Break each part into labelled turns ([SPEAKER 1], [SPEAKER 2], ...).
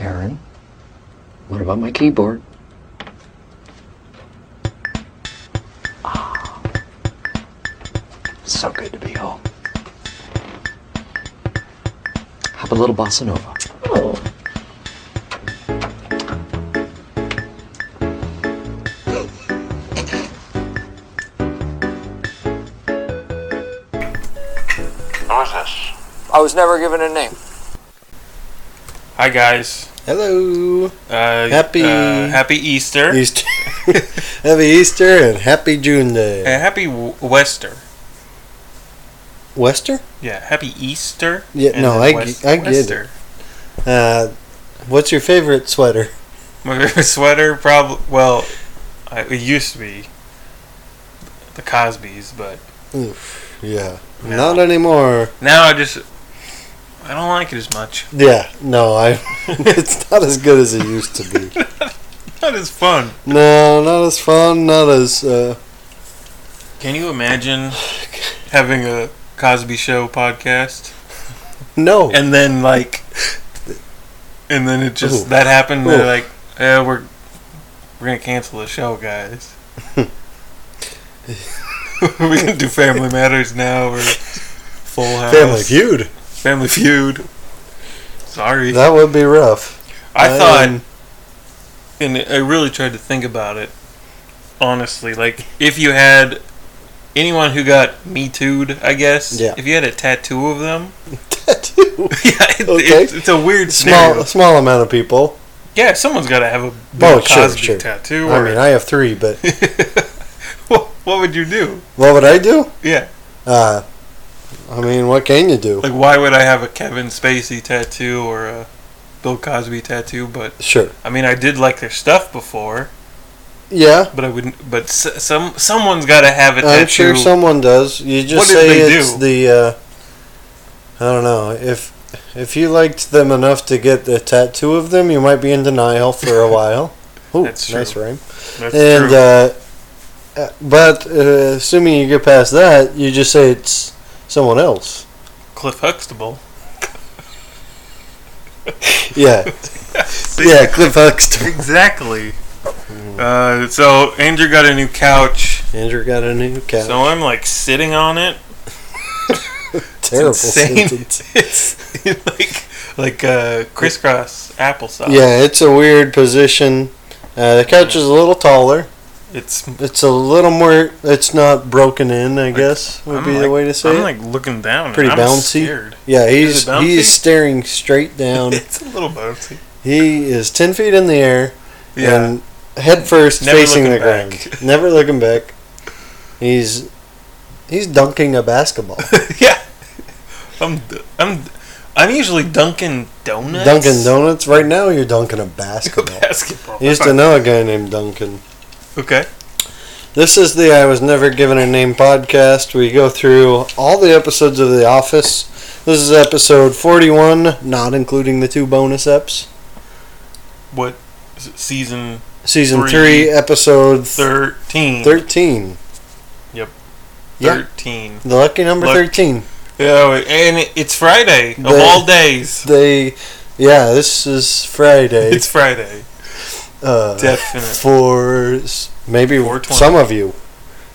[SPEAKER 1] Aaron, what about my keyboard? Ah, so good to be home. Have a little bossa nova.
[SPEAKER 2] Oh.
[SPEAKER 3] Who is this?
[SPEAKER 1] I was never given a name.
[SPEAKER 4] Hi guys.
[SPEAKER 2] Hello.
[SPEAKER 4] Uh,
[SPEAKER 2] Happy-
[SPEAKER 4] uh, happy Easter
[SPEAKER 2] Easter. happy Easter and happy June Day.
[SPEAKER 4] and happy w- Wester.
[SPEAKER 2] Wester?
[SPEAKER 4] Yeah, happy Easter.
[SPEAKER 2] Yeah,
[SPEAKER 4] and
[SPEAKER 2] no,
[SPEAKER 4] then
[SPEAKER 2] I ge- I get it.
[SPEAKER 4] Wester.
[SPEAKER 2] Uh, what's your favorite sweater?
[SPEAKER 4] My favorite sweater, probably. Well, I, it used to be the Cosby's, but
[SPEAKER 2] Oof. Yeah.
[SPEAKER 4] No.
[SPEAKER 2] Not anymore.
[SPEAKER 4] now I just I don't like it as much.
[SPEAKER 2] Yeah. No, I. it's not as good as it used to be.
[SPEAKER 4] Not as fun.
[SPEAKER 2] No, not as fun. Not as. Uh,
[SPEAKER 4] Can you imagine having a Cosby Show podcast
[SPEAKER 2] no.
[SPEAKER 4] and then like, and then it just
[SPEAKER 2] Ooh.
[SPEAKER 4] that happened?
[SPEAKER 2] Ooh.
[SPEAKER 4] They're like, yeah, we're we're gonna cancel the show, guys. we can do Family Matters now or Full House.
[SPEAKER 2] Family Feud.
[SPEAKER 4] Family Feud. Sorry,
[SPEAKER 2] That would be rough.
[SPEAKER 4] I thought
[SPEAKER 2] Um,
[SPEAKER 4] and I really tried to think about it honestly. Like, if you had anyone who got me too'd, I guess,
[SPEAKER 2] Yeah.
[SPEAKER 4] if you had a tattoo of them,
[SPEAKER 2] tattoo.
[SPEAKER 4] yeah, it,
[SPEAKER 2] Okay.
[SPEAKER 4] it's, it's a weird
[SPEAKER 2] Small,
[SPEAKER 4] scenario.
[SPEAKER 2] small amount of people.
[SPEAKER 4] Yeah, someone's got to have a Bill
[SPEAKER 2] Oh, sure,
[SPEAKER 4] Cosby
[SPEAKER 2] sure.
[SPEAKER 4] tattoo. Or,
[SPEAKER 2] I mean, I have three, but
[SPEAKER 4] what, what would you do?
[SPEAKER 2] what would I do?
[SPEAKER 4] Yeah,
[SPEAKER 2] Uh, I mean, what can you do?
[SPEAKER 4] like, why would I have a Kevin Spacey tattoo or a Bill Cosby tattoo? But
[SPEAKER 2] Sure.
[SPEAKER 4] I mean, I did like their stuff before,
[SPEAKER 2] Yeah,
[SPEAKER 4] but I wouldn't. But s- some someone's got to have a tattoo.
[SPEAKER 2] I'm sure someone does. You
[SPEAKER 4] What
[SPEAKER 2] just
[SPEAKER 4] did
[SPEAKER 2] say
[SPEAKER 4] they
[SPEAKER 2] it's
[SPEAKER 4] do?
[SPEAKER 2] the. Uh, I don't know if if you liked them enough to get the tattoo of them, you might be in denial for a while. Ooh,
[SPEAKER 4] That's
[SPEAKER 2] nice
[SPEAKER 4] true.
[SPEAKER 2] rhyme.
[SPEAKER 4] That's
[SPEAKER 2] and
[SPEAKER 4] true.
[SPEAKER 2] uh, uh, but uh, assuming you get past that, you just say it's someone else.
[SPEAKER 4] Cliff Huxtable.
[SPEAKER 2] Yeah, yeah, Hmm. Cliff Huxtable.
[SPEAKER 4] Exactly. Uh, so Andrew got a new couch,
[SPEAKER 2] Andrew got a new cat.
[SPEAKER 4] so I'm like sitting on it.
[SPEAKER 2] Terrible
[SPEAKER 4] it's insane.
[SPEAKER 2] sentence.
[SPEAKER 4] It's like like uh, crisscross applesauce.
[SPEAKER 2] Yeah, it's a weird position. Uh, the couch is a little taller.
[SPEAKER 4] it's.
[SPEAKER 2] It's a little more. It's not broken in. I guess would
[SPEAKER 4] I'm
[SPEAKER 2] be the
[SPEAKER 4] like-
[SPEAKER 2] way to say
[SPEAKER 4] I'm
[SPEAKER 2] it.
[SPEAKER 4] like looking down.
[SPEAKER 2] Pretty
[SPEAKER 4] and I'm
[SPEAKER 2] bouncy.
[SPEAKER 4] Scared.
[SPEAKER 2] yeah,
[SPEAKER 4] is
[SPEAKER 2] he's
[SPEAKER 4] it bouncy?
[SPEAKER 2] he's staring straight down.
[SPEAKER 4] It's a little bouncy.
[SPEAKER 2] he is ten feet in the air
[SPEAKER 4] Yeah.
[SPEAKER 2] and head first
[SPEAKER 4] Never
[SPEAKER 2] facing the
[SPEAKER 4] looking back.
[SPEAKER 2] ground, never looking back. He's he's dunking a basketball.
[SPEAKER 4] yeah. I'm. d- I'm. I'm usually Dunkin' Donuts.
[SPEAKER 2] Dunkin' Donuts. Right now, you're dunking a basketball.
[SPEAKER 4] Basketball.
[SPEAKER 2] I used to know a guy named Duncan.
[SPEAKER 4] Okay.
[SPEAKER 2] This is the I Was Never Given a Name podcast. We go through all the episodes of The Office. This is episode 41, not including the two bonus eps.
[SPEAKER 4] What is it? Season
[SPEAKER 2] Season
[SPEAKER 4] Three.
[SPEAKER 2] 3, episode
[SPEAKER 4] thirteen.
[SPEAKER 2] 13.
[SPEAKER 4] Yep.
[SPEAKER 2] Yeah,
[SPEAKER 4] Thirteen.
[SPEAKER 2] the lucky number
[SPEAKER 4] Luck-
[SPEAKER 2] 13.
[SPEAKER 4] Yeah, and it- it's Friday of
[SPEAKER 2] The-
[SPEAKER 4] all days.
[SPEAKER 2] They, yeah, this is Friday.
[SPEAKER 4] It's Friday,
[SPEAKER 2] uh,
[SPEAKER 4] definite.
[SPEAKER 2] for s- maybe
[SPEAKER 4] 420.
[SPEAKER 2] some of you.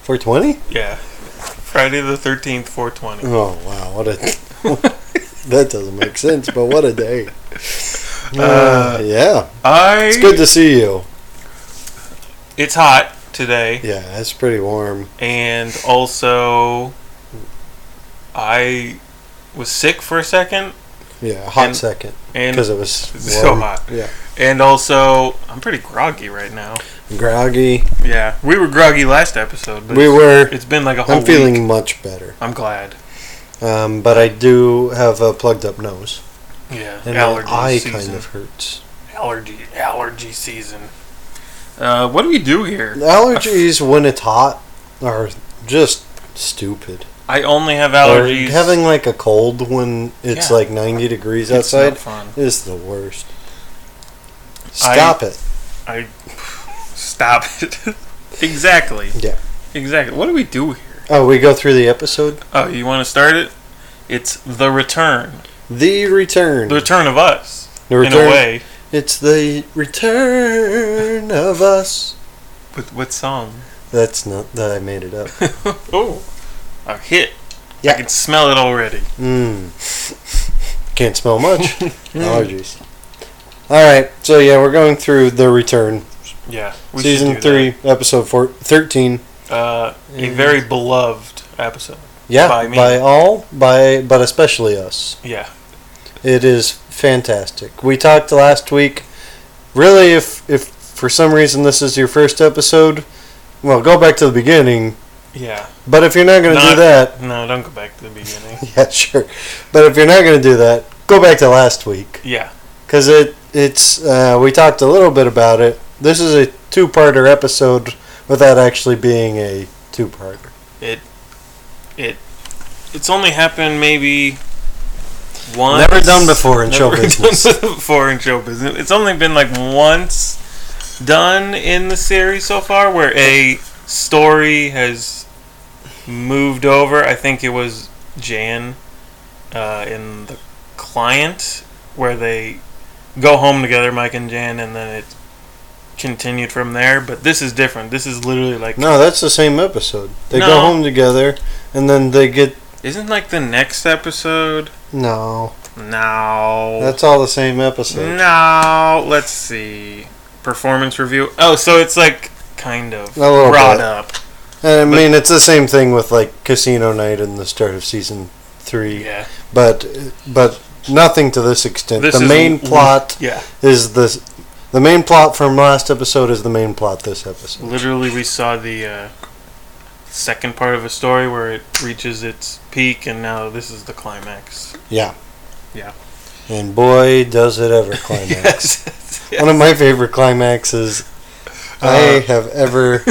[SPEAKER 2] 420?
[SPEAKER 4] Yeah, Friday the thirteenth, four twenty.
[SPEAKER 2] Oh, wow. What a. that doesn't make sense, but what a day.
[SPEAKER 4] Uh,
[SPEAKER 2] Uh, yeah.
[SPEAKER 4] I.
[SPEAKER 2] It's good to see you.
[SPEAKER 4] It's hot today,
[SPEAKER 2] Yeah, it's pretty warm.
[SPEAKER 4] and also, I was sick for a second,
[SPEAKER 2] Yeah, a hot
[SPEAKER 4] And-
[SPEAKER 2] second
[SPEAKER 4] and
[SPEAKER 2] because it was warm.
[SPEAKER 4] it's so hot.
[SPEAKER 2] Yeah,
[SPEAKER 4] And also, I'm pretty groggy right now.
[SPEAKER 2] groggy.
[SPEAKER 4] Yeah, we were groggy last episode, but
[SPEAKER 2] We
[SPEAKER 4] it's-
[SPEAKER 2] were.
[SPEAKER 4] It's been like a whole.
[SPEAKER 2] I'm feeling
[SPEAKER 4] Week.
[SPEAKER 2] much better,
[SPEAKER 4] I'm glad.
[SPEAKER 2] um, but I do have a plugged up nose,
[SPEAKER 4] Yeah,
[SPEAKER 2] and
[SPEAKER 4] allergy
[SPEAKER 2] my eye
[SPEAKER 4] season.
[SPEAKER 2] kind of hurts.
[SPEAKER 4] allergy allergy season. Uh, what do we do here?
[SPEAKER 2] Allergies when it's hot are just stupid.
[SPEAKER 4] I only have
[SPEAKER 2] Or
[SPEAKER 4] allergies.
[SPEAKER 2] having like a cold when it's
[SPEAKER 4] Yeah.
[SPEAKER 2] like 90 degrees
[SPEAKER 4] It's not
[SPEAKER 2] outside
[SPEAKER 4] fun.
[SPEAKER 2] is the worst.
[SPEAKER 4] I-
[SPEAKER 2] Stop it.
[SPEAKER 4] I stop it. exactly.
[SPEAKER 2] Yeah.
[SPEAKER 4] Exactly. What do we do here?
[SPEAKER 2] Oh, we go through the episode.
[SPEAKER 4] Oh, you want to start it? It's the return.
[SPEAKER 2] The return.
[SPEAKER 4] The return of us.
[SPEAKER 2] The
[SPEAKER 4] In a way.
[SPEAKER 2] It's the return of us.
[SPEAKER 4] With what song?
[SPEAKER 2] That's not that I made it up.
[SPEAKER 4] oh, a hit.
[SPEAKER 2] Yeah.
[SPEAKER 4] I can smell it already.
[SPEAKER 2] Mmm. Can't smell much. Allergies. All right, so yeah, we're going through the return,
[SPEAKER 4] Yeah. we should
[SPEAKER 2] season
[SPEAKER 4] do
[SPEAKER 2] three, episode four, thirteen.
[SPEAKER 4] that. Uh, a very beloved episode.
[SPEAKER 2] Yeah,
[SPEAKER 4] By me.
[SPEAKER 2] by all, by but especially us.
[SPEAKER 4] Yeah.
[SPEAKER 2] It is fantastic. We talked last week. Really, if if for some reason this is your first episode, well, go back to the beginning.
[SPEAKER 4] Yeah.
[SPEAKER 2] But if you're not going to do
[SPEAKER 4] Not-
[SPEAKER 2] that,
[SPEAKER 4] No, don't go back to the beginning.
[SPEAKER 2] Yeah, sure. But if you're not going to do that, go back to last week
[SPEAKER 4] yeah.
[SPEAKER 2] because it it's uh, we talked a little bit about it. This is a two-parter episode without actually being a two-parter.
[SPEAKER 4] It's only happened maybe once.
[SPEAKER 2] Never done before in show
[SPEAKER 4] Never
[SPEAKER 2] business.
[SPEAKER 4] done before in show business. It's only been like once done in the series so far where a story has moved over. I think it was Jan uh, in The Client where they go home together, Mike and Jan, and then it continued from there. But this is different. This is literally like.
[SPEAKER 2] No, that's the same episode. They go
[SPEAKER 4] No.
[SPEAKER 2] home together, and then they get
[SPEAKER 4] Isn't like the next episode?
[SPEAKER 2] no.
[SPEAKER 4] No.
[SPEAKER 2] That's all the same episode.
[SPEAKER 4] No, let's see. Performance review. Oh, so it's like kind of
[SPEAKER 2] A little
[SPEAKER 4] brought
[SPEAKER 2] bit.
[SPEAKER 4] up.
[SPEAKER 2] And I mean, it's the same thing with like Casino Night in the start of season three,
[SPEAKER 4] Yeah.
[SPEAKER 2] but but nothing to this extent.
[SPEAKER 4] This
[SPEAKER 2] the
[SPEAKER 4] is-
[SPEAKER 2] main plot
[SPEAKER 4] Yeah.
[SPEAKER 2] is the the main plot from last episode is the main plot this episode.
[SPEAKER 4] Literally, we saw the uh, second part of a story where it reaches its peak, and now this is the climax.
[SPEAKER 2] Yeah.
[SPEAKER 4] Yeah.
[SPEAKER 2] And boy, does it ever climax.
[SPEAKER 4] Yes.
[SPEAKER 2] One of my favorite climaxes I
[SPEAKER 4] Uh,
[SPEAKER 2] have ever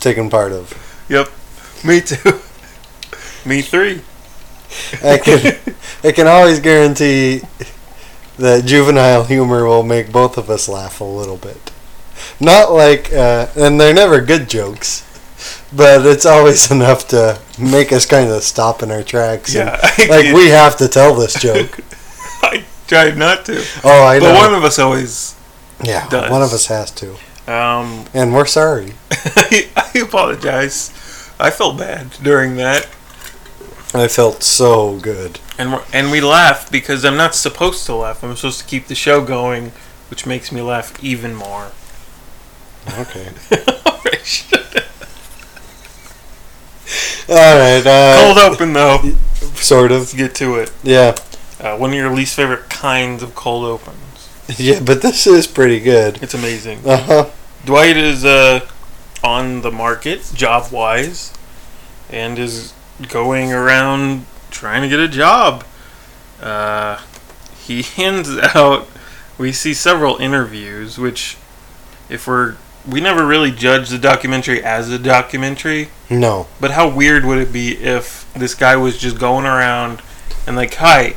[SPEAKER 2] taken part of.
[SPEAKER 4] Me too. Me three.
[SPEAKER 2] I can I can always guarantee that juvenile humor will make both of us laugh a little bit. Not like uh, and they're never good jokes, but it's always enough to make us kind of stop in our tracks. and
[SPEAKER 4] Yeah. I,
[SPEAKER 2] like we have to tell this joke.
[SPEAKER 4] I tried not to,
[SPEAKER 2] Oh, I know.
[SPEAKER 4] but one of us always.
[SPEAKER 2] yeah,
[SPEAKER 4] does.
[SPEAKER 2] one of us has to,
[SPEAKER 4] Um,
[SPEAKER 2] and we're sorry.
[SPEAKER 4] I apologize. I felt bad during that.
[SPEAKER 2] I felt so good.
[SPEAKER 4] and we're, and we laugh because I'm not supposed to laugh. I'm supposed to keep the show going, which makes me laugh even more.
[SPEAKER 2] Okay.
[SPEAKER 4] Cold
[SPEAKER 2] All right. Uh,
[SPEAKER 4] open though.
[SPEAKER 2] Sort
[SPEAKER 4] Let's
[SPEAKER 2] of.
[SPEAKER 4] get to it.
[SPEAKER 2] Yeah.
[SPEAKER 4] Uh, one of your least favorite kinds of cold opens.
[SPEAKER 2] Yeah, but this is pretty good.
[SPEAKER 4] It's amazing.
[SPEAKER 2] Uh huh.
[SPEAKER 4] Dwight is uh, on the market job wise, and is going around trying to get a job. Uh, he hands out. We see several interviews, which, if we're we never really judge the documentary as a documentary,
[SPEAKER 2] No.
[SPEAKER 4] but how weird would it be if this guy was just going around and like, hi,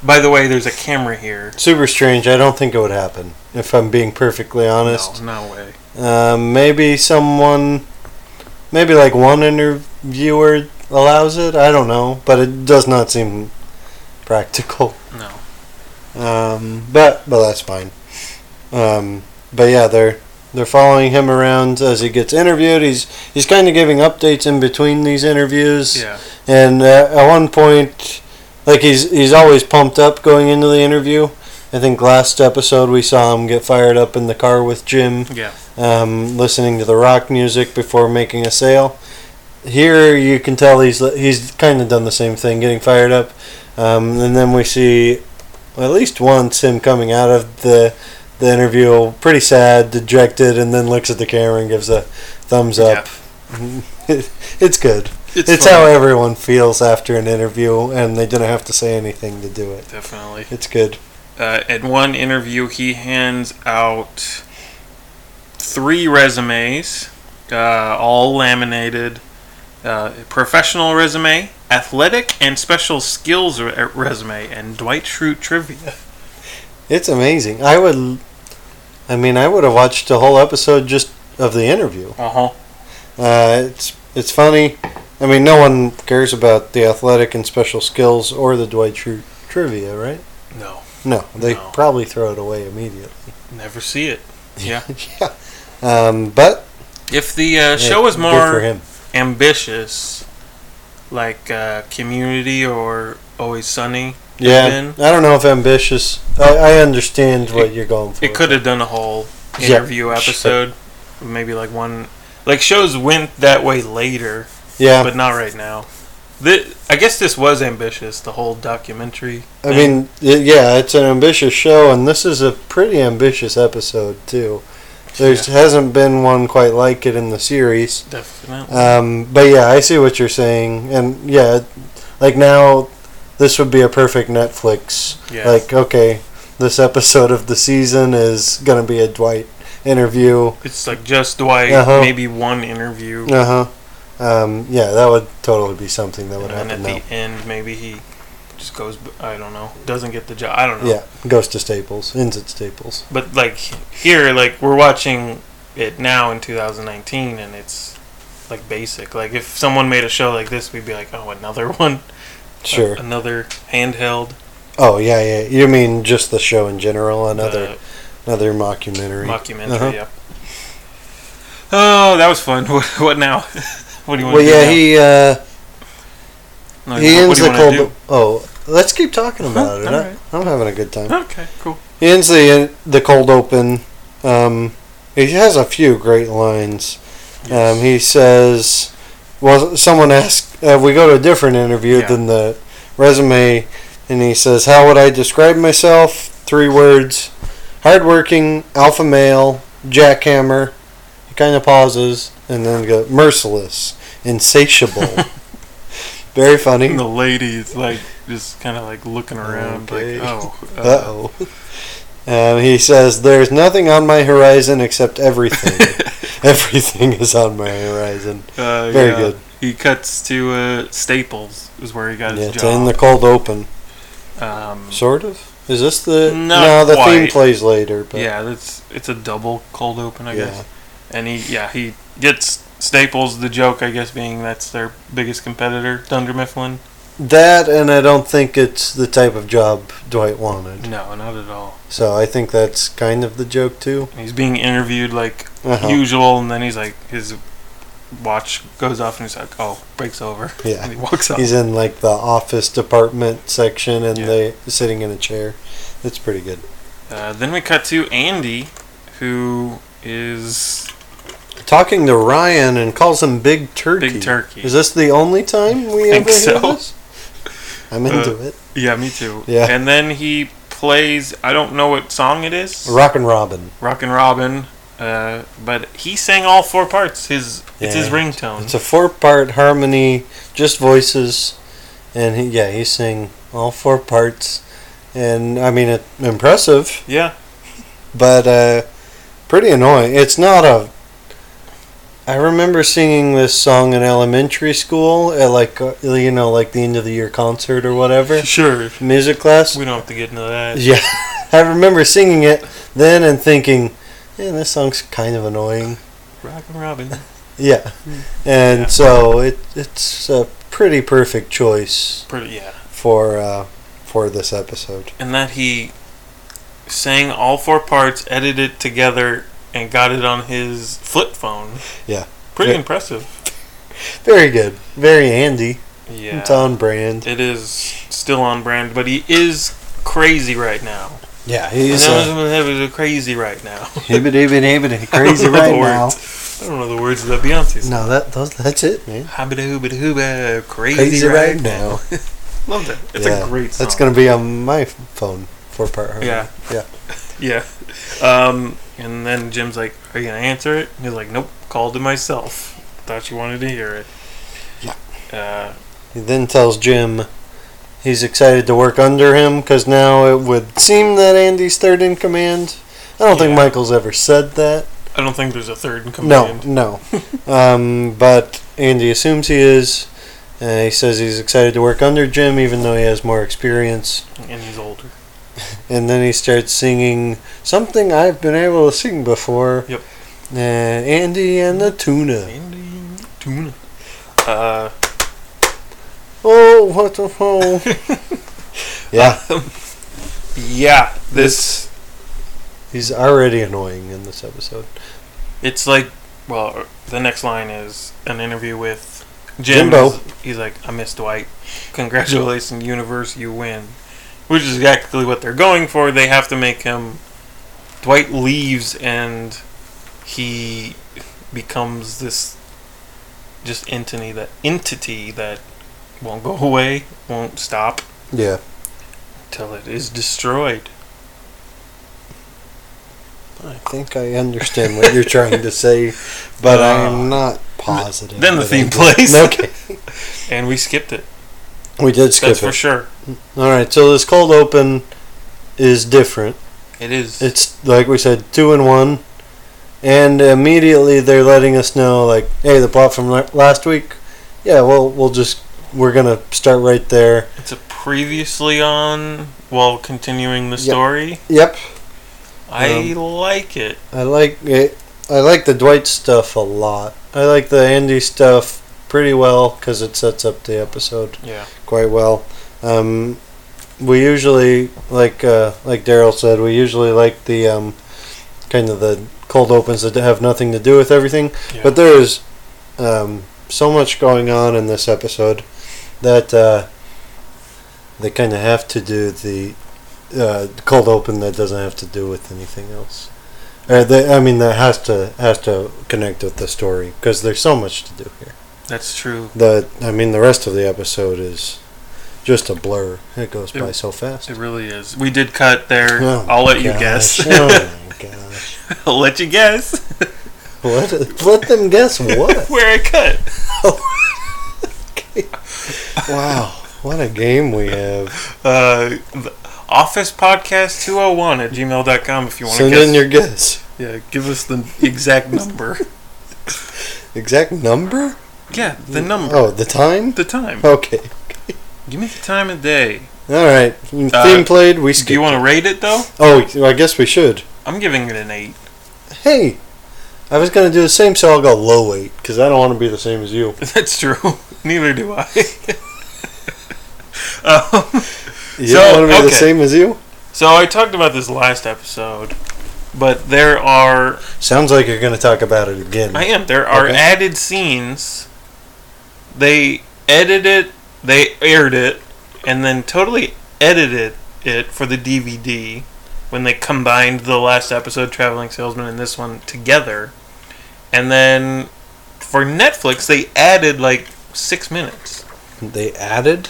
[SPEAKER 4] by the way, there's a camera here.
[SPEAKER 2] Super strange. I don't think it would happen. If I'm being perfectly honest.
[SPEAKER 4] No, no way.
[SPEAKER 2] Um, maybe someone, maybe like one interviewer allows it. I don't know, but it does not seem practical.
[SPEAKER 4] No.
[SPEAKER 2] Um, but but that's fine. Um, but yeah, they're they're following him around as he gets interviewed. He's he's kind of giving updates in between these interviews.
[SPEAKER 4] Yeah.
[SPEAKER 2] And uh, at one point, like he's he's always pumped up going into the interview. I think last episode we saw him get fired up in the car with Jim,
[SPEAKER 4] Yeah.
[SPEAKER 2] um, listening to the rock music before making a sale. Here you can tell he's he's kind of done the same thing, getting fired up, um, and then we see at least once him coming out of the the interview pretty sad, dejected, and then looks at the camera and gives a thumbs up. it's good. It's,
[SPEAKER 4] fun.
[SPEAKER 2] how everyone feels after an interview, and they didn't have to say anything to do it.
[SPEAKER 4] Definitely.
[SPEAKER 2] It's good.
[SPEAKER 4] uh, at one interview, he hands out three resumes, uh, all laminated. Uh, professional resume, athletic and special skills re- resume, and Dwight Schrute trivia.
[SPEAKER 2] It's amazing. I would, I mean, I would have watched a whole episode just of the interview.
[SPEAKER 4] Uh huh.
[SPEAKER 2] Uh, it's it's funny. I mean, no one cares about the athletic and special skills or the Dwight Schrute trivia, right?
[SPEAKER 4] No.
[SPEAKER 2] No, they
[SPEAKER 4] No.
[SPEAKER 2] probably throw it away immediately.
[SPEAKER 4] Never see it. Yeah.
[SPEAKER 2] yeah. Um, but
[SPEAKER 4] If the uh,
[SPEAKER 2] yeah,
[SPEAKER 4] show was
[SPEAKER 2] good
[SPEAKER 4] more
[SPEAKER 2] for him.
[SPEAKER 4] ambitious, like uh, Community or Always Sunny,
[SPEAKER 2] Yeah,
[SPEAKER 4] been-
[SPEAKER 2] I don't know if ambitious. I, I understand what you're going for.
[SPEAKER 4] it could have done a whole
[SPEAKER 2] Yeah.
[SPEAKER 4] interview episode. Maybe like one. Like shows went that way later,
[SPEAKER 2] Yeah,
[SPEAKER 4] but not right now. Thi- I guess this was ambitious, the whole documentary.
[SPEAKER 2] I mean, y- yeah, it's an ambitious show, and this is a pretty ambitious episode too. There hasn't been one quite like it in the series.
[SPEAKER 4] Definitely.
[SPEAKER 2] Um, but yeah, I see what you're saying, and yeah, like now, this would be a perfect Netflix.
[SPEAKER 4] Yeah.
[SPEAKER 2] Like, okay, this episode of the season is gonna be a Dwight interview.
[SPEAKER 4] it's like just Dwight,
[SPEAKER 2] Uh-huh.
[SPEAKER 4] maybe one interview.
[SPEAKER 2] Uh huh. Um, yeah, that would totally be something that would
[SPEAKER 4] and then at
[SPEAKER 2] happen now.
[SPEAKER 4] the end, maybe he just goes. b- I don't know. Doesn't get the job. I don't know.
[SPEAKER 2] Yeah, goes to Staples, ends at Staples.
[SPEAKER 4] But like here, like we're watching it now in 2019, and it's like basic. Like if someone made a show like this, we'd be like, oh, another one,
[SPEAKER 2] Sure.
[SPEAKER 4] another handheld,
[SPEAKER 2] Oh yeah, yeah. You mean just the show in general? Another
[SPEAKER 4] uh,
[SPEAKER 2] another mockumentary.
[SPEAKER 4] mockumentary.
[SPEAKER 2] Uh-huh.
[SPEAKER 4] Yeah. Oh, that was fun. What, what now? what do you want
[SPEAKER 2] Well,
[SPEAKER 4] to
[SPEAKER 2] yeah,
[SPEAKER 4] do?
[SPEAKER 2] he uh,
[SPEAKER 4] now? No,
[SPEAKER 2] he
[SPEAKER 4] what-
[SPEAKER 2] ends
[SPEAKER 4] what
[SPEAKER 2] the
[SPEAKER 4] do you wanna
[SPEAKER 2] cold. Oh, let's keep talking about it.
[SPEAKER 4] all
[SPEAKER 2] I-
[SPEAKER 4] right.
[SPEAKER 2] I'm having a good time.
[SPEAKER 4] do? Okay, cool.
[SPEAKER 2] He ends the the cold open. Um, he has a few great lines.
[SPEAKER 4] Yes.
[SPEAKER 2] Um, he says, "Well, someone asked. Uh, we go to a different interview
[SPEAKER 4] Yeah.
[SPEAKER 2] than the resume, and he says, "How would I describe myself? Three words: hardworking, alpha male, jackhammer." He kind of pauses and then goes, "Merciless, insatiable." Very funny.
[SPEAKER 4] And the ladies like just kind of like looking around,
[SPEAKER 2] Okay.
[SPEAKER 4] like oh, uh,
[SPEAKER 2] Uh oh. Um, he says, There's nothing on my horizon except everything. everything is on my horizon.
[SPEAKER 4] Uh,
[SPEAKER 2] Very
[SPEAKER 4] yeah.
[SPEAKER 2] good.
[SPEAKER 4] He cuts to uh, Staples, is where he got
[SPEAKER 2] Yeah,
[SPEAKER 4] his
[SPEAKER 2] it's in
[SPEAKER 4] job.
[SPEAKER 2] the cold open.
[SPEAKER 4] um,
[SPEAKER 2] Sort of. Is this the.
[SPEAKER 4] Not
[SPEAKER 2] no, the theme
[SPEAKER 4] quite.
[SPEAKER 2] plays later. But
[SPEAKER 4] yeah, that's it's a double cold open, I
[SPEAKER 2] Yeah.
[SPEAKER 4] guess. And he, yeah, he gets Staples. The joke, I guess, being that's their biggest competitor, Dunder Mifflin.
[SPEAKER 2] That, and I don't think it's the type of job Dwight wanted.
[SPEAKER 4] No, not at all.
[SPEAKER 2] So I think that's kind of the joke, too.
[SPEAKER 4] And he's being interviewed like
[SPEAKER 2] Uh-huh.
[SPEAKER 4] usual, and then he's like his watch goes off, and he's like, oh, breaks over,
[SPEAKER 2] Yeah.
[SPEAKER 4] and he walks off.
[SPEAKER 2] He's in like the office department section and
[SPEAKER 4] Yeah.
[SPEAKER 2] they sitting in a chair. It's pretty good.
[SPEAKER 4] Uh, then we cut to Andy, who is
[SPEAKER 2] Talking to Ryan and calls him Big Turkey.
[SPEAKER 4] Big Turkey.
[SPEAKER 2] Is this the only time we
[SPEAKER 4] Think
[SPEAKER 2] ever hear
[SPEAKER 4] so. Uh,
[SPEAKER 2] this? I'm into it.
[SPEAKER 4] Yeah, me too.
[SPEAKER 2] Yeah.
[SPEAKER 4] And then he plays, I don't know what song it is,
[SPEAKER 2] Rock and Robin.
[SPEAKER 4] Rockin' Robin, uh, but he sang all four parts. His It's his
[SPEAKER 2] Yeah.
[SPEAKER 4] ringtone.
[SPEAKER 2] It's a four-part harmony, just voices, and he, yeah, he sang all four parts, and I mean, it, impressive,
[SPEAKER 4] yeah.
[SPEAKER 2] but uh, pretty annoying. It's not a. I remember singing this song in elementary school at like uh, you know like the end of the year concert or whatever
[SPEAKER 4] Sure.
[SPEAKER 2] music class.
[SPEAKER 4] We don't have to get into that.
[SPEAKER 2] Yeah, I remember singing it then and thinking, "Yeah, this song's kind of annoying."
[SPEAKER 4] Rockin' Robin.
[SPEAKER 2] Yeah, and
[SPEAKER 4] Hmm. Yeah.
[SPEAKER 2] so it it's a pretty perfect choice
[SPEAKER 4] Pretty, yeah.
[SPEAKER 2] for uh, for this episode.
[SPEAKER 4] And that he sang all four parts, edited it together, and got it on his flip phone.
[SPEAKER 2] Yeah.
[SPEAKER 4] Pretty
[SPEAKER 2] Yeah.
[SPEAKER 4] impressive.
[SPEAKER 2] Very good, very handy.
[SPEAKER 4] Yeah.
[SPEAKER 2] It's on brand.
[SPEAKER 4] It is still on brand, but he is crazy right now.
[SPEAKER 2] Yeah,
[SPEAKER 4] And
[SPEAKER 2] he's
[SPEAKER 4] that
[SPEAKER 2] uh,
[SPEAKER 4] was- that was crazy right now.
[SPEAKER 2] hibbity hibbity
[SPEAKER 4] I
[SPEAKER 2] crazy
[SPEAKER 4] don't know
[SPEAKER 2] right
[SPEAKER 4] the
[SPEAKER 2] now.
[SPEAKER 4] words. I don't know the words of the Beyonce song.
[SPEAKER 2] No, that those, that's it, man.
[SPEAKER 4] Habba hooba hooba, crazy,
[SPEAKER 2] Crazy
[SPEAKER 4] right,
[SPEAKER 2] right now.
[SPEAKER 4] Love that. It's a
[SPEAKER 2] Yeah,
[SPEAKER 4] great song.
[SPEAKER 2] That's gonna be on my phone. Four part harmony.
[SPEAKER 4] Yeah.
[SPEAKER 2] yeah.
[SPEAKER 4] Yeah. Um, and then Jim's like, "Are you gonna answer it?" And he's like, "Nope. Called it myself. Thought you wanted to hear it."
[SPEAKER 2] Yeah.
[SPEAKER 4] Uh,
[SPEAKER 2] He then tells Jim he's excited to work under him because now it would seem that Andy's third in command. I don't think
[SPEAKER 4] Yeah.
[SPEAKER 2] Michael's ever said that.
[SPEAKER 4] I don't think there's a third in command.
[SPEAKER 2] No, no. um, but Andy assumes he is. Uh, he says he's excited to work under Jim, even though he has more experience.
[SPEAKER 4] And he's older.
[SPEAKER 2] And then he starts singing something I've been able to sing before.
[SPEAKER 4] Yep.
[SPEAKER 2] Uh, Andy and the tuna.
[SPEAKER 4] Andy Tuna. Uh,
[SPEAKER 2] Oh, what the hell? yeah.
[SPEAKER 4] Yeah, this
[SPEAKER 2] He's already annoying in this episode.
[SPEAKER 4] it's like well, the next line is an interview with Jim.
[SPEAKER 2] Jimbo.
[SPEAKER 4] He's like, I miss Dwight. Congratulations, universe, you win. Which is exactly what they're going for. They have to make him. Dwight leaves and he becomes this just entity that entity that won't go away, won't stop
[SPEAKER 2] Yeah.
[SPEAKER 4] till it is destroyed.
[SPEAKER 2] I think I understand what you're trying to say, but I'm not positive.
[SPEAKER 4] Ah. Then the
[SPEAKER 2] that I
[SPEAKER 4] theme
[SPEAKER 2] do.
[SPEAKER 4] plays.
[SPEAKER 2] Okay.
[SPEAKER 4] And we skipped it.
[SPEAKER 2] We did skip
[SPEAKER 4] That's for
[SPEAKER 2] it.
[SPEAKER 4] sure.
[SPEAKER 2] All right, so this cold open is different.
[SPEAKER 4] It is.
[SPEAKER 2] It's like we said, two and one, and immediately they're letting us know, like, hey, the plot from la- last week. Yeah, well, we'll just we're gonna start right there.
[SPEAKER 4] It's a previously on while continuing the
[SPEAKER 2] Yep.
[SPEAKER 4] story.
[SPEAKER 2] Yep, Um,
[SPEAKER 4] I like it.
[SPEAKER 2] I like it. I like the Dwight stuff a lot. I like the Andy stuff pretty well because it sets up the episode.
[SPEAKER 4] Yeah.
[SPEAKER 2] quite well. Um, we usually like uh, like Daryl said, we usually like the um, kind of the cold opens that have nothing to do with everything.
[SPEAKER 4] Yeah.
[SPEAKER 2] But there is um, so much going on in this episode that uh, they kind of have to do the uh, cold open that doesn't have to do with anything else. Uh, they, I mean, that has to has to connect with the story because there's so much to do here
[SPEAKER 4] That's true.
[SPEAKER 2] the I mean the rest of the episode is just a blur. It goes by
[SPEAKER 4] It-
[SPEAKER 2] so fast.
[SPEAKER 4] It really is. We did cut there.
[SPEAKER 2] Oh,
[SPEAKER 4] I'll let you
[SPEAKER 2] gosh.
[SPEAKER 4] guess.
[SPEAKER 2] oh my gosh.
[SPEAKER 4] I'll let you guess
[SPEAKER 2] Let, let them guess what?
[SPEAKER 4] where I cut.
[SPEAKER 2] wow. What a game we have.
[SPEAKER 4] Uh, the Office Podcast 201 at gmail.com if you want to
[SPEAKER 2] Send
[SPEAKER 4] guess.
[SPEAKER 2] in your guess.
[SPEAKER 4] yeah, give us the exact number.
[SPEAKER 2] Exact number?
[SPEAKER 4] yeah, the number.
[SPEAKER 2] Oh, the time?
[SPEAKER 4] The time.
[SPEAKER 2] Okay.
[SPEAKER 4] Give me the time of day.
[SPEAKER 2] All right.
[SPEAKER 4] Uh,
[SPEAKER 2] Theme played. We
[SPEAKER 4] Do you
[SPEAKER 2] skipped.
[SPEAKER 4] want to rate it, though?
[SPEAKER 2] Oh, I guess we should.
[SPEAKER 4] I'm giving it an 8.
[SPEAKER 2] Hey, I was gonna do the same, so I'll go low eight because I don't want to be the same as you.
[SPEAKER 4] That's true. Neither do I. um,
[SPEAKER 2] You
[SPEAKER 4] So,
[SPEAKER 2] don't want to be the
[SPEAKER 4] okay.
[SPEAKER 2] same as you.
[SPEAKER 4] So I talked about this last episode, but there are
[SPEAKER 2] Sounds like you're gonna talk about it again.
[SPEAKER 4] I am there are
[SPEAKER 2] Okay.
[SPEAKER 4] added scenes. They edited it, they aired it, and then totally edited it for the DVD when they combined the last episode Traveling Salesman and this one together. And then for Netflix they added like 6 minutes.
[SPEAKER 2] They added.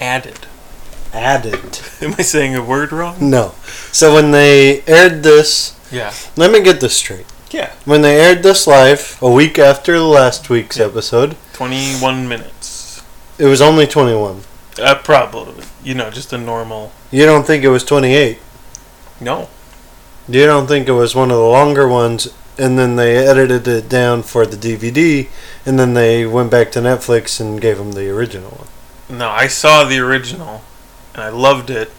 [SPEAKER 4] Added.
[SPEAKER 2] added.
[SPEAKER 4] Am I saying a word wrong?
[SPEAKER 2] No. So when they aired this,
[SPEAKER 4] Yeah.
[SPEAKER 2] let me get this straight.
[SPEAKER 4] Yeah.
[SPEAKER 2] When they aired this live a week after last week's episode,
[SPEAKER 4] 21 minutes.
[SPEAKER 2] it was only 21.
[SPEAKER 4] Uh, probably. You know, just a normal.
[SPEAKER 2] You don't think it was 28.
[SPEAKER 4] No.
[SPEAKER 2] You don't think it was one of the longer ones and then they edited it down for the DVD and then they went back to Netflix and gave them the original one.
[SPEAKER 4] No, I saw the original and I loved it.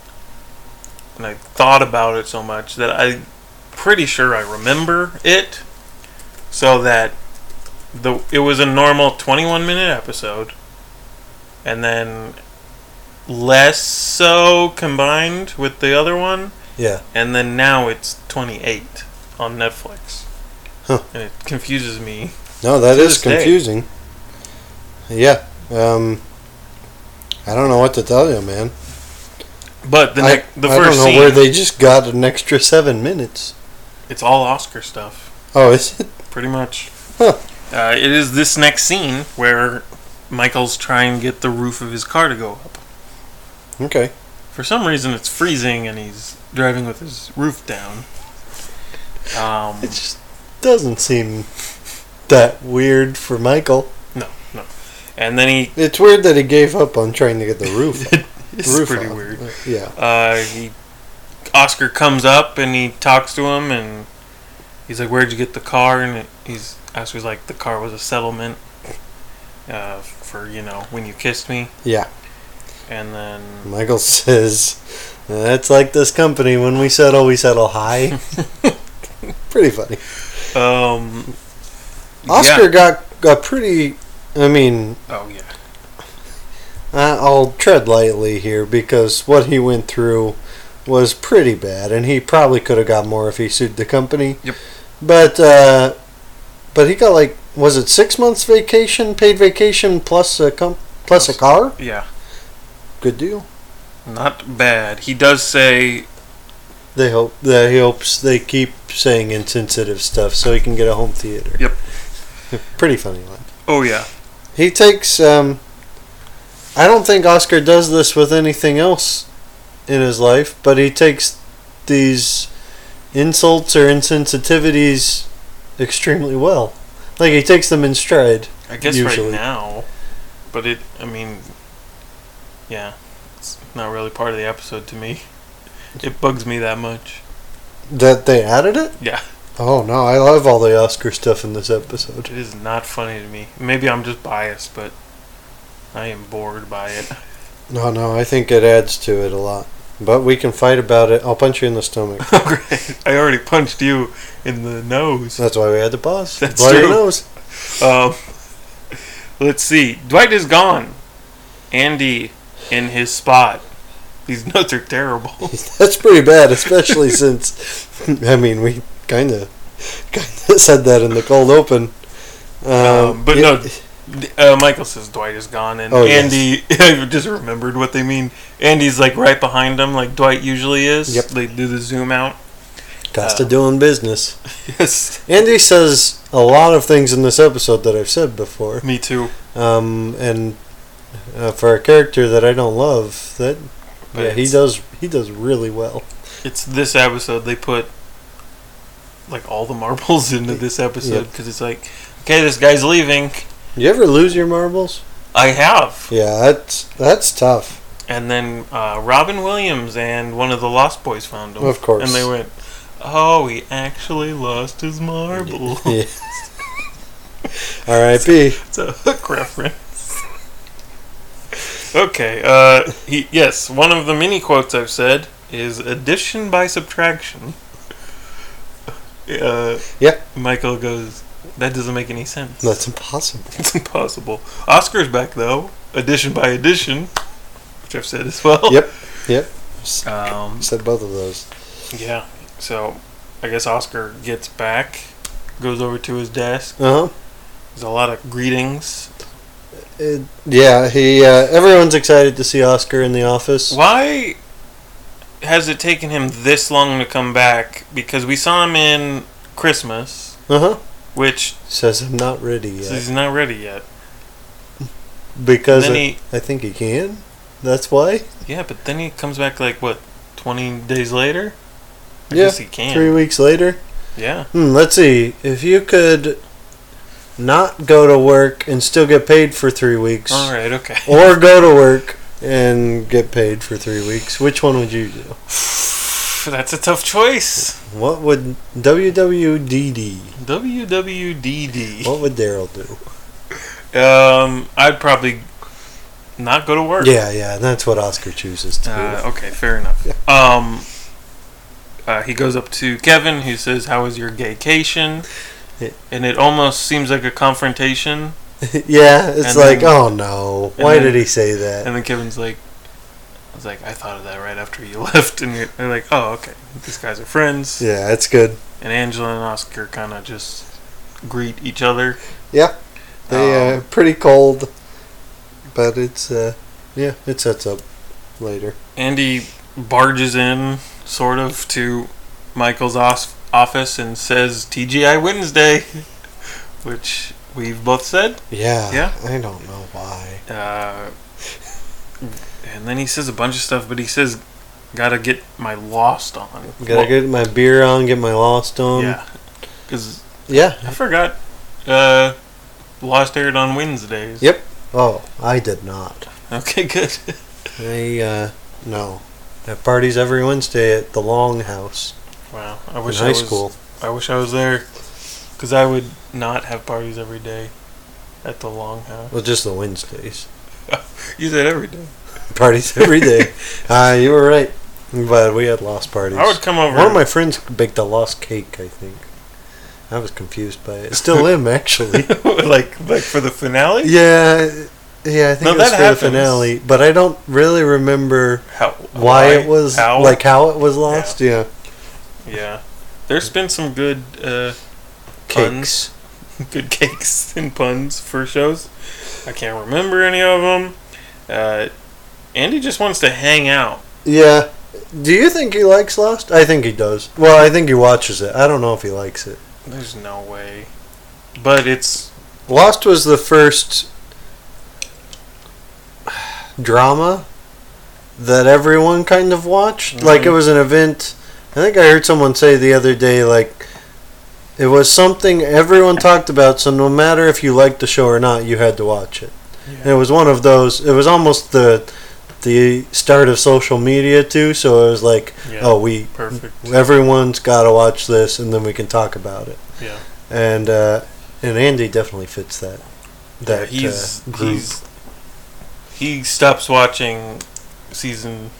[SPEAKER 4] And I thought about it so much that I'm pretty sure I remember it. So that the it was a normal 21 minute episode. And then less so combined with the other one.
[SPEAKER 2] Yeah.
[SPEAKER 4] And then now it's 28 on Netflix.
[SPEAKER 2] Huh.
[SPEAKER 4] And it confuses me.
[SPEAKER 2] No, that
[SPEAKER 4] To
[SPEAKER 2] is
[SPEAKER 4] this day.
[SPEAKER 2] confusing. Yeah. Um I don't know what to tell you, man.
[SPEAKER 4] But the,
[SPEAKER 2] I,
[SPEAKER 4] nec- the
[SPEAKER 2] I
[SPEAKER 4] first
[SPEAKER 2] don't know
[SPEAKER 4] scene,
[SPEAKER 2] where they just got an extra 7 minutes.
[SPEAKER 4] it's all Oscar stuff.
[SPEAKER 2] Oh, is it?
[SPEAKER 4] pretty much.
[SPEAKER 2] Huh.
[SPEAKER 4] Uh, it is this next scene where Michael's trying to get the roof of his car to go up.
[SPEAKER 2] Okay.
[SPEAKER 4] For some reason, it's freezing and he's driving with his roof down. Um,
[SPEAKER 2] It just doesn't seem that weird for Michael.
[SPEAKER 4] no, no. And then he
[SPEAKER 2] It's weird that he gave up on trying to get the roof.
[SPEAKER 4] it's
[SPEAKER 2] roof
[SPEAKER 4] pretty
[SPEAKER 2] on.
[SPEAKER 4] weird.
[SPEAKER 2] Yeah.
[SPEAKER 4] Uh, he Oscar comes up and he talks to him and he's like, "Where'd you get the car?" And it, he's Oscar's like, "The car was a settlement uh, for you know when you kissed me."
[SPEAKER 2] Yeah.
[SPEAKER 4] And then
[SPEAKER 2] Michael says, "That's like this company. When we settle, we settle high." pretty funny.
[SPEAKER 4] Um,
[SPEAKER 2] Oscar
[SPEAKER 4] Yeah.
[SPEAKER 2] got a pretty. I mean,
[SPEAKER 4] Oh yeah.
[SPEAKER 2] I- I'll tread lightly here because what he went through was pretty bad, and he probably could have got more if he sued the company.
[SPEAKER 4] Yep.
[SPEAKER 2] But uh, but he got like was it six months vacation, paid vacation plus a com- plus a car?
[SPEAKER 4] Yeah,
[SPEAKER 2] Good deal.
[SPEAKER 4] not bad. He does say
[SPEAKER 2] They hope that he hopes they keep saying insensitive stuff so he can get a home theater.
[SPEAKER 4] Yep.
[SPEAKER 2] pretty funny line.
[SPEAKER 4] Oh yeah,
[SPEAKER 2] He takes. Um, I don't think Oscar does this with anything else in his life, but he takes these insults or insensitivities extremely well. Like he takes them in stride.
[SPEAKER 4] I guess
[SPEAKER 2] Usually.
[SPEAKER 4] right now, but it. I mean, yeah, it's not really part of the episode to me. It bugs me that much.
[SPEAKER 2] That they added it.
[SPEAKER 4] Yeah,
[SPEAKER 2] Oh no, I love all the Oscar stuff in this episode.
[SPEAKER 4] it is not funny to me. Maybe I'm just biased, but I am bored by it.
[SPEAKER 2] No, no, I think it adds to it a lot. But we can fight about it. I'll punch you in the stomach.
[SPEAKER 4] Great. I already punched you in the nose.
[SPEAKER 2] That's why we had to pause.
[SPEAKER 4] That's
[SPEAKER 2] Bloody
[SPEAKER 4] true.
[SPEAKER 2] nose.
[SPEAKER 4] Um, let's see. Dwight is gone. Andy in his spot. These notes are terrible.
[SPEAKER 2] That's pretty bad, especially since I mean we kind of kind of said that in the cold open. Um,
[SPEAKER 4] Um, but
[SPEAKER 2] yeah,
[SPEAKER 4] no, Uh, Michael says Dwight is gone, and
[SPEAKER 2] Oh, yes.
[SPEAKER 4] Andy. I just remembered what they mean. Andy's like right behind him, like Dwight usually is.
[SPEAKER 2] Yep.
[SPEAKER 4] They do the zoom out.
[SPEAKER 2] Costa
[SPEAKER 4] uh,
[SPEAKER 2] doing business.
[SPEAKER 4] Yes.
[SPEAKER 2] Andy says a lot of things in this episode that I've said before,
[SPEAKER 4] Me too.
[SPEAKER 2] um, and uh, for a character that I don't love, that
[SPEAKER 4] But
[SPEAKER 2] yeah, he
[SPEAKER 4] it's-
[SPEAKER 2] does he does really well.
[SPEAKER 4] It's this episode they put like all the marbles into this episode because it's like, okay, this guy's leaving.
[SPEAKER 2] You ever lose your marbles?
[SPEAKER 4] I have.
[SPEAKER 2] Yeah, that's that's tough.
[SPEAKER 4] And then uh, Robin Williams and one of the Lost Boys found him.
[SPEAKER 2] Of course.
[SPEAKER 4] And they went, oh, he actually lost his marble.
[SPEAKER 2] Yeah. R.I.P.
[SPEAKER 4] It's a hook reference. okay. Uh, he, yes, one of the many quotes I've said is addition by subtraction. Uh,
[SPEAKER 2] Yeah.
[SPEAKER 4] Michael goes, that doesn't make any sense.
[SPEAKER 2] That's impossible.
[SPEAKER 4] It's impossible. Oscar's back though. Addition by addition, which I've said as well.
[SPEAKER 2] Yep. Yep.
[SPEAKER 4] Um,
[SPEAKER 2] Said both of those.
[SPEAKER 4] yeah. So, I guess Oscar gets back, goes over to his desk.
[SPEAKER 2] Uh huh.
[SPEAKER 4] There's a lot of greetings.
[SPEAKER 2] It, yeah, he. Uh, everyone's excited to see Oscar in the office.
[SPEAKER 4] Why has it taken him this long to come back? Because we saw him in Christmas,
[SPEAKER 2] Uh huh.
[SPEAKER 4] which
[SPEAKER 2] Says I'm not ready yet
[SPEAKER 4] so he's not ready yet.
[SPEAKER 2] because
[SPEAKER 4] then
[SPEAKER 2] I-
[SPEAKER 4] he-
[SPEAKER 2] I think he can. That's why.
[SPEAKER 4] Yeah, but then he comes back like what, twenty days later? I
[SPEAKER 2] Yeah,
[SPEAKER 4] guess he can.
[SPEAKER 2] Three weeks later.
[SPEAKER 4] Yeah.
[SPEAKER 2] Hmm, let's see. If you could not go to work and still get paid for three weeks, Oh.
[SPEAKER 4] All right. Okay.
[SPEAKER 2] or go to work and get paid for three weeks, which one would you do?
[SPEAKER 4] That's a tough choice.
[SPEAKER 2] What would WWDD?
[SPEAKER 4] WWDD.
[SPEAKER 2] What would Daryl do?
[SPEAKER 4] Um, I'd probably not go to work.
[SPEAKER 2] Yeah, yeah, that's what Oscar chooses to do.
[SPEAKER 4] Uh, okay, fair enough. Um, uh, he goes up to Kevin, who says, "How was your gaycation?"
[SPEAKER 2] Yeah.
[SPEAKER 4] And it almost seems like a confrontation.
[SPEAKER 2] yeah, it's
[SPEAKER 4] And
[SPEAKER 2] like,
[SPEAKER 4] then-
[SPEAKER 2] oh no,
[SPEAKER 4] and
[SPEAKER 2] why
[SPEAKER 4] then-
[SPEAKER 2] did he say that?
[SPEAKER 4] And then Kevin's like, "I was like, I thought of that right after you left." And you're, they're like, "Oh, okay, these guys are friends."
[SPEAKER 2] Yeah, it's good.
[SPEAKER 4] And Angela and Oscar kind of just greet each other.
[SPEAKER 2] They uh,
[SPEAKER 4] Um,
[SPEAKER 2] pretty cold, but it's uh, yeah, it sets up later.
[SPEAKER 4] Andy barges in, sort of, to Michael's os- office and says TGI Wednesday, which we've both said.
[SPEAKER 2] Yeah,
[SPEAKER 4] Yeah.
[SPEAKER 2] I don't know why.
[SPEAKER 4] Uh, and then he says a bunch of stuff, but he says, gotta get my lost on.
[SPEAKER 2] Gotta get my beer on, get my lost on.
[SPEAKER 4] Yeah. Because
[SPEAKER 2] yeah.
[SPEAKER 4] I forgot uh, Lost aired on Wednesdays.
[SPEAKER 2] Yep. Oh, I did not.
[SPEAKER 4] Okay, good.
[SPEAKER 2] I uh, no. I have parties every Wednesday at the Long House
[SPEAKER 4] wow. I
[SPEAKER 2] in
[SPEAKER 4] wish I
[SPEAKER 2] high
[SPEAKER 4] was,
[SPEAKER 2] school.
[SPEAKER 4] I wish I was there. Because I would not have parties every day at the Longhouse.
[SPEAKER 2] Well, just the Wednesdays.
[SPEAKER 4] You said every day.
[SPEAKER 2] Parties every day. uh, you were right, but we had lost parties.
[SPEAKER 4] I would come over.
[SPEAKER 2] One of my friends baked a lost cake, I think. I was confused by it. Still am, actually.
[SPEAKER 4] like like for the finale.
[SPEAKER 2] yeah, Yeah, I think
[SPEAKER 4] No,
[SPEAKER 2] it was
[SPEAKER 4] that
[SPEAKER 2] for
[SPEAKER 4] happens.
[SPEAKER 2] the finale, but I don't really remember
[SPEAKER 4] How,
[SPEAKER 2] why it was
[SPEAKER 4] how?
[SPEAKER 2] like how it was lost. Yeah,
[SPEAKER 4] yeah. There's been some good uh,
[SPEAKER 2] cakes.
[SPEAKER 4] good cakes and puns for shows. I can't remember any of them. Uh, Andy just wants to hang out.
[SPEAKER 2] Yeah. Do you think he likes Lost? I think he does. Well, I think he watches it. I don't know if he likes it.
[SPEAKER 4] There's no way. But it's
[SPEAKER 2] Lost was the first drama that everyone kind of watched. Like it
[SPEAKER 4] Mhm.
[SPEAKER 2] was an event. I think I heard someone say the other day, like it was something everyone talked about. So no matter if you liked the show or not, you had to watch it. And it was one of those. It was almost the the start of social media too. So it was like,
[SPEAKER 4] yeah,
[SPEAKER 2] oh, we
[SPEAKER 4] perfect.
[SPEAKER 2] everyone's got to watch this, and then we can talk about it.
[SPEAKER 4] Yeah.
[SPEAKER 2] And uh, and Andy definitely fits that. That
[SPEAKER 4] Yeah, he's
[SPEAKER 2] uh, group.
[SPEAKER 4] he's he stops watching season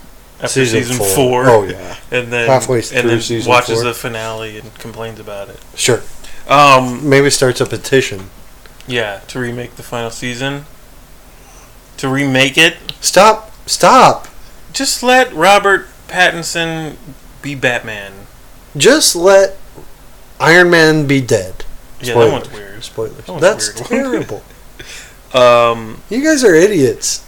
[SPEAKER 4] after season, four,
[SPEAKER 2] Oh yeah,
[SPEAKER 4] and then
[SPEAKER 2] halfway through
[SPEAKER 4] and then
[SPEAKER 2] season
[SPEAKER 4] watches
[SPEAKER 2] four.
[SPEAKER 4] the finale and complains about it.
[SPEAKER 2] sure.
[SPEAKER 4] Um,
[SPEAKER 2] Maybe starts a petition.
[SPEAKER 4] yeah, to remake the final season, to remake it,
[SPEAKER 2] Stop! Stop!
[SPEAKER 4] just let Robert Pattinson be Batman.
[SPEAKER 2] Just let Iron Man be dead.
[SPEAKER 4] Yeah,
[SPEAKER 2] Spoiler.
[SPEAKER 4] that one's weird.
[SPEAKER 2] Spoilers.
[SPEAKER 4] That was
[SPEAKER 2] That's
[SPEAKER 4] a weird one.
[SPEAKER 2] terrible.
[SPEAKER 4] Um,
[SPEAKER 2] you guys are idiots.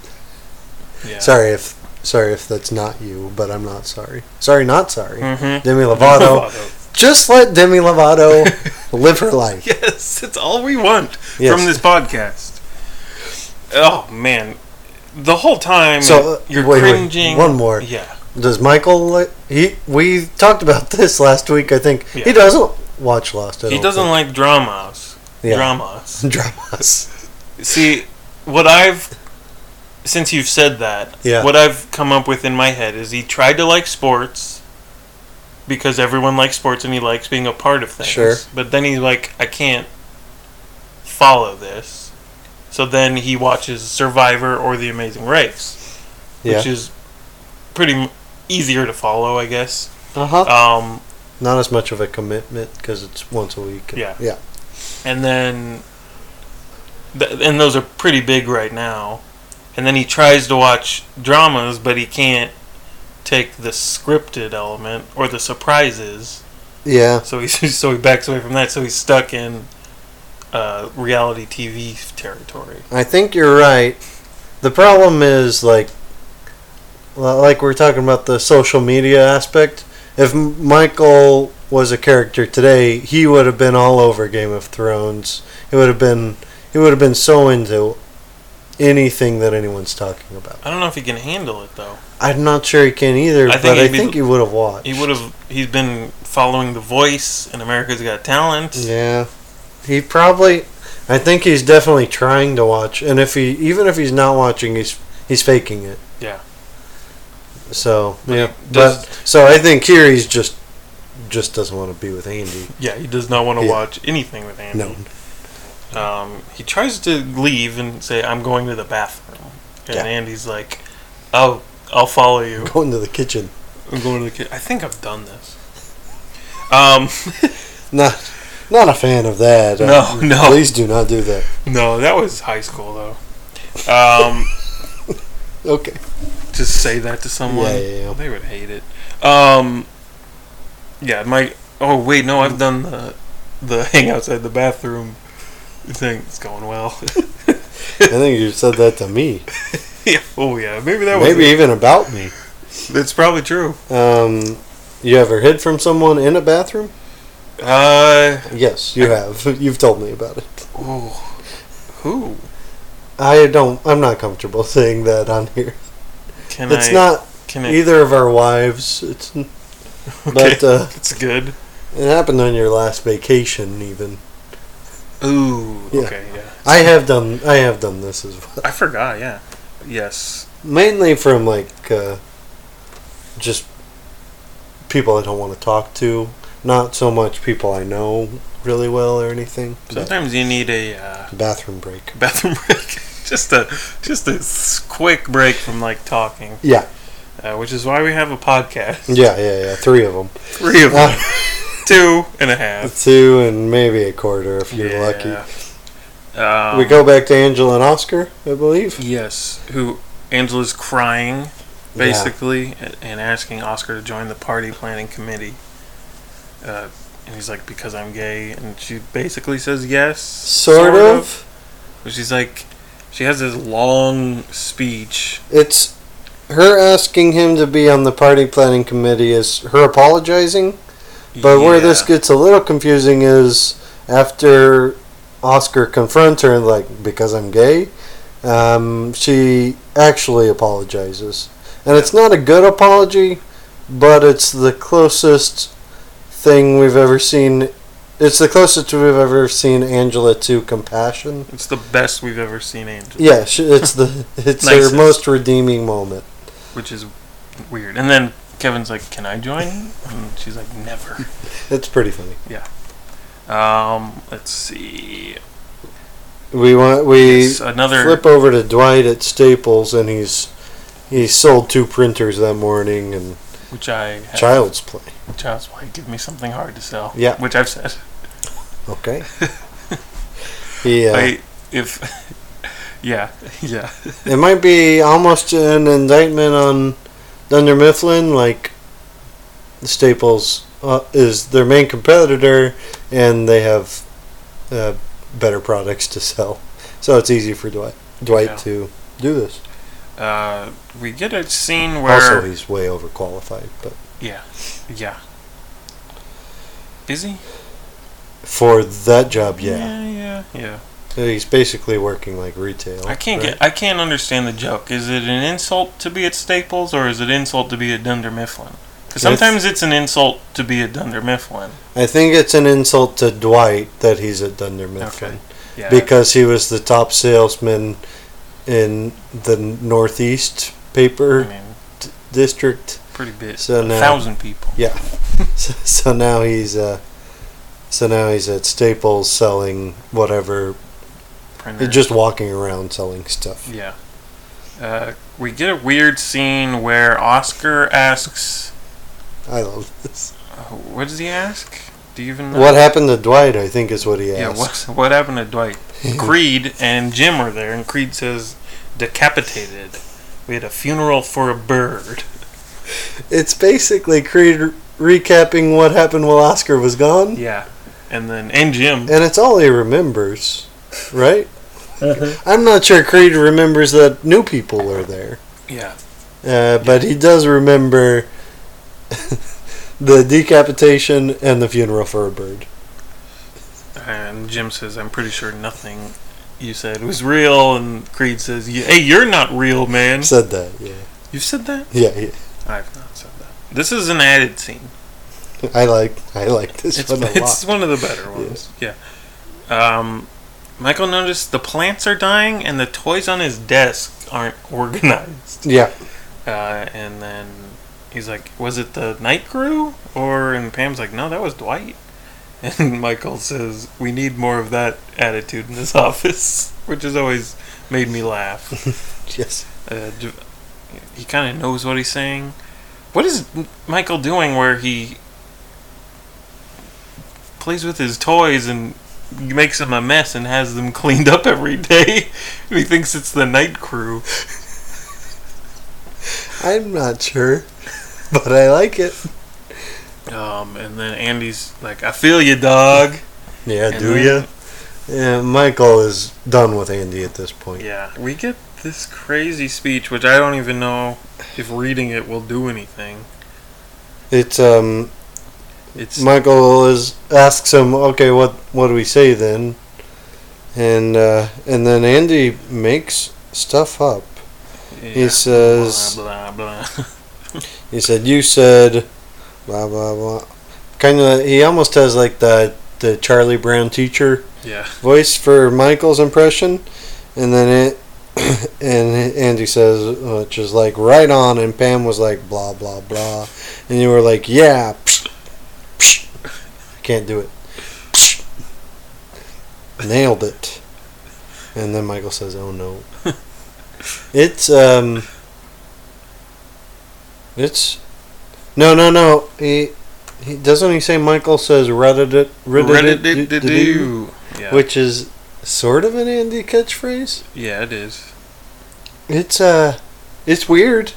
[SPEAKER 4] yeah.
[SPEAKER 2] Sorry if sorry if that's not you, but I'm not sorry. Sorry, not sorry.
[SPEAKER 4] Mhm.
[SPEAKER 2] Demi Lovato. Just let Demi Lovato live her life.
[SPEAKER 4] Yes, it's all we want
[SPEAKER 2] Yes.
[SPEAKER 4] from this podcast. Oh man, the whole time
[SPEAKER 2] So, uh,
[SPEAKER 4] you're
[SPEAKER 2] wait, wait,
[SPEAKER 4] cringing.
[SPEAKER 2] one more.
[SPEAKER 4] Yeah,
[SPEAKER 2] Does Michael? li- He we talked about this last week. I think
[SPEAKER 4] Yeah.
[SPEAKER 2] he doesn't watch Lost. I
[SPEAKER 4] he
[SPEAKER 2] don't
[SPEAKER 4] doesn't
[SPEAKER 2] think.
[SPEAKER 4] like dramas.
[SPEAKER 2] Yeah.
[SPEAKER 4] Dramas.
[SPEAKER 2] dramas.
[SPEAKER 4] See, what I've since you've said that,
[SPEAKER 2] Yeah.
[SPEAKER 4] what I've come up with in my head is he tried to like sports because everyone likes sports and he likes being a part of things.
[SPEAKER 2] Sure.
[SPEAKER 4] But then he's like, I can't follow this. So then he watches Survivor or The Amazing Race.
[SPEAKER 2] Yeah.
[SPEAKER 4] which is pretty m- easier to follow, I guess.
[SPEAKER 2] Uh huh.
[SPEAKER 4] Um,
[SPEAKER 2] Not as much of a commitment because it's once a week.
[SPEAKER 4] Yeah.
[SPEAKER 2] Yeah.
[SPEAKER 4] and then, th- and those are pretty big right now. And then he tries to watch dramas, but he can't take the scripted element or the surprises.
[SPEAKER 2] Yeah.
[SPEAKER 4] So he so he backs away from that. So he's stuck in uh, reality TV territory.
[SPEAKER 2] I think you're right. The problem is like, li- like we we're talking about the social media aspect. If M- Michael was a character today, he would have been all over Game of Thrones. He would have been. He would have been so into anything that anyone's talking about.
[SPEAKER 4] I don't know if he can handle it though.
[SPEAKER 2] I'm not sure he can either,
[SPEAKER 4] I think
[SPEAKER 2] but I
[SPEAKER 4] he'd be-
[SPEAKER 2] think he would have watched.
[SPEAKER 4] He would have. He's been following The Voice and America's Got Talent.
[SPEAKER 2] Yeah, he probably. I think he's definitely trying to watch, and if he, even if he's not watching, he's he's faking it.
[SPEAKER 4] Yeah.
[SPEAKER 2] So yeah,
[SPEAKER 4] does-
[SPEAKER 2] but so I think here he's just just doesn't want to be with Andy.
[SPEAKER 4] Yeah, he does not want to
[SPEAKER 2] Yeah.
[SPEAKER 4] watch anything with Andy.
[SPEAKER 2] No,
[SPEAKER 4] Um, he tries to leave and say, "I'm going to the bathroom," and
[SPEAKER 2] Yeah.
[SPEAKER 4] Andy's like, "Oh, I'll follow you.
[SPEAKER 2] going to the kitchen.
[SPEAKER 4] I'm going to the kitchen." I think I've done this. Um,
[SPEAKER 2] Not not a fan of that. Uh,
[SPEAKER 4] No, no.
[SPEAKER 2] Please do not do that.
[SPEAKER 4] no, that was high school though. Um,
[SPEAKER 2] Okay.
[SPEAKER 4] just say that to someone,
[SPEAKER 2] Yeah, yeah, yeah.
[SPEAKER 4] they would hate it. Um, yeah, my. Oh wait, no, I've done the the hang outside the bathroom thing. It's going well.
[SPEAKER 2] I think you said that to me.
[SPEAKER 4] yeah. Oh yeah, maybe that
[SPEAKER 2] Maybe
[SPEAKER 4] was.
[SPEAKER 2] even about me.
[SPEAKER 4] That's probably true.
[SPEAKER 2] Um, you ever hid from someone in a bathroom?
[SPEAKER 4] Uh.
[SPEAKER 2] Yes, you have. You've told me about it.
[SPEAKER 4] Ooh. Who?
[SPEAKER 2] I don't. I'm not comfortable saying that on here.
[SPEAKER 4] Can
[SPEAKER 2] it's
[SPEAKER 4] I?
[SPEAKER 2] not
[SPEAKER 4] Can I?
[SPEAKER 2] either of our wives. It's, but uh,
[SPEAKER 4] it's good.
[SPEAKER 2] it happened on your last vacation. Even
[SPEAKER 4] Ooh.
[SPEAKER 2] Yeah.
[SPEAKER 4] Okay. Yeah.
[SPEAKER 2] I have done. I have done this as well.
[SPEAKER 4] I forgot. Yeah. Yes.
[SPEAKER 2] Mainly from like uh, just people I don't want to talk to. Not so much people I know really well or anything. But
[SPEAKER 4] Sometimes you need a uh,
[SPEAKER 2] bathroom break.
[SPEAKER 4] bathroom break. just a just a s- quick break from like talking,
[SPEAKER 2] Yeah,
[SPEAKER 4] uh, which is why we have a podcast.
[SPEAKER 2] yeah, Uh, yeah, yeah. Three of them.
[SPEAKER 4] Three of them. Two and a half.
[SPEAKER 2] two and maybe a quarter if you're lucky.
[SPEAKER 4] Um,
[SPEAKER 2] we go back to Angela and Oscar, I believe.
[SPEAKER 4] Yes, who Angela's crying basically a- and asking Oscar to join the party planning committee. Uh, and he's like, because I'm gay, and she basically says yes,
[SPEAKER 2] Sort, of.
[SPEAKER 4] But she's like, she has this long speech.
[SPEAKER 2] It's her asking him to be on the party planning committee is her apologizing. But where this
[SPEAKER 4] Yeah.
[SPEAKER 2] gets a little confusing is after Oscar confronts her and like because I'm gay, um, she actually apologizes, and it's not a good apology, but it's the closest thing we've ever seen. It's the closest we've ever seen Angela to compassion.
[SPEAKER 4] it's the best we've ever seen Angela,
[SPEAKER 2] Yeah, she, it's the it's
[SPEAKER 4] Nicest.
[SPEAKER 2] her most redeeming moment.
[SPEAKER 4] which is weird. And then Kevin's like, can I join? And she's like, never.
[SPEAKER 2] It's pretty funny.
[SPEAKER 4] Um, let's see.
[SPEAKER 2] We want we
[SPEAKER 4] It's another
[SPEAKER 2] flip over to Dwight at Staples, and he's he sold two printers that morning and
[SPEAKER 4] which I have
[SPEAKER 2] child's play.
[SPEAKER 4] Child's Play, give me something hard to sell.
[SPEAKER 2] Yeah.
[SPEAKER 4] Which I've said.
[SPEAKER 2] Okay. uh, Yeah,
[SPEAKER 4] I, if, yeah, yeah.
[SPEAKER 2] it might be almost an indictment on Dunder Mifflin. Like Staples uh, is their main competitor, and they have uh, better products to sell, so it's easy for Dwight Dwight
[SPEAKER 4] Yeah.
[SPEAKER 2] to do this.
[SPEAKER 4] Uh, we get a scene where,
[SPEAKER 2] also, he's way overqualified, but
[SPEAKER 4] yeah. Is he?
[SPEAKER 2] for that job, yeah,
[SPEAKER 4] yeah, yeah. yeah.
[SPEAKER 2] he's basically working like retail.
[SPEAKER 4] I can't
[SPEAKER 2] right?
[SPEAKER 4] get. I can't understand the joke. Is it an insult to be at Staples or is it insult to be at Dunder Mifflin? Because
[SPEAKER 2] It's-
[SPEAKER 4] sometimes it's an insult to be at Dunder Mifflin.
[SPEAKER 2] I think it's an insult to Dwight that he's at Dunder Mifflin
[SPEAKER 4] Yeah.
[SPEAKER 2] because he was the top salesman in the Northeast
[SPEAKER 4] I
[SPEAKER 2] paper
[SPEAKER 4] mean,
[SPEAKER 2] district.
[SPEAKER 4] pretty big.
[SPEAKER 2] So
[SPEAKER 4] a
[SPEAKER 2] now-
[SPEAKER 4] thousand people.
[SPEAKER 2] So, so now he's uh, so now he's at Staples selling whatever,
[SPEAKER 4] Printer.
[SPEAKER 2] just walking around selling stuff.
[SPEAKER 4] Yeah. Uh, we get a weird scene where Oscar asks,
[SPEAKER 2] I love this.
[SPEAKER 4] uh, "What does he ask? Do you even know?"
[SPEAKER 2] What happened to Dwight? I think is what he
[SPEAKER 4] Yeah.
[SPEAKER 2] asked.
[SPEAKER 4] What What happened to Dwight? Creed and Jim are there, and Creed says, "Decapitated. We had a funeral for a bird."
[SPEAKER 2] It's basically Creed re- recapping what happened while Oscar was gone,
[SPEAKER 4] Yeah. And then and Jim.
[SPEAKER 2] and it's all he remembers, right?
[SPEAKER 4] Uh-huh.
[SPEAKER 2] I'm not sure Creed remembers that new people are there,
[SPEAKER 4] Yeah.
[SPEAKER 2] uh, but he does remember the decapitation and the funeral for a bird.
[SPEAKER 4] And Jim says, "I'm pretty sure nothing." You said was real, and Creed says, "Yeah, "Hey, you're not real, man."
[SPEAKER 2] Said that, yeah,
[SPEAKER 4] You've said that.
[SPEAKER 2] yeah. yeah.
[SPEAKER 4] I've not said that. This is an added scene.
[SPEAKER 2] I like, I like this
[SPEAKER 4] it's,
[SPEAKER 2] one a
[SPEAKER 4] it's
[SPEAKER 2] lot.
[SPEAKER 4] one of the better ones. Yeah. Um, Michael noticed the plants are dying and the toys on his desk aren't organized.
[SPEAKER 2] Yeah,
[SPEAKER 4] Uh, and then he's like, "Was it the night crew?" Or and Pam's like, "No, that was Dwight." And Michael says, "We need more of that attitude in this office," which has always made me laugh.
[SPEAKER 2] yes.
[SPEAKER 4] Uh, J- he kind of knows what he's saying. What is Michael doing where he plays with his toys and makes them a mess and has them cleaned up every day? he thinks it's the night crew.
[SPEAKER 2] I'm not sure, but I like it.
[SPEAKER 4] Um, and then Andy's like, "I feel you, dog."
[SPEAKER 2] Yeah,
[SPEAKER 4] And
[SPEAKER 2] do
[SPEAKER 4] then-
[SPEAKER 2] ya? Yeah, Michael is done with Andy at this point.
[SPEAKER 4] Yeah, we get this crazy speech, which I don't even know if reading it will do anything.
[SPEAKER 2] It's um,
[SPEAKER 4] It's
[SPEAKER 2] Michael is asks him, "Okay, what what do we say then?" And uh, and then Andy makes stuff up.
[SPEAKER 4] yeah,
[SPEAKER 2] He says,
[SPEAKER 4] blah blah blah.
[SPEAKER 2] "He said you said, blah blah blah." Kind of, he almost has like the the Charlie Brown teacher
[SPEAKER 4] yeah,
[SPEAKER 2] voice for Michael's impression, and then it. And Andy says, which is like right on, and Pam was like blah blah blah, and you were like, yeah, psh, psh. can't do it, Psh. nailed it, and then Michael says, oh no, it's um, it's no no no he he doesn't he say Michael says reddit it
[SPEAKER 4] Reddit-doo-doo-doo. Yeah.
[SPEAKER 2] which is sort of an Andy catchphrase.
[SPEAKER 4] Yeah, it is.
[SPEAKER 2] It's uh, it's weird.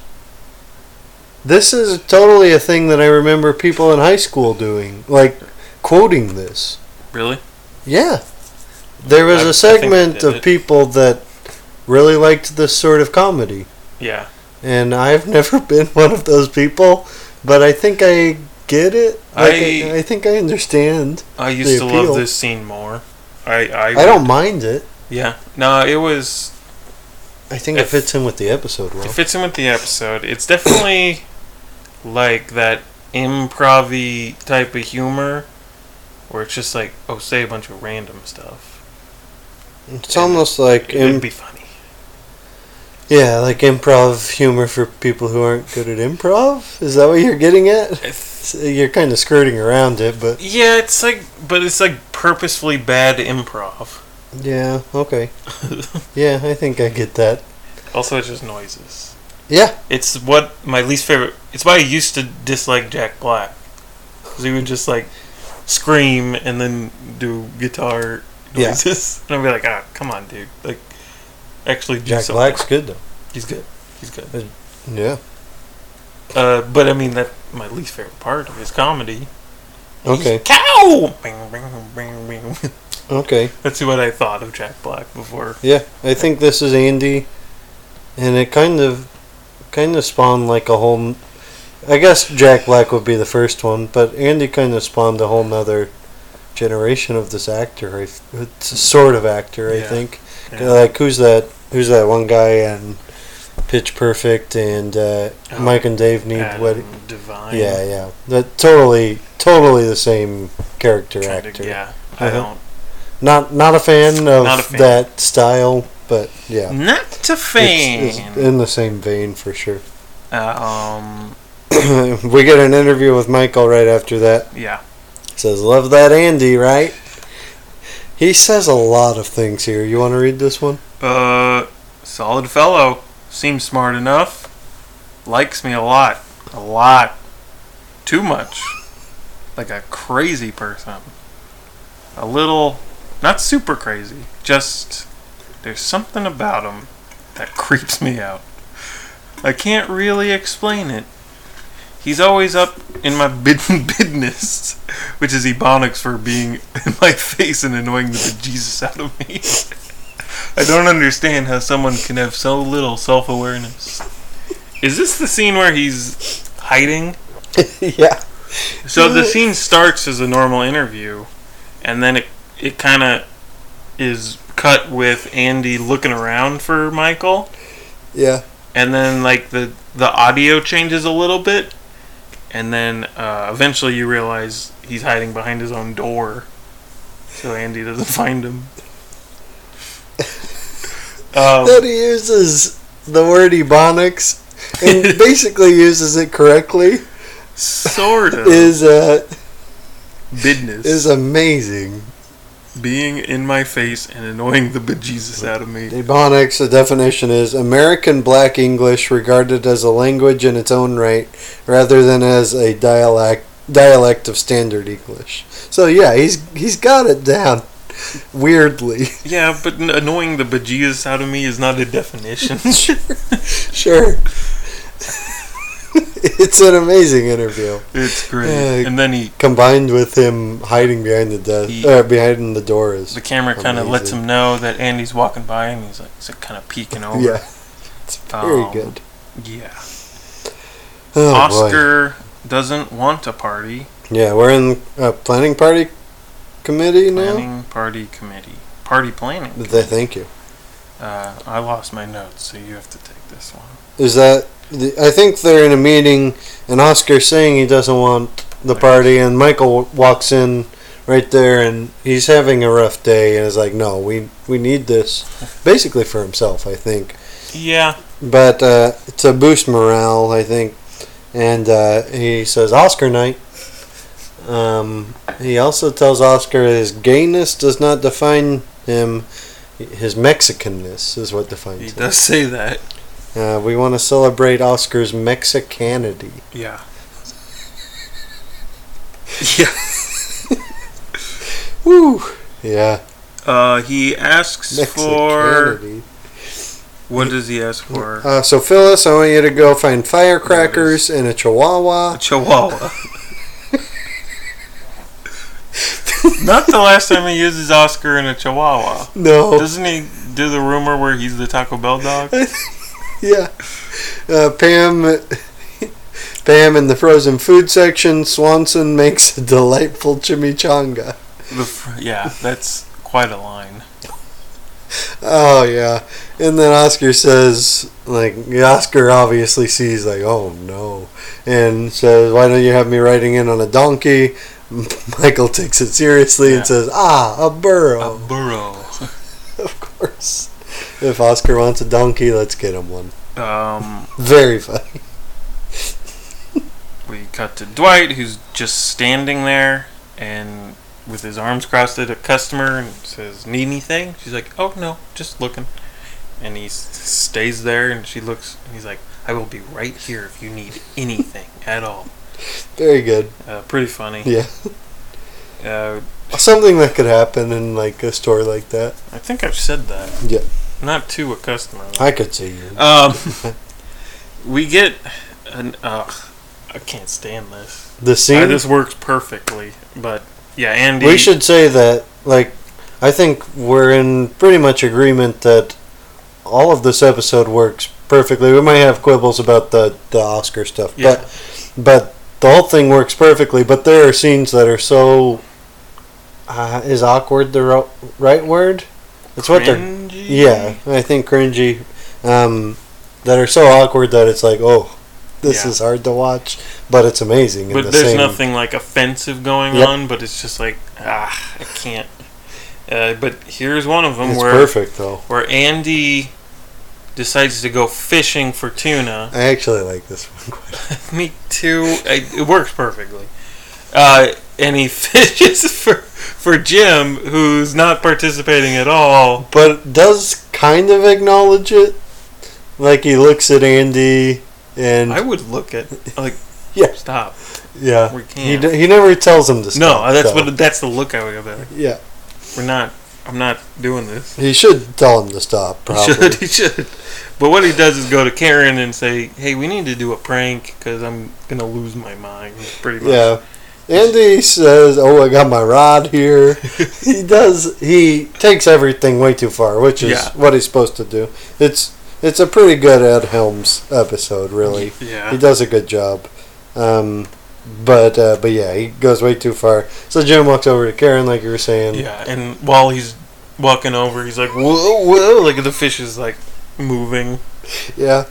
[SPEAKER 2] This is totally a thing that I remember people in high school doing, like quoting this.
[SPEAKER 4] Really?
[SPEAKER 2] Yeah, there was
[SPEAKER 4] I- I
[SPEAKER 2] a
[SPEAKER 4] think they
[SPEAKER 2] segment
[SPEAKER 4] did
[SPEAKER 2] of
[SPEAKER 4] it.
[SPEAKER 2] people that really liked this sort of comedy,
[SPEAKER 4] Yeah.
[SPEAKER 2] and I've never been one of those people, but I think I get it. Like, I,
[SPEAKER 4] I-
[SPEAKER 2] I think I understand.
[SPEAKER 4] I used to
[SPEAKER 2] appeal.
[SPEAKER 4] love this scene more. I I,
[SPEAKER 2] I don't mind it.
[SPEAKER 4] Yeah. No, it was
[SPEAKER 2] I think it
[SPEAKER 4] If-
[SPEAKER 2] fits in with the episode well.
[SPEAKER 4] It fits in with the episode. It's definitely like that improv type of humor where it's just like, oh, say a bunch of random stuff.
[SPEAKER 2] It's almost like
[SPEAKER 4] It'd
[SPEAKER 2] imp-
[SPEAKER 4] be funny.
[SPEAKER 2] yeah, like improv humor for people who aren't good at improv. Is that what you're getting at?
[SPEAKER 4] It's-
[SPEAKER 2] You're kind of skirting around it, but
[SPEAKER 4] Yeah, it's like, but it's like purposefully bad improv.
[SPEAKER 2] yeah, okay. Yeah, I think I get that.
[SPEAKER 4] also, it's just noises.
[SPEAKER 2] Yeah,
[SPEAKER 4] It's what my least favorite. It's why I used to dislike Jack Black. Because he would just like scream and then do guitar
[SPEAKER 2] Yeah.
[SPEAKER 4] noises. And I'd be like, ah, come on, dude. Like, actually do
[SPEAKER 2] Jack
[SPEAKER 4] something.
[SPEAKER 2] Black's good though.
[SPEAKER 4] He's good. He's good.
[SPEAKER 2] Yeah.
[SPEAKER 4] Uh, but I mean that my least favorite part of his comedy.
[SPEAKER 2] Okay.
[SPEAKER 4] Cow. Bing, bing, bing, bing.
[SPEAKER 2] Okay.
[SPEAKER 4] That's what I thought of Jack Black before.
[SPEAKER 2] Yeah, I think this is Andy, and it kind of, kind of spawned like a whole. n- I guess Jack Black would be the first one, but Andy kind of spawned a whole nother generation of this actor. I f- It's a sort of actor, I
[SPEAKER 4] Yeah.
[SPEAKER 2] think.
[SPEAKER 4] Yeah.
[SPEAKER 2] Like who's that? Who's that one guy in Pitch Perfect and uh,
[SPEAKER 4] Oh,
[SPEAKER 2] Mike and Dave need
[SPEAKER 4] Adam
[SPEAKER 2] what?
[SPEAKER 4] Divine.
[SPEAKER 2] Yeah, yeah. That totally, totally the same character
[SPEAKER 4] Trying to-
[SPEAKER 2] actor.
[SPEAKER 4] yeah.
[SPEAKER 2] Uh-huh.
[SPEAKER 4] I don't.
[SPEAKER 2] Not not a fan of
[SPEAKER 4] Not a fan.
[SPEAKER 2] that style, but yeah.
[SPEAKER 4] Not a fan.
[SPEAKER 2] It's- it's in the same vein for sure.
[SPEAKER 4] uh, um.
[SPEAKER 2] we get an interview with Michael right after that.
[SPEAKER 4] Yeah.
[SPEAKER 2] Says, "Love that Andy, right?" He says a lot of things here. You want to read this one?
[SPEAKER 4] Uh, solid fellow. Seems smart enough. Likes me a lot. A lot. Too much. Like a crazy person. A little. Not super crazy. Just. There's something about him that creeps me out. I can't really explain it. He's always up in my bid- business, which is ebonics for being in my face and annoying the bejesus out of me. I don't understand how someone can have so little self awareness. Is this the scene where he's hiding?
[SPEAKER 2] yeah.
[SPEAKER 4] So the scene starts as a normal interview, and then it it kind of is cut with Andy looking around for Michael,
[SPEAKER 2] Yeah.
[SPEAKER 4] and then like the the audio changes a little bit, and then uh, eventually you realize he's hiding behind his own door, so Andy doesn't find him. Um,
[SPEAKER 2] That he uses the word ebonics and basically uses it correctly
[SPEAKER 4] sort of
[SPEAKER 2] is uh,
[SPEAKER 4] business
[SPEAKER 2] is amazing.
[SPEAKER 4] being in my face and annoying the bejesus out of me.
[SPEAKER 2] Ebonics, the definition is American Black English regarded as a language in its own right rather than as a dialect dialect of standard English. So yeah, he's he's got it down weirdly.
[SPEAKER 4] Yeah, but n- annoying the bejesus out of me is not a definition.
[SPEAKER 2] sure. it's an amazing interview
[SPEAKER 4] it's great.
[SPEAKER 2] Yeah.
[SPEAKER 4] and then he,
[SPEAKER 2] combined with him hiding behind the desk
[SPEAKER 4] He-
[SPEAKER 2] uh, behind the door is
[SPEAKER 4] the camera kind of lets
[SPEAKER 2] Amazing.
[SPEAKER 4] him know that Andy's walking by, and he's like, kind of peeking over.
[SPEAKER 2] yeah, very
[SPEAKER 4] Um,
[SPEAKER 2] good.
[SPEAKER 4] Yeah.
[SPEAKER 2] Oh, boy.
[SPEAKER 4] Oscar doesn't want a party.
[SPEAKER 2] Yeah, we're in uh, planning party committee now.
[SPEAKER 4] Planning party committee. Party planning.
[SPEAKER 2] Th- Thank you.
[SPEAKER 4] Uh, I lost my notes, so you have to take this one.
[SPEAKER 2] is that the, I think they're in a meeting, and Oscar's saying he doesn't want the party, and Michael w- walks in right there, and he's having a rough day, and is like, "No, we we need this," basically for himself, I think.
[SPEAKER 4] Yeah.
[SPEAKER 2] But uh, to boost morale, I think, and uh, he says Oscar night. Um, he also tells Oscar his gayness does not define him; his Mexicanness is what defines
[SPEAKER 4] He
[SPEAKER 2] him.
[SPEAKER 4] does say that.
[SPEAKER 2] Uh, we want to celebrate Oscar's Mexicanity.
[SPEAKER 4] Yeah. Yeah.
[SPEAKER 2] Woo! Yeah.
[SPEAKER 4] Uh, he asks for
[SPEAKER 2] Mexicanity.
[SPEAKER 4] what does he ask for?
[SPEAKER 2] Uh, so Phyllis, I want you to go find firecrackers and a
[SPEAKER 4] A
[SPEAKER 2] chihuahua.
[SPEAKER 4] Chihuahua. Not the last time he uses Oscar in a Chihuahua.
[SPEAKER 2] No,
[SPEAKER 4] Doesn't he do the rumor where he's the Taco Bell dog?
[SPEAKER 2] yeah. Uh, Pam, Pam in the frozen food section. Swanson makes a delightful chimichanga.
[SPEAKER 4] The fr- yeah, that's quite a line.
[SPEAKER 2] Oh yeah, and then Oscar says, like Oscar obviously sees, like, oh no, and says, why don't you have me riding in on a donkey? Michael takes it seriously
[SPEAKER 4] Yeah.
[SPEAKER 2] and says, ah, a burro.
[SPEAKER 4] A burro.
[SPEAKER 2] Of course, if Oscar wants a donkey, let's get him one.
[SPEAKER 4] Um,
[SPEAKER 2] Very funny.
[SPEAKER 4] we cut to Dwight, who's just standing there and with his arms crossed at a customer and says, Need anything? She's like, Oh, no, just looking. And he s- stays there and she looks and he's like, I will be right here if you need anything at all.
[SPEAKER 2] Very good.
[SPEAKER 4] Uh, pretty funny.
[SPEAKER 2] Yeah.
[SPEAKER 4] Uh,
[SPEAKER 2] Something that could happen in like a store like that.
[SPEAKER 4] I think I've said that.
[SPEAKER 2] Yeah.
[SPEAKER 4] Not to a customer.
[SPEAKER 2] I could see you.
[SPEAKER 4] Um, we get an. Uh, I can't stand this.
[SPEAKER 2] The
[SPEAKER 4] Uh,
[SPEAKER 2] scene.
[SPEAKER 4] this works perfectly, but yeah, Andy.
[SPEAKER 2] we should say that like I think we're in pretty much agreement that all of this episode works perfectly. We might have quibbles about the the Oscar stuff,
[SPEAKER 4] Yeah.
[SPEAKER 2] but but the whole thing works perfectly. But there are scenes that are so uh, is awkward the ro- right word? It's what they're
[SPEAKER 4] Cringy?
[SPEAKER 2] Yeah, I think cringy. Um, that are so awkward that it's like, oh, this
[SPEAKER 4] Yeah.
[SPEAKER 2] is hard to watch, but it's amazing. in
[SPEAKER 4] But
[SPEAKER 2] the
[SPEAKER 4] there's
[SPEAKER 2] same-
[SPEAKER 4] nothing like offensive going
[SPEAKER 2] Yep.
[SPEAKER 4] on, but it's just like ah, I can't. Uh, but here's one of them
[SPEAKER 2] It's
[SPEAKER 4] where
[SPEAKER 2] perfect though.
[SPEAKER 4] where Andy decides to go fishing for tuna.
[SPEAKER 2] I actually like this one. Quite
[SPEAKER 4] Me too. I, it works perfectly. Uh, and he fishes for for Jim, who's not participating at all.
[SPEAKER 2] but does kind of acknowledge it. Like he looks at Andy, and
[SPEAKER 4] I would look at like
[SPEAKER 2] Yeah.
[SPEAKER 4] stop.
[SPEAKER 2] yeah,
[SPEAKER 4] We
[SPEAKER 2] he,
[SPEAKER 4] can't.
[SPEAKER 2] d- he never tells him to stop.
[SPEAKER 4] No, that's
[SPEAKER 2] though.
[SPEAKER 4] what that's the look I would have been.
[SPEAKER 2] Yeah,
[SPEAKER 4] We're not. I'm not doing this.
[SPEAKER 2] he should tell him to stop.
[SPEAKER 4] He
[SPEAKER 2] Probably.
[SPEAKER 4] should. He should. But what he does is go to Karen and say, "Hey, we need to do a prank because I'm gonna lose my mind." Pretty much.
[SPEAKER 2] Yeah. Andy says, "Oh, I got my rod here." he does. He takes everything way too far, which is
[SPEAKER 4] Yeah.
[SPEAKER 2] what he's supposed to do. It's it's a pretty good Ed Helms episode, really. He
[SPEAKER 4] Yeah.
[SPEAKER 2] does a good job, um, but uh, but yeah, he goes way too far. So Jim walks over to Karen, like you were saying.
[SPEAKER 4] Yeah. And while he's walking over, he's like, "Whoa, whoa!" Like the fish is like moving.
[SPEAKER 2] yeah.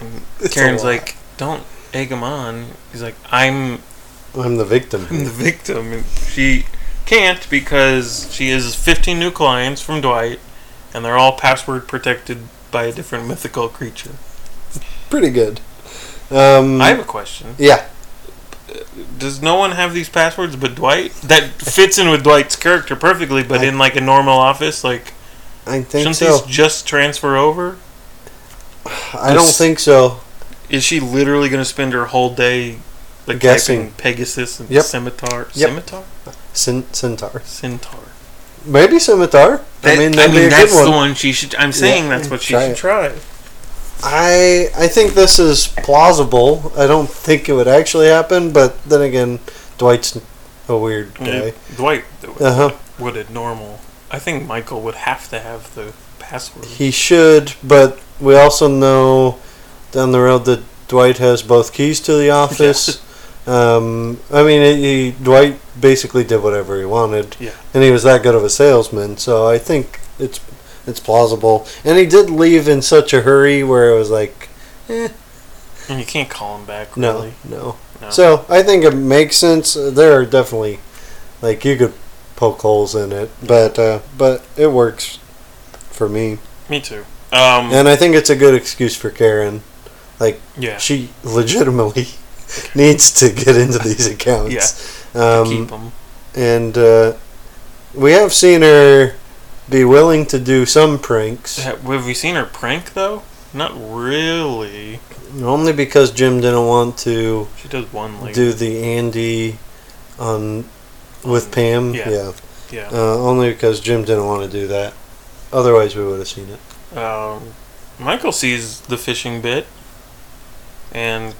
[SPEAKER 4] And
[SPEAKER 2] It's a
[SPEAKER 4] Karen's
[SPEAKER 2] lot.
[SPEAKER 4] like, "Don't egg him on." He's like, "I'm
[SPEAKER 2] I'm the victim.
[SPEAKER 4] I'm the victim. And she can't because she has 15 new clients from Dwight, and they're all password protected by a different mythical creature.
[SPEAKER 2] Pretty good. Um,
[SPEAKER 4] I have a question.
[SPEAKER 2] yeah,
[SPEAKER 4] Does no one have these passwords but Dwight? That fits in with Dwight's character perfectly, but in like a normal office, like
[SPEAKER 2] I think
[SPEAKER 4] shouldn't
[SPEAKER 2] so.
[SPEAKER 4] these just transfer over?
[SPEAKER 2] I don't
[SPEAKER 4] just-
[SPEAKER 2] think so.
[SPEAKER 4] Is she literally going to spend her whole day like
[SPEAKER 2] Guessing.
[SPEAKER 4] typing Pegasus and
[SPEAKER 2] Yep.
[SPEAKER 4] Scimitar?
[SPEAKER 2] Yep.
[SPEAKER 4] Scimitar?
[SPEAKER 2] Cin- Centaur,
[SPEAKER 4] Centaur.
[SPEAKER 2] maybe Scimitar. I mean, that'd be a
[SPEAKER 4] that's
[SPEAKER 2] good one.
[SPEAKER 4] the one she should. I'm saying that's what she
[SPEAKER 2] try
[SPEAKER 4] should
[SPEAKER 2] it.
[SPEAKER 4] try.
[SPEAKER 2] I I think this is plausible. I don't think it would actually happen, but then again, Dwight's a weird
[SPEAKER 4] Mm-hmm.
[SPEAKER 2] guy.
[SPEAKER 4] Yeah, Dwight would,
[SPEAKER 2] Uh huh.
[SPEAKER 4] would a normal. I think Michael would have to have the password.
[SPEAKER 2] He should, but we also know down the road that Dwight has both keys to the office. um, I mean, it, he, Dwight basically did whatever he wanted.
[SPEAKER 4] Yeah.
[SPEAKER 2] And he was that good of a salesman, so I think it's it's plausible. And he did leave in such a hurry where it was like, eh,
[SPEAKER 4] And you can't call him back,
[SPEAKER 2] No,
[SPEAKER 4] really.
[SPEAKER 2] no.
[SPEAKER 4] No.
[SPEAKER 2] So I think it makes sense. Uh, There are definitely, like, you could poke holes in it, but uh, but it works for me,
[SPEAKER 4] Me too. Um,
[SPEAKER 2] and I think it's a good excuse for Karen.
[SPEAKER 4] yeah.
[SPEAKER 2] She legitimately needs to get into these accounts.
[SPEAKER 4] keep
[SPEAKER 2] Um,
[SPEAKER 4] him.
[SPEAKER 2] and uh, we have seen her be willing to do some pranks,
[SPEAKER 4] Ha- Have we seen her prank, though? Not really.
[SPEAKER 2] only because Jim didn't want to
[SPEAKER 4] She does one, like.
[SPEAKER 2] do the Andy on with Pam.
[SPEAKER 4] Um, Yeah.
[SPEAKER 2] Yeah.
[SPEAKER 4] Yeah.
[SPEAKER 2] Uh, only because Jim didn't want to do that. Otherwise, we would have seen it.
[SPEAKER 4] Um, Michael sees the fishing bit and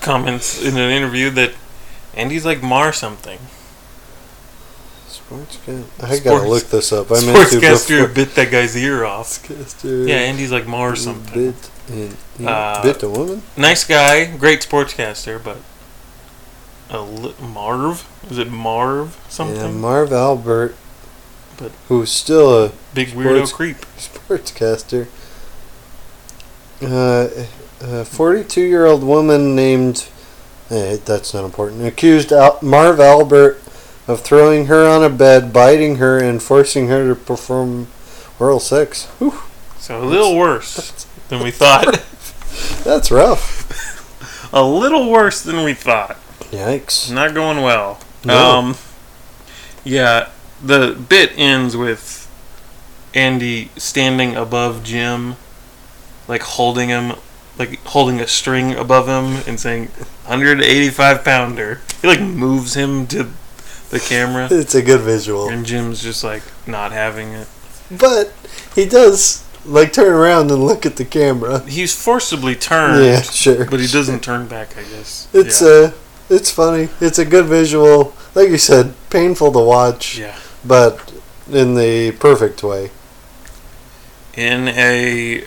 [SPEAKER 4] comments in an interview that Andy's like Mar something.
[SPEAKER 2] Sportscast. I gotta
[SPEAKER 4] Sports-
[SPEAKER 2] look this up. I meant to
[SPEAKER 4] Sportscaster
[SPEAKER 2] before.
[SPEAKER 4] bit that guy's ear off.
[SPEAKER 2] Sportscaster.
[SPEAKER 4] Yeah, Andy's like Mar something.
[SPEAKER 2] Bit and he
[SPEAKER 4] Uh,
[SPEAKER 2] bit a woman.
[SPEAKER 4] Nice guy, great sportscaster, but a li- Marv? Is it Marv something?
[SPEAKER 2] Yeah, Marv Albert,
[SPEAKER 4] But-
[SPEAKER 2] who's still a
[SPEAKER 4] Big weirdo
[SPEAKER 2] Sports-
[SPEAKER 4] creep.
[SPEAKER 2] sportscaster. Uh, a 42 year old woman named. Eh, that's not important. Accused Al- Marv Albert of throwing her on a bed, biting her, and forcing her to perform oral sex. Whew,
[SPEAKER 4] So a little worse than we thought.
[SPEAKER 2] that's rough.
[SPEAKER 4] a little worse than we thought. It's
[SPEAKER 2] Yikes.
[SPEAKER 4] not going well.
[SPEAKER 2] No.
[SPEAKER 4] Um, yeah, the bit ends with Andy standing above Jim, like holding him, like holding a string above him and saying, 185 pounder. He like moves him to the camera,
[SPEAKER 2] It's a good visual.
[SPEAKER 4] and Jim's just like not having it.
[SPEAKER 2] But he does, like, turn around and look at the camera.
[SPEAKER 4] He's forcibly turned,
[SPEAKER 2] Yeah, sure.
[SPEAKER 4] but he doesn't turn back, I guess.
[SPEAKER 2] It's
[SPEAKER 4] yeah.
[SPEAKER 2] uh it's funny. It's a good visual. Like you said, painful to watch,
[SPEAKER 4] yeah.
[SPEAKER 2] but in the perfect way.
[SPEAKER 4] in a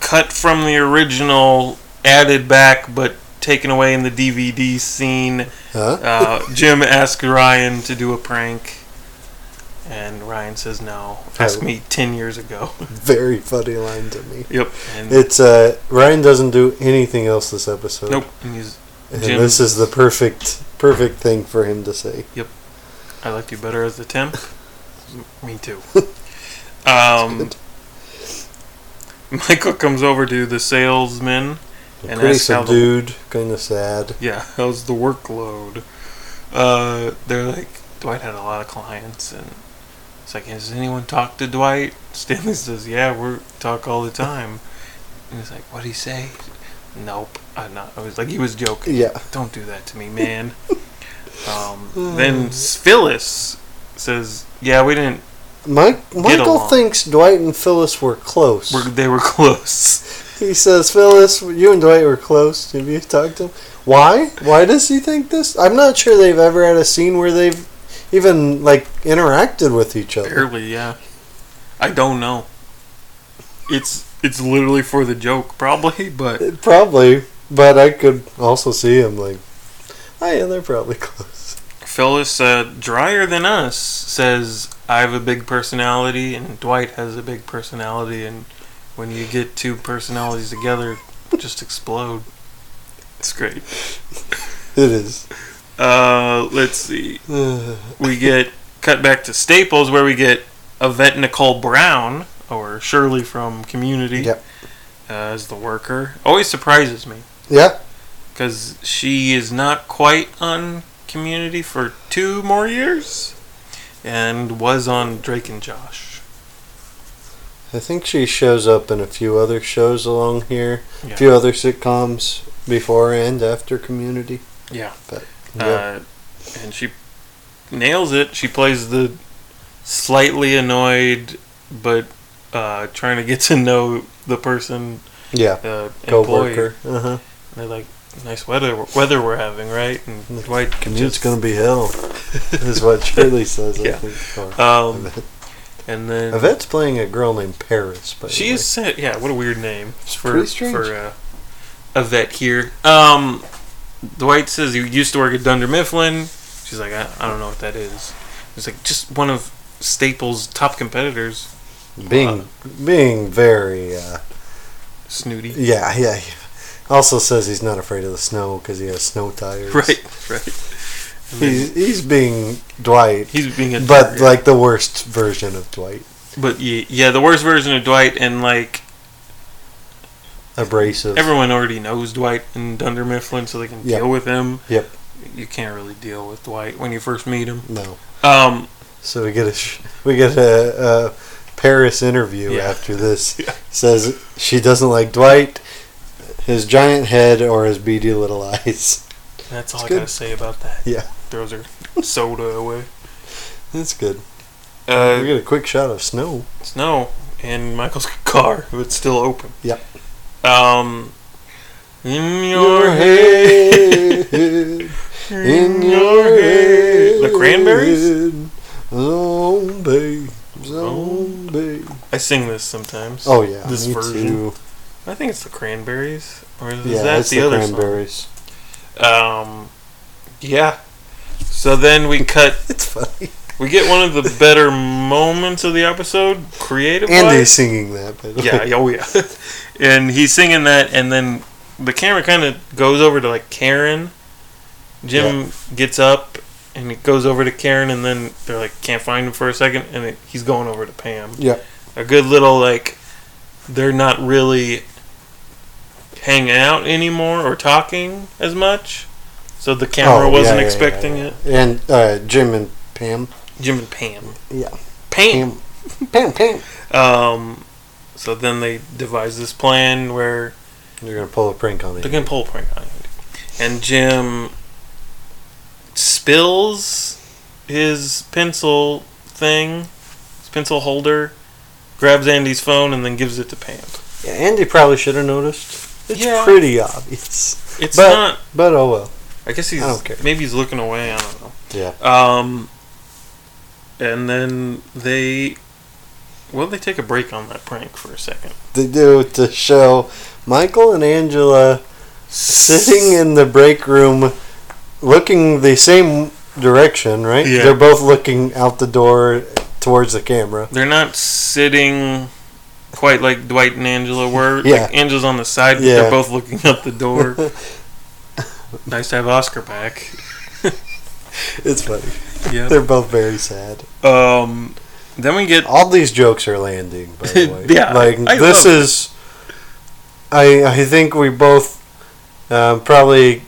[SPEAKER 4] cut from the original, added back but taken away in the DVD scene.
[SPEAKER 2] Huh?
[SPEAKER 4] Uh, Jim asks Ryan to do a prank, and Ryan says no. Ask me ten years ago.
[SPEAKER 2] Very funny line to me.
[SPEAKER 4] yep. And
[SPEAKER 2] It's uh Ryan doesn't do anything else this episode.
[SPEAKER 4] nope. And he's,
[SPEAKER 2] And
[SPEAKER 4] Jim-
[SPEAKER 2] this is the perfect perfect thing for him to say.
[SPEAKER 4] I liked you better as the temp. me too. Um,
[SPEAKER 2] Good.
[SPEAKER 4] Michael comes over to the salesman and
[SPEAKER 2] Pretty
[SPEAKER 4] ask how the-
[SPEAKER 2] subdued, kind of sad.
[SPEAKER 4] yeah, how's the workload? Uh, they're like, Dwight had a lot of clients, and it's like, has anyone talked to Dwight? Stanley says, yeah, we talk all the time. And he's like, what'd he say? Nope, I'm not. I was like, he was joking.
[SPEAKER 2] Yeah.
[SPEAKER 4] Don't do that to me, man. um, then Phyllis says, yeah, we didn't.
[SPEAKER 2] Mike Michael
[SPEAKER 4] along.
[SPEAKER 2] thinks Dwight and Phyllis were close.
[SPEAKER 4] We're, they were close.
[SPEAKER 2] He says, Phyllis, you and Dwight were close. Have you talked to him? Why? Why does he think this? I'm not sure they've ever had a scene where they've even like interacted with each other.
[SPEAKER 4] Barely, yeah. I don't know. It's it's literally for the joke, probably, but
[SPEAKER 2] Uh, Probably, but I could also see him like, oh yeah, they're probably close.
[SPEAKER 4] Phyllis, uh, drier than us, says, I have a big personality, and Dwight has a big personality, and when you get two personalities together, just explode. It's great.
[SPEAKER 2] It is.
[SPEAKER 4] Uh, let's see.
[SPEAKER 2] Uh,
[SPEAKER 4] We get cut back to Staples, where we get Yvette Nicole Brown, or Shirley from Community,
[SPEAKER 2] Yep.
[SPEAKER 4] uh, as the worker. Always surprises me,
[SPEAKER 2] yeah,
[SPEAKER 4] because she is not quite on Community for two more years, and was on Drake and Josh.
[SPEAKER 2] I think she shows up in a few other shows along here, a
[SPEAKER 4] Yeah.
[SPEAKER 2] few other sitcoms before and after Community.
[SPEAKER 4] Yeah.
[SPEAKER 2] but yeah,
[SPEAKER 4] Uh, and she nails it. She plays the slightly annoyed, but uh, trying to get to know the person,
[SPEAKER 2] yeah,
[SPEAKER 4] uh, employee.
[SPEAKER 2] co-worker. Uh huh.
[SPEAKER 4] And they're like, "Nice weather, weather we're having, right?" And Dwight
[SPEAKER 2] Commute's
[SPEAKER 4] just-
[SPEAKER 2] gonna be hell, is what Shirley says.
[SPEAKER 4] Yeah.
[SPEAKER 2] I think. Or
[SPEAKER 4] Um,
[SPEAKER 2] Yvette.
[SPEAKER 4] and then
[SPEAKER 2] Yvette's playing a girl named Paris, but
[SPEAKER 4] she is sent. Yeah, what a weird name for
[SPEAKER 2] pretty strange.
[SPEAKER 4] for uh, a vet here. Um, Dwight says you used to work at Dunder Mifflin. She's like, I, I don't know what that is. He's like, just one of Staples' top competitors.
[SPEAKER 2] being being very uh,
[SPEAKER 4] snooty.
[SPEAKER 2] yeah yeah. yeah. Also says he's not afraid of the snow because he has snow tires.
[SPEAKER 4] Right, right. And then
[SPEAKER 2] He's he's being Dwight,
[SPEAKER 4] he's being a
[SPEAKER 2] but
[SPEAKER 4] jerk.
[SPEAKER 2] like the worst version of Dwight,
[SPEAKER 4] but yeah, yeah, the worst version of Dwight, and like
[SPEAKER 2] abrasive.
[SPEAKER 4] everyone already knows Dwight and Dunder Mifflin, so they can
[SPEAKER 2] Yep.
[SPEAKER 4] deal with him.
[SPEAKER 2] Yep.
[SPEAKER 4] You can't really deal with Dwight when you first meet him.
[SPEAKER 2] no.
[SPEAKER 4] Um,
[SPEAKER 2] So we get a sh- we get a, a Paris interview
[SPEAKER 4] Yeah.
[SPEAKER 2] after this.
[SPEAKER 4] Yeah.
[SPEAKER 2] Says she doesn't like Dwight, his giant head, or his beady little eyes.
[SPEAKER 4] that's all
[SPEAKER 2] It's
[SPEAKER 4] I
[SPEAKER 2] good.
[SPEAKER 4] gotta say about that.
[SPEAKER 2] Yeah.
[SPEAKER 4] Throws her soda away.
[SPEAKER 2] That's good. we
[SPEAKER 4] Uh,
[SPEAKER 2] get a quick shot of snow.
[SPEAKER 4] snow and Michael's car. It's still open.
[SPEAKER 2] Yep.
[SPEAKER 4] Um, in your,
[SPEAKER 2] Your
[SPEAKER 4] head.
[SPEAKER 2] head,
[SPEAKER 4] in your head. The Cranberries?
[SPEAKER 2] head. Zombie, zombie.
[SPEAKER 4] I sing this sometimes.
[SPEAKER 2] Oh yeah,
[SPEAKER 4] Oh. This
[SPEAKER 2] me
[SPEAKER 4] version.
[SPEAKER 2] too.
[SPEAKER 4] I think it's the Cranberries, or is
[SPEAKER 2] Yeah,
[SPEAKER 4] that
[SPEAKER 2] it's
[SPEAKER 4] the,
[SPEAKER 2] the,
[SPEAKER 4] other
[SPEAKER 2] Cranberries.
[SPEAKER 4] song? Um, yeah. So then we cut.
[SPEAKER 2] It's funny.
[SPEAKER 4] We get one of the better moments of the episode, creative.
[SPEAKER 2] Andy's singing that, but
[SPEAKER 4] yeah, yeah, oh yeah. and he's singing that, and then the camera kind of goes over to like Karen. Jim gets up and it goes over to Karen, and then they're like, can't find him for a second, and it, he's going over to Pam.
[SPEAKER 2] Yeah.
[SPEAKER 4] A good little like, they're not really hanging out anymore or talking as much. So the camera
[SPEAKER 2] Oh,
[SPEAKER 4] wasn't
[SPEAKER 2] yeah, yeah,
[SPEAKER 4] expecting
[SPEAKER 2] yeah, yeah. it. And uh, Jim and Pam.
[SPEAKER 4] it. Jim and Pam.
[SPEAKER 2] Yeah.
[SPEAKER 4] Pam.
[SPEAKER 2] Pam, Pam.
[SPEAKER 4] Um, so then they devise this plan where
[SPEAKER 2] They're gonna pull a prank on
[SPEAKER 4] They're
[SPEAKER 2] me.
[SPEAKER 4] gonna pull a prank on Andy. And Jim spills his pencil thing, his pencil holder, grabs Andy's phone, and then gives it to Pam.
[SPEAKER 2] Yeah, Andy probably should have noticed. It's
[SPEAKER 4] Yeah.
[SPEAKER 2] pretty obvious.
[SPEAKER 4] It's
[SPEAKER 2] But-
[SPEAKER 4] not.
[SPEAKER 2] But oh well.
[SPEAKER 4] I guess he's
[SPEAKER 2] I don't care.
[SPEAKER 4] maybe he's looking away. I don't know.
[SPEAKER 2] Yeah.
[SPEAKER 4] Um. And then they, well, they take a break on that prank for a second.
[SPEAKER 2] They do it to show Michael and Angela sitting in the break room looking the same direction, right?
[SPEAKER 4] Yeah.
[SPEAKER 2] They're both looking out the door towards the camera.
[SPEAKER 4] They're not sitting quite like Dwight and Angela were.
[SPEAKER 2] Yeah.
[SPEAKER 4] Like Angela's on the side, but
[SPEAKER 2] Yeah.
[SPEAKER 4] they're both looking out the door. nice to have Oscar back.
[SPEAKER 2] It's funny.
[SPEAKER 4] Yeah.
[SPEAKER 2] They're both very sad.
[SPEAKER 4] Um, then we get
[SPEAKER 2] All these jokes are landing, by the way.
[SPEAKER 4] Yeah,
[SPEAKER 2] Like
[SPEAKER 4] I
[SPEAKER 2] this
[SPEAKER 4] love it.
[SPEAKER 2] is I I think we both um, probably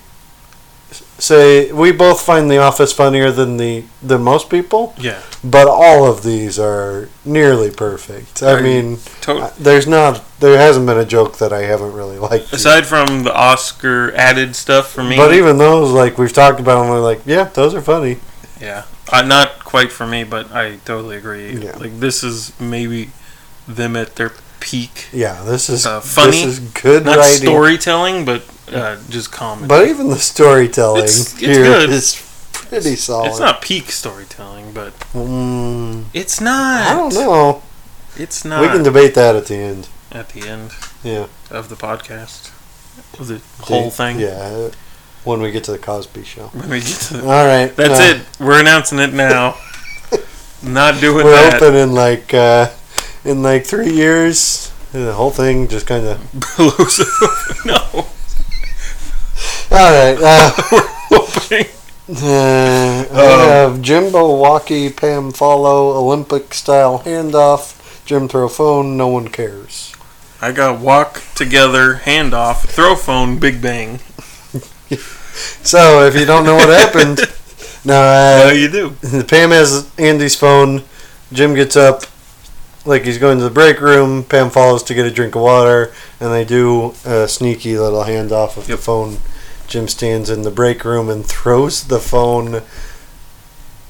[SPEAKER 2] s- say we both find the office funnier than the than most people,
[SPEAKER 4] yeah.
[SPEAKER 2] but all of these are nearly perfect. I
[SPEAKER 4] Are you-
[SPEAKER 2] mean,
[SPEAKER 4] To-
[SPEAKER 2] I- there's not there hasn't been a joke that I haven't really liked.
[SPEAKER 4] aside from the Oscar added stuff for me,
[SPEAKER 2] but even those like we've talked about them, we're like, yeah, those are funny.
[SPEAKER 4] yeah, uh, not quite for me, but I totally agree.
[SPEAKER 2] Yeah.
[SPEAKER 4] Like this is maybe them at their peak,
[SPEAKER 2] Yeah, this is
[SPEAKER 4] Uh, funny,
[SPEAKER 2] This is good
[SPEAKER 4] not
[SPEAKER 2] writing.
[SPEAKER 4] storytelling, but uh, just comedy.
[SPEAKER 2] But even the storytelling
[SPEAKER 4] It's- it's
[SPEAKER 2] here
[SPEAKER 4] good.
[SPEAKER 2] is pretty solid.
[SPEAKER 4] it's not peak storytelling, but
[SPEAKER 2] Mm,
[SPEAKER 4] it's not.
[SPEAKER 2] I don't know.
[SPEAKER 4] It's not.
[SPEAKER 2] We can debate that at the end.
[SPEAKER 4] at the end
[SPEAKER 2] Yeah.
[SPEAKER 4] of the podcast of the
[SPEAKER 2] The-
[SPEAKER 4] whole thing.
[SPEAKER 2] Yeah. When we get to the Cosby Show.
[SPEAKER 4] When we get to the-
[SPEAKER 2] All right.
[SPEAKER 4] that's
[SPEAKER 2] uh,
[SPEAKER 4] it. We're announcing it now. Not doing
[SPEAKER 2] We're
[SPEAKER 4] that.
[SPEAKER 2] open in like uh, in like three years. And The whole thing just kind of.
[SPEAKER 4] Beloso. no,
[SPEAKER 2] All right. Uh,
[SPEAKER 4] opening.
[SPEAKER 2] uh, I have Jimbo Walkie, Pam Follow, Olympic style handoff, Jim throw phone. No one cares.
[SPEAKER 4] I got walk together, hand off, throw phone, big bang.
[SPEAKER 2] So if you don't know what happened, no, uh,
[SPEAKER 4] Oh, you do.
[SPEAKER 2] Pam has Andy's phone. Jim gets up, like he's going to the break room. Pam follows to get a drink of water, and they do a sneaky little handoff of the
[SPEAKER 4] Yep.
[SPEAKER 2] phone. Jim stands in the break room and throws the phone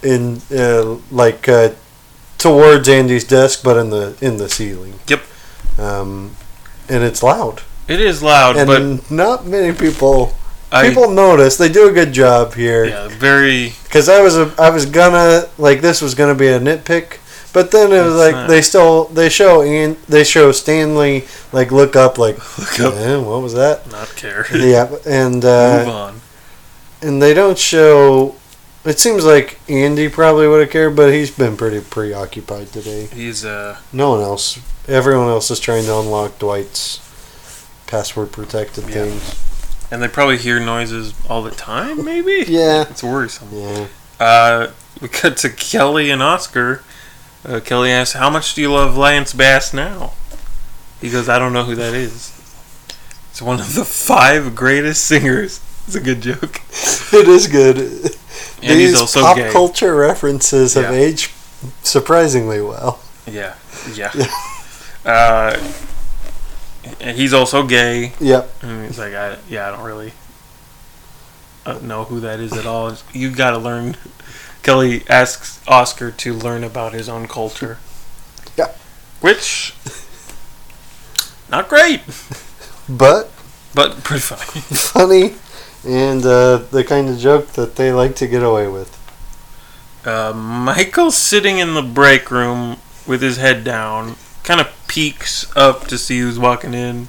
[SPEAKER 2] in, uh, like uh, towards Andy's desk, but in the in the ceiling.
[SPEAKER 4] Yep.
[SPEAKER 2] Um, and it's loud,
[SPEAKER 4] It is loud, but
[SPEAKER 2] and not many people
[SPEAKER 4] I.
[SPEAKER 2] people notice. They do a good job here.
[SPEAKER 4] yeah, very.
[SPEAKER 2] Because I was a, I was gonna like this was gonna be a nitpick, but then it was
[SPEAKER 4] It's
[SPEAKER 2] like
[SPEAKER 4] not.
[SPEAKER 2] they still they show and they show Stanley like look up like
[SPEAKER 4] Look up.
[SPEAKER 2] "Eh, what was that?
[SPEAKER 4] Not care.
[SPEAKER 2] yeah, and
[SPEAKER 4] Move
[SPEAKER 2] uh,
[SPEAKER 4] on.
[SPEAKER 2] and they don't show. It seems like Andy probably would have cared, but he's been pretty preoccupied today.
[SPEAKER 4] He's uh.
[SPEAKER 2] No one else, everyone else is trying to unlock Dwight's password protected
[SPEAKER 4] Yeah.
[SPEAKER 2] things.
[SPEAKER 4] And they probably hear noises all the time. Maybe.
[SPEAKER 2] Yeah,
[SPEAKER 4] It's worrisome.
[SPEAKER 2] yeah.
[SPEAKER 4] Uh, we cut to Kelly and Oscar. Uh, Kelly asks, "How much do you love Lance Bass now?" He goes, "I don't know who that is. It's one of the five greatest singers." It's a good joke,
[SPEAKER 2] It is good.
[SPEAKER 4] and
[SPEAKER 2] These
[SPEAKER 4] he's also
[SPEAKER 2] pop
[SPEAKER 4] gay.
[SPEAKER 2] culture references have
[SPEAKER 4] Yeah.
[SPEAKER 2] aged surprisingly well.
[SPEAKER 4] yeah, yeah. uh, and he's also gay,
[SPEAKER 2] Yep.
[SPEAKER 4] and he's like, I, "Yeah, I don't really uh, know who that is at all. You got to learn." Kelly asks Oscar to learn about his own culture.
[SPEAKER 2] Yeah.
[SPEAKER 4] Which, not great,
[SPEAKER 2] But
[SPEAKER 4] but pretty funny.
[SPEAKER 2] funny and uh, the kind of joke that they like to get away with.
[SPEAKER 4] Uh, Michael's sitting in the break room with his head down, kind of peeks up to see who's walking in.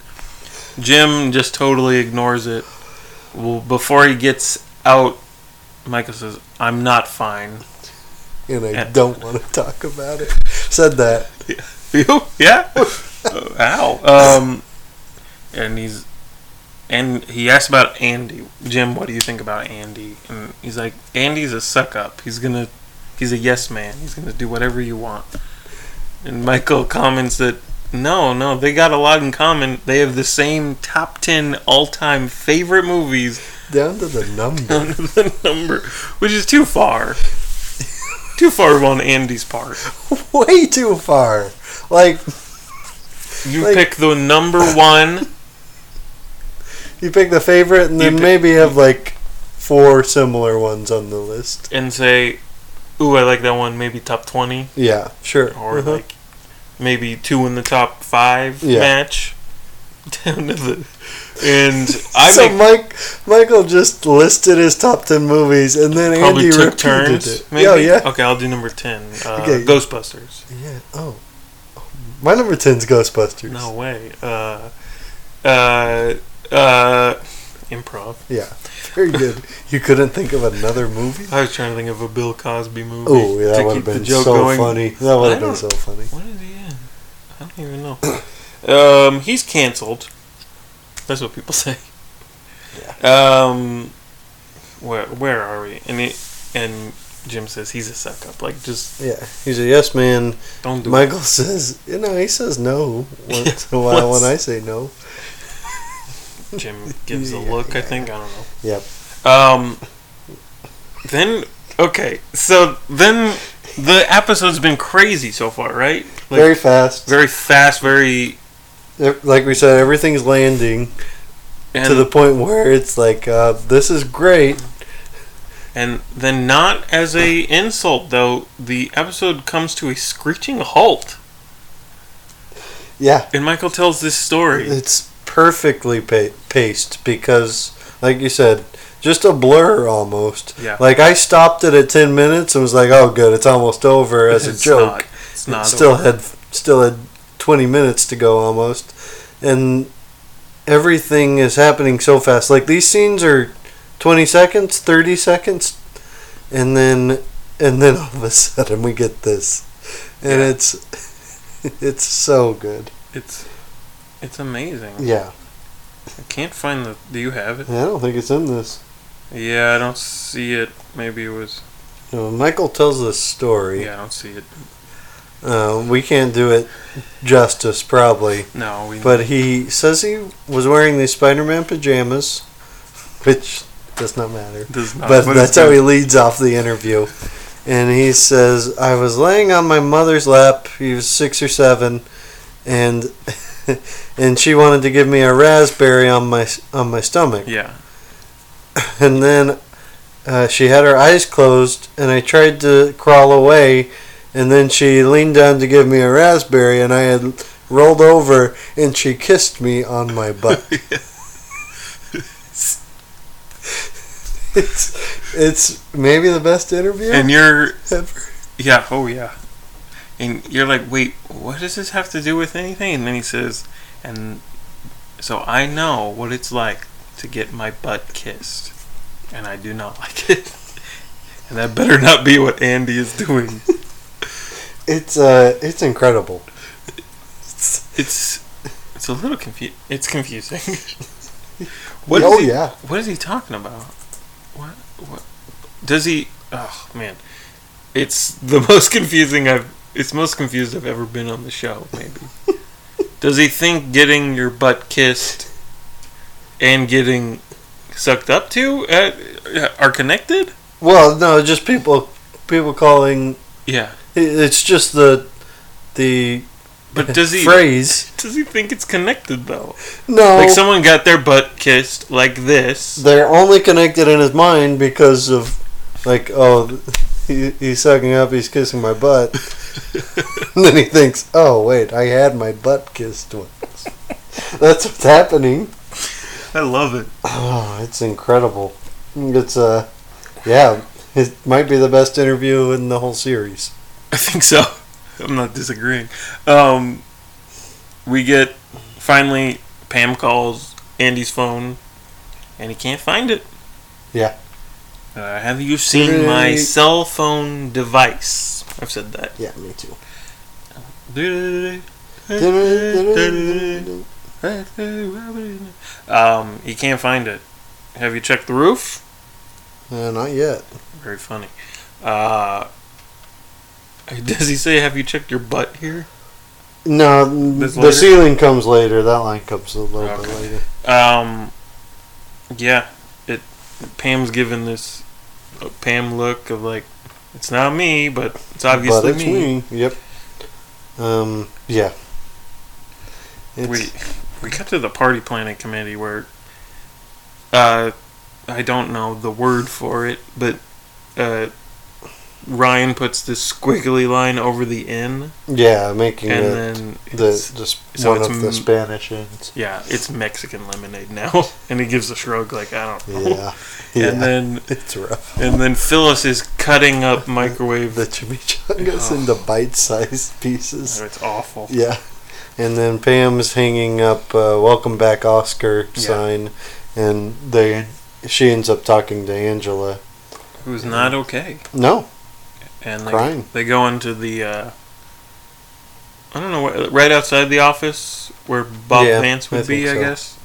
[SPEAKER 4] Jim just totally ignores it. Well, before he gets out, Michael says, I'm not fine.
[SPEAKER 2] And I
[SPEAKER 4] Yeah.
[SPEAKER 2] don't want to talk about it. Said that.
[SPEAKER 4] You? Yeah? Oh, Ow. Um, and he's. And he asked about Andy. Jim, what do you think about Andy? And he's like, Andy's a suck up. He's gonna. He's a yes man. He's gonna do whatever you want. And Michael comments that, no, no, they got a lot in common. They have the same top 10 all time favorite movies
[SPEAKER 2] Down to the number.
[SPEAKER 4] under the number, which is too far. too far on Andy's part.
[SPEAKER 2] Way too far. Like,
[SPEAKER 4] You
[SPEAKER 2] Like-
[SPEAKER 4] pick the number one
[SPEAKER 2] you pick the favorite and
[SPEAKER 4] You
[SPEAKER 2] then
[SPEAKER 4] pick-
[SPEAKER 2] maybe have like four similar ones on the list.
[SPEAKER 4] and say, "Ooh, I like that one." Maybe top twenty,
[SPEAKER 2] Yeah, sure.
[SPEAKER 4] or
[SPEAKER 2] Uh-huh.
[SPEAKER 4] like maybe two in the top five
[SPEAKER 2] Yeah.
[SPEAKER 4] match. Down to the and I
[SPEAKER 2] so
[SPEAKER 4] make,
[SPEAKER 2] Mike Michael just listed his top ten movies and then
[SPEAKER 4] probably
[SPEAKER 2] Andy
[SPEAKER 4] took
[SPEAKER 2] repeated
[SPEAKER 4] turns.
[SPEAKER 2] it.
[SPEAKER 4] Maybe.
[SPEAKER 2] Yeah, yeah.
[SPEAKER 4] Okay, I'll do number ten. Uh,
[SPEAKER 2] Okay.
[SPEAKER 4] Ghostbusters.
[SPEAKER 2] Yeah. Oh. My number 10's Ghostbusters.
[SPEAKER 4] No way. Uh, uh, uh, improv.
[SPEAKER 2] Yeah. Very good. you couldn't think of another movie?
[SPEAKER 4] I was trying to think of a Bill Cosby movie.
[SPEAKER 2] Oh, yeah,
[SPEAKER 4] to
[SPEAKER 2] that would have
[SPEAKER 4] keep the
[SPEAKER 2] been so
[SPEAKER 4] joke going.
[SPEAKER 2] funny. That would have
[SPEAKER 4] I
[SPEAKER 2] been
[SPEAKER 4] don't-
[SPEAKER 2] so funny.
[SPEAKER 4] What is he in? I don't even know. um, he's canceled. That's what people say. Um, where where are we? And it, and Jim says he's a suck up. Like just
[SPEAKER 2] Yeah, he's a yes man.
[SPEAKER 4] don't do
[SPEAKER 2] Michael says, you know, he says no once in a while when I say no.
[SPEAKER 4] it. Jim gives a
[SPEAKER 2] Yeah,
[SPEAKER 4] look. I
[SPEAKER 2] yeah.
[SPEAKER 4] think I don't know.
[SPEAKER 2] Yep.
[SPEAKER 4] Um, then okay, so then the episode's been crazy so far, right? Like
[SPEAKER 2] very fast.
[SPEAKER 4] very fast, very
[SPEAKER 2] Ev- like we said, everything's landing
[SPEAKER 4] and,
[SPEAKER 2] to the point where it's like, uh, this is great.
[SPEAKER 4] And then, not as a insult though, the episode comes to a screeching halt,
[SPEAKER 2] Yeah,
[SPEAKER 4] and Michael tells this story.
[SPEAKER 2] it's perfectly pa- paced because, like you said, just a blur almost.
[SPEAKER 4] Yeah.
[SPEAKER 2] Like I stopped it at ten minutes and was like, oh, good, it's almost over as a
[SPEAKER 4] It's
[SPEAKER 2] joke.
[SPEAKER 4] not- it's not
[SPEAKER 2] still
[SPEAKER 4] over.
[SPEAKER 2] had still had 20 minutes to go almost and everything is happening so fast like these scenes are 20 seconds 30 seconds and then and then all of a sudden we get this and
[SPEAKER 4] Yeah.
[SPEAKER 2] it's it's so good
[SPEAKER 4] It's it's amazing.
[SPEAKER 2] yeah
[SPEAKER 4] I can't find the. Do you have it?
[SPEAKER 2] i don't think it's in this
[SPEAKER 4] Yeah, I don't see it. Maybe it was.
[SPEAKER 2] You know, michael tells this story
[SPEAKER 4] Yeah, I don't see it.
[SPEAKER 2] uh, we can't do it justice probably
[SPEAKER 4] No, we.
[SPEAKER 2] But he says he was wearing these Spider-Man pajamas, which does not matter.
[SPEAKER 4] does not.
[SPEAKER 2] But
[SPEAKER 4] Uh, what is
[SPEAKER 2] that's how
[SPEAKER 4] it?
[SPEAKER 2] he leads off the interview. And he says, "I was laying on my mother's lap. He was six or seven, and and she wanted to give me a raspberry on my on my stomach.
[SPEAKER 4] Yeah,
[SPEAKER 2] And then uh, she had her eyes closed, and I tried to crawl away, and then she leaned down to give me a raspberry, and I had rolled over, and she kissed me on my butt. it's it's maybe the best interview
[SPEAKER 4] and you're.
[SPEAKER 2] ever.
[SPEAKER 4] Yeah. Oh yeah. And you're like, wait, what does this have to do with anything? And then he says, and so I know what it's like to get my butt kissed, and I do not like it. And that better not be what Andy is doing.
[SPEAKER 2] It's uh it's incredible.
[SPEAKER 4] It's it's a little confu- It's confusing. What is
[SPEAKER 2] Oh
[SPEAKER 4] he-
[SPEAKER 2] yeah,
[SPEAKER 4] What is he talking about? What? What? Does he? Oh man, it's the most confusing I've. It's most confused I've ever been on the show. Maybe. Does he think getting your butt kissed and getting sucked up to uh, are connected?
[SPEAKER 2] well no, just people people calling.
[SPEAKER 4] Yeah,
[SPEAKER 2] it- It's just the the
[SPEAKER 4] but does he?
[SPEAKER 2] phrase
[SPEAKER 4] Does he think it's connected though?
[SPEAKER 2] no
[SPEAKER 4] Like someone got their butt kissed like this.
[SPEAKER 2] they're only connected in his mind because of like oh he, he's sucking up, he's kissing my butt. and then he thinks, oh, wait, I had my butt kissed once. That's what's happening.
[SPEAKER 4] I love it.
[SPEAKER 2] Oh, it's incredible. It's, uh, yeah, it might be the best interview in the whole series.
[SPEAKER 4] I think so. I'm not disagreeing. Um, we get finally Pam calls Andy's phone, and he can't find it.
[SPEAKER 2] Yeah.
[SPEAKER 4] Uh, have you seen my
[SPEAKER 2] Right.
[SPEAKER 4] cell phone device? I've said that.
[SPEAKER 2] Yeah, me too.
[SPEAKER 4] Um, he can't find it. Have you checked the roof?
[SPEAKER 2] Uh, not yet.
[SPEAKER 4] Very funny. Uh, does he say, "Have you checked your butt here"?
[SPEAKER 2] No,
[SPEAKER 4] This
[SPEAKER 2] the
[SPEAKER 4] later?
[SPEAKER 2] ceiling comes later. That line comes a little
[SPEAKER 4] Okay.
[SPEAKER 2] bit later.
[SPEAKER 4] Um, yeah, it. Pam's given this uh, Pam look of like, it's not me, but it's obviously
[SPEAKER 2] but it's
[SPEAKER 4] me.
[SPEAKER 2] me. Yep. Um. Yeah. It's,
[SPEAKER 4] we we got to the party planning committee where uh I don't know the word for it, but uh Ryan puts this squiggly line over the N
[SPEAKER 2] Yeah, making
[SPEAKER 4] and
[SPEAKER 2] it
[SPEAKER 4] then
[SPEAKER 2] the
[SPEAKER 4] it's,
[SPEAKER 2] just
[SPEAKER 4] so
[SPEAKER 2] one
[SPEAKER 4] it's
[SPEAKER 2] of the
[SPEAKER 4] m-
[SPEAKER 2] Spanish ends.
[SPEAKER 4] yeah, it's Mexican lemonade now. and he gives a shrug like I don't know.
[SPEAKER 2] Yeah. yeah.
[SPEAKER 4] And then
[SPEAKER 2] it's rough.
[SPEAKER 4] and then Phyllis is cutting up microwave
[SPEAKER 2] The chimichangas into bite-sized pieces.
[SPEAKER 4] Oh, it's awful.
[SPEAKER 2] Yeah. And then Pam's hanging up uh, "Welcome Back, Oscar"
[SPEAKER 4] Yeah.
[SPEAKER 2] sign, and they she ends up talking to Angela.
[SPEAKER 4] It was not okay.
[SPEAKER 2] No,
[SPEAKER 4] and they,
[SPEAKER 2] Crying.
[SPEAKER 4] they go into the uh, I don't know what- right outside the office where Bob
[SPEAKER 2] Yeah,
[SPEAKER 4] Vance
[SPEAKER 2] I
[SPEAKER 4] would be,
[SPEAKER 2] think
[SPEAKER 4] I
[SPEAKER 2] so.
[SPEAKER 4] guess.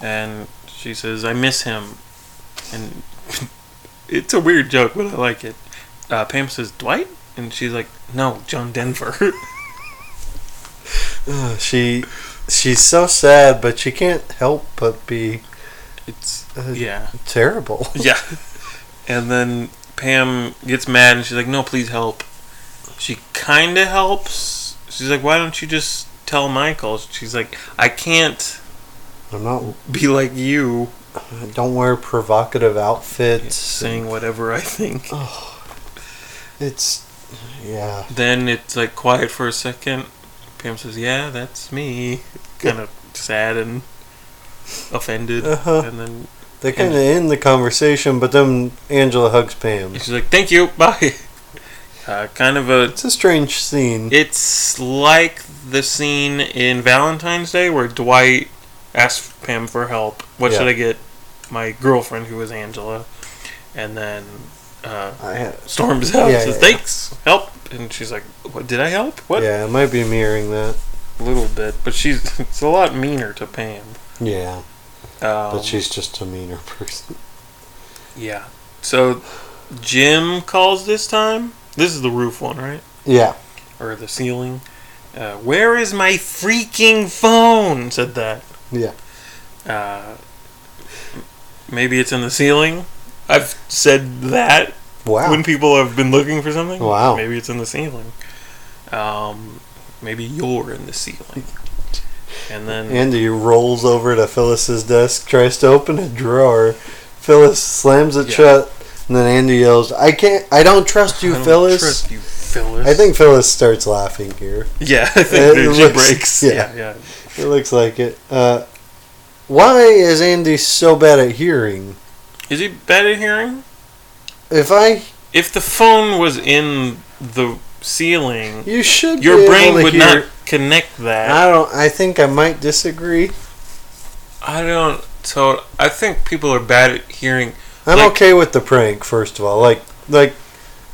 [SPEAKER 4] And she says, "I miss him," and it's a weird joke, but I like it. Uh, Pam says, "Dwight," and she's like, "No, John Denver."
[SPEAKER 2] Ugh, she she's so sad, but she can't help but be
[SPEAKER 4] it's
[SPEAKER 2] Uh,
[SPEAKER 4] yeah,
[SPEAKER 2] terrible.
[SPEAKER 4] yeah. And then Pam gets mad, and she's like, "No, please help." She kind of helps. She's like, "Why don't you just tell Michael?" She's like, "I can't."
[SPEAKER 2] I'm not.
[SPEAKER 4] be like you
[SPEAKER 2] I don't wear provocative outfits.
[SPEAKER 4] saying whatever I think.
[SPEAKER 2] It's yeah.
[SPEAKER 4] Then it's like quiet for a second. Pam says, "Yeah, that's me." Kind of sad and offended,
[SPEAKER 2] Uh-huh.
[SPEAKER 4] and then
[SPEAKER 2] They kind of end the conversation, but then Angela hugs Pam.
[SPEAKER 4] she's like, "Thank you, bye." Uh, kind of a.
[SPEAKER 2] It's a strange scene.
[SPEAKER 4] It's like the scene in Valentine's Day where Dwight asks Pam for help. What
[SPEAKER 2] Yeah.
[SPEAKER 4] should I get my girlfriend, who is Angela? And then uh,
[SPEAKER 2] I ha-
[SPEAKER 4] storms out
[SPEAKER 2] Yeah,
[SPEAKER 4] and
[SPEAKER 2] yeah,
[SPEAKER 4] says,
[SPEAKER 2] yeah.
[SPEAKER 4] "Thanks, help," and she's like, "What did I help? What?"
[SPEAKER 2] yeah, it might be mirroring that.
[SPEAKER 4] A little bit, but she's it's a lot meaner to Pam.
[SPEAKER 2] Yeah,
[SPEAKER 4] Um,
[SPEAKER 2] but she's just a meaner person.
[SPEAKER 4] yeah. So Jim calls this time. This is the roof one, right?
[SPEAKER 2] Yeah,
[SPEAKER 4] Or the ceiling. Uh, Where is my freaking phone? Said that.
[SPEAKER 2] yeah.
[SPEAKER 4] Uh, maybe it's in the ceiling. I've said that
[SPEAKER 2] Wow.
[SPEAKER 4] when people have been looking for something.
[SPEAKER 2] Wow.
[SPEAKER 4] Maybe it's in the ceiling. Um, maybe you're in the ceiling. And then
[SPEAKER 2] Andy rolls over to Phyllis's desk, tries to open a drawer. Phyllis slams it
[SPEAKER 4] Yeah.
[SPEAKER 2] shut, and then Andy yells, "I can't! I don't trust you,
[SPEAKER 4] I don't
[SPEAKER 2] Phyllis!"
[SPEAKER 4] trust you, Phyllis.
[SPEAKER 2] I think Phyllis starts laughing here.
[SPEAKER 4] Yeah, I
[SPEAKER 2] It
[SPEAKER 4] think that she
[SPEAKER 2] looks-
[SPEAKER 4] breaks.
[SPEAKER 2] yeah.
[SPEAKER 4] Yeah, yeah.
[SPEAKER 2] It looks like it. Uh, why is Andy so bad at hearing?
[SPEAKER 4] Is he bad at hearing?
[SPEAKER 2] If I,
[SPEAKER 4] If the phone was in the ceiling,
[SPEAKER 2] you should. be
[SPEAKER 4] your
[SPEAKER 2] able
[SPEAKER 4] brain
[SPEAKER 2] to
[SPEAKER 4] would
[SPEAKER 2] hear.
[SPEAKER 4] not connect that.
[SPEAKER 2] I don't. I think I might disagree.
[SPEAKER 4] I don't. So I think people are bad at hearing.
[SPEAKER 2] I'm
[SPEAKER 4] Like-
[SPEAKER 2] okay with the prank. First of all, like, like,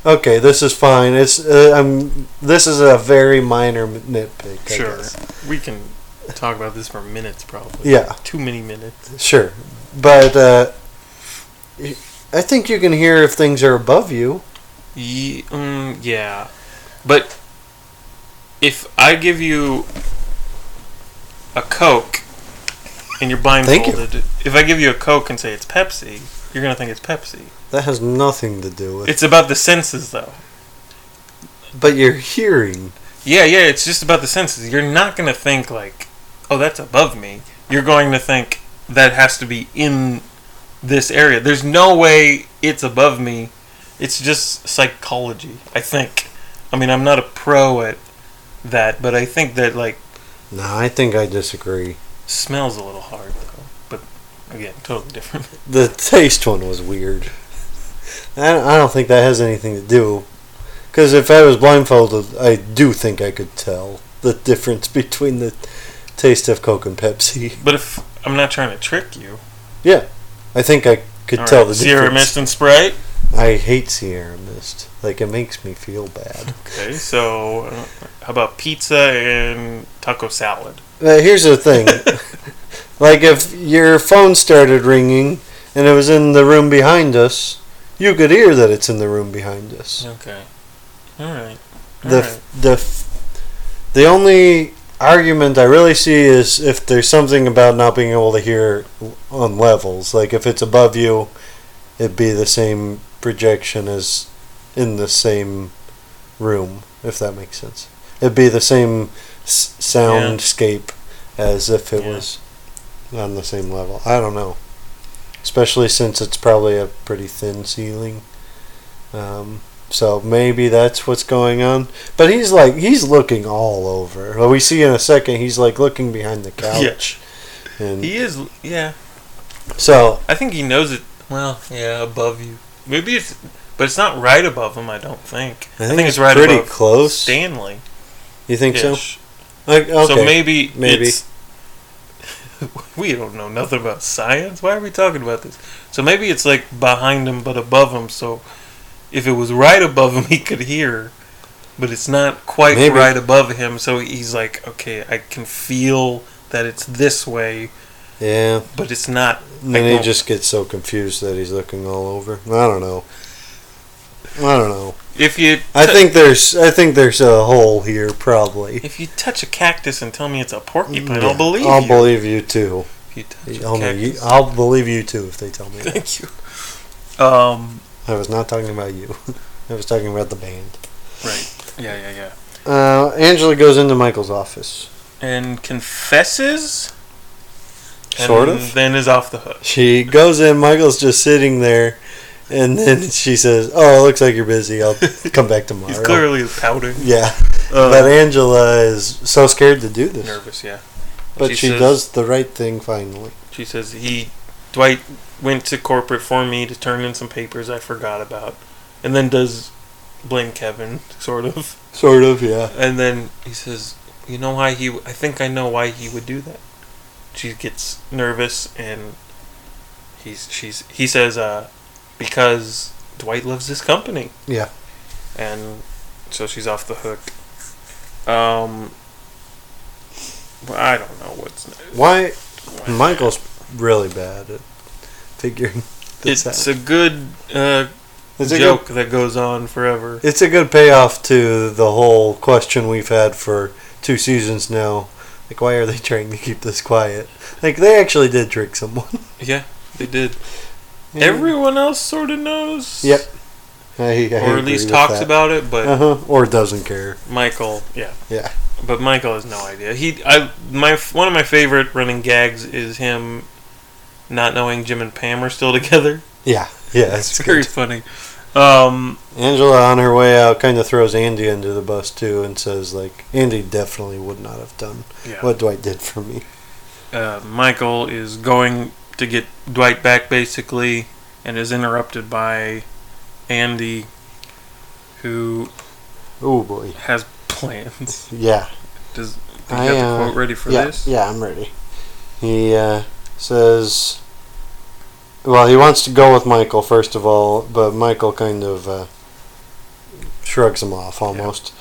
[SPEAKER 2] okay, this is fine. It's uh, I'm. This is a very minor nitpick. I
[SPEAKER 4] Sure,
[SPEAKER 2] guess.
[SPEAKER 4] we can talk about this for minutes, probably.
[SPEAKER 2] Yeah,
[SPEAKER 4] too many minutes.
[SPEAKER 2] sure. But uh, I think you can hear if things are above you.
[SPEAKER 4] Ye- mm, yeah, but if I give you a Coke and you're
[SPEAKER 2] Thank you.
[SPEAKER 4] blindfolded, if I give you a Coke and say it's Pepsi, you're gonna think it's Pepsi.
[SPEAKER 2] That has nothing to do with
[SPEAKER 4] It's about the senses, though.
[SPEAKER 2] But you're hearing.
[SPEAKER 4] Yeah, yeah, it's just about the senses. You're not gonna think like, oh, that's above me. You're going to think that has to be in this area. There's no way it's above me It's just psychology, I think. I mean, I'm not a pro at that, but I think that like
[SPEAKER 2] No, I think I disagree.
[SPEAKER 4] smells a little hard though. But again, totally different.
[SPEAKER 2] The taste one was weird. I don't, I don't think that has anything to do. Because if I was blindfolded, I do think I could tell the difference between the taste of Coke and Pepsi.
[SPEAKER 4] But if I'm not trying to trick you,
[SPEAKER 2] I think I could
[SPEAKER 4] All
[SPEAKER 2] tell
[SPEAKER 4] right,
[SPEAKER 2] the
[SPEAKER 4] Sierra
[SPEAKER 2] difference.
[SPEAKER 4] Mist and Sprite.
[SPEAKER 2] I hate Sierra Mist. Like, it makes me feel bad.
[SPEAKER 4] Okay, so uh, how about pizza and taco salad?
[SPEAKER 2] Now, here's the thing. like, if your phone started ringing and it was in the room behind us, you could hear that it's in the room behind us.
[SPEAKER 4] Okay, all right.
[SPEAKER 2] the f- the f- the only argument I really see is if there's something about not being able to hear on levels. Like if it's above you, it'd be the same projection as in the same room. If that makes sense, it'd be the same s- soundscape as if it
[SPEAKER 4] Yeah.
[SPEAKER 2] was on the same level. I don't know, especially since it's probably a pretty thin ceiling. Um, so maybe that's what's going on. But he's like he's looking all over. Well, we see in a second he's like looking behind the couch. And
[SPEAKER 4] he is. Yeah,
[SPEAKER 2] so
[SPEAKER 4] I think he knows it. Well, yeah, above you. Maybe it's, but it's not right above him. I don't think. I think, it's right
[SPEAKER 2] pretty
[SPEAKER 4] above
[SPEAKER 2] close.
[SPEAKER 4] Stanley.
[SPEAKER 2] you think so?
[SPEAKER 4] ish.
[SPEAKER 2] Like, okay.
[SPEAKER 4] So maybe
[SPEAKER 2] Maybe.
[SPEAKER 4] it's- we don't know nothing about science. Why are we talking about this? So maybe it's like behind him but above him. So if it was right above him, he could hear, but it's not quite
[SPEAKER 2] Maybe.
[SPEAKER 4] right above him. So he's like, okay, I can feel that it's this way,
[SPEAKER 2] yeah.
[SPEAKER 4] but it's not.
[SPEAKER 2] And then
[SPEAKER 4] don't-
[SPEAKER 2] he just gets so confused that he's looking all over. I don't know. I don't know.
[SPEAKER 4] If you,
[SPEAKER 2] I
[SPEAKER 4] tou-
[SPEAKER 2] think there's I think there's a hole here probably.
[SPEAKER 4] if you touch a cactus and tell me it's a porcupine,
[SPEAKER 2] Yeah,
[SPEAKER 4] I'll believe
[SPEAKER 2] I'll
[SPEAKER 4] you.
[SPEAKER 2] believe you too.
[SPEAKER 4] if you touch a
[SPEAKER 2] I'll,
[SPEAKER 4] cactus.
[SPEAKER 2] I'll believe you too if they tell me. that.
[SPEAKER 4] Thank you. Um.
[SPEAKER 2] I was not talking about you. I was talking about the band.
[SPEAKER 4] Right. Yeah. Yeah. Yeah.
[SPEAKER 2] Uh, Angela goes into Michael's office.
[SPEAKER 4] and confesses. And
[SPEAKER 2] Sort of.
[SPEAKER 4] Then is off the hook.
[SPEAKER 2] She goes in. Michael's just sitting there, and then she says, "Oh, it looks like you're busy. I'll come back tomorrow."
[SPEAKER 4] He's clearly pouting.
[SPEAKER 2] yeah,
[SPEAKER 4] Uh,
[SPEAKER 2] but Angela is so scared to do this,
[SPEAKER 4] nervous. Yeah.
[SPEAKER 2] but
[SPEAKER 4] She
[SPEAKER 2] she,
[SPEAKER 4] says-
[SPEAKER 2] does the right thing finally.
[SPEAKER 4] She says he, Dwight, went to corporate for me to turn in some papers I forgot about, and then does blame Kevin sort of,
[SPEAKER 2] Sort of, yeah.
[SPEAKER 4] and then he says, "You know why he? I think I know why he would do that." She gets nervous and he's she's he says, uh, "Because Dwight loves this company."
[SPEAKER 2] Yeah.
[SPEAKER 4] and so she's off the hook. Um, well, I don't know what's
[SPEAKER 2] Why? Michael's really bad at figuring this
[SPEAKER 4] it's
[SPEAKER 2] out.
[SPEAKER 4] a good uh,
[SPEAKER 2] It's a good
[SPEAKER 4] joke that goes on forever.
[SPEAKER 2] It's a good payoff to the whole question we've had for two seasons now. Like, why are they trying to keep this quiet? Like, they actually did trick someone.
[SPEAKER 4] Yeah, they did. Everyone else sort of knows.
[SPEAKER 2] Yep. I, I
[SPEAKER 4] Or at least talks about it, but
[SPEAKER 2] Uh-huh. Or doesn't care.
[SPEAKER 4] Michael, yeah,
[SPEAKER 2] Yeah.
[SPEAKER 4] But Michael has no idea. He, I, my one of my favorite running gags is him not knowing Jim and Pam are still together.
[SPEAKER 2] Yeah. Yeah, that's
[SPEAKER 4] It's very
[SPEAKER 2] good.
[SPEAKER 4] funny. Um,
[SPEAKER 2] Angela, on her way out, kind of throws Andy under the bus, too, and says, like, Andy definitely would not have done
[SPEAKER 4] yeah.
[SPEAKER 2] what Dwight did for me.
[SPEAKER 4] uh, Michael is going to get Dwight back basically, and is interrupted by Andy, who
[SPEAKER 2] Oh, boy.
[SPEAKER 4] has plans.
[SPEAKER 2] Yeah.
[SPEAKER 4] Does you
[SPEAKER 2] I,
[SPEAKER 4] have
[SPEAKER 2] uh,
[SPEAKER 4] the quote ready for
[SPEAKER 2] yeah,
[SPEAKER 4] this?
[SPEAKER 2] Yeah, I'm ready. He uh, says, well, he wants to go with Michael first of all, but Michael kind of uh, shrugs him off almost.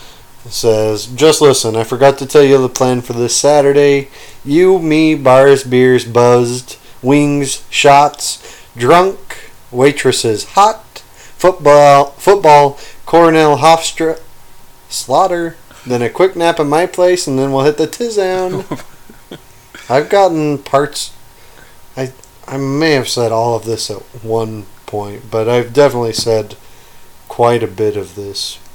[SPEAKER 2] He Says, just listen, I forgot to tell you the plan for this Saturday. You, me, bars, beers, buzzed, wings, shots, drunk, waitresses, hot, football, football, Cornell Hofstra, slaughter, then a quick nap at my place, and then we'll hit the Tizown. I've gotten parts. I I may have said all of this at one point, but I've definitely said quite a bit of this.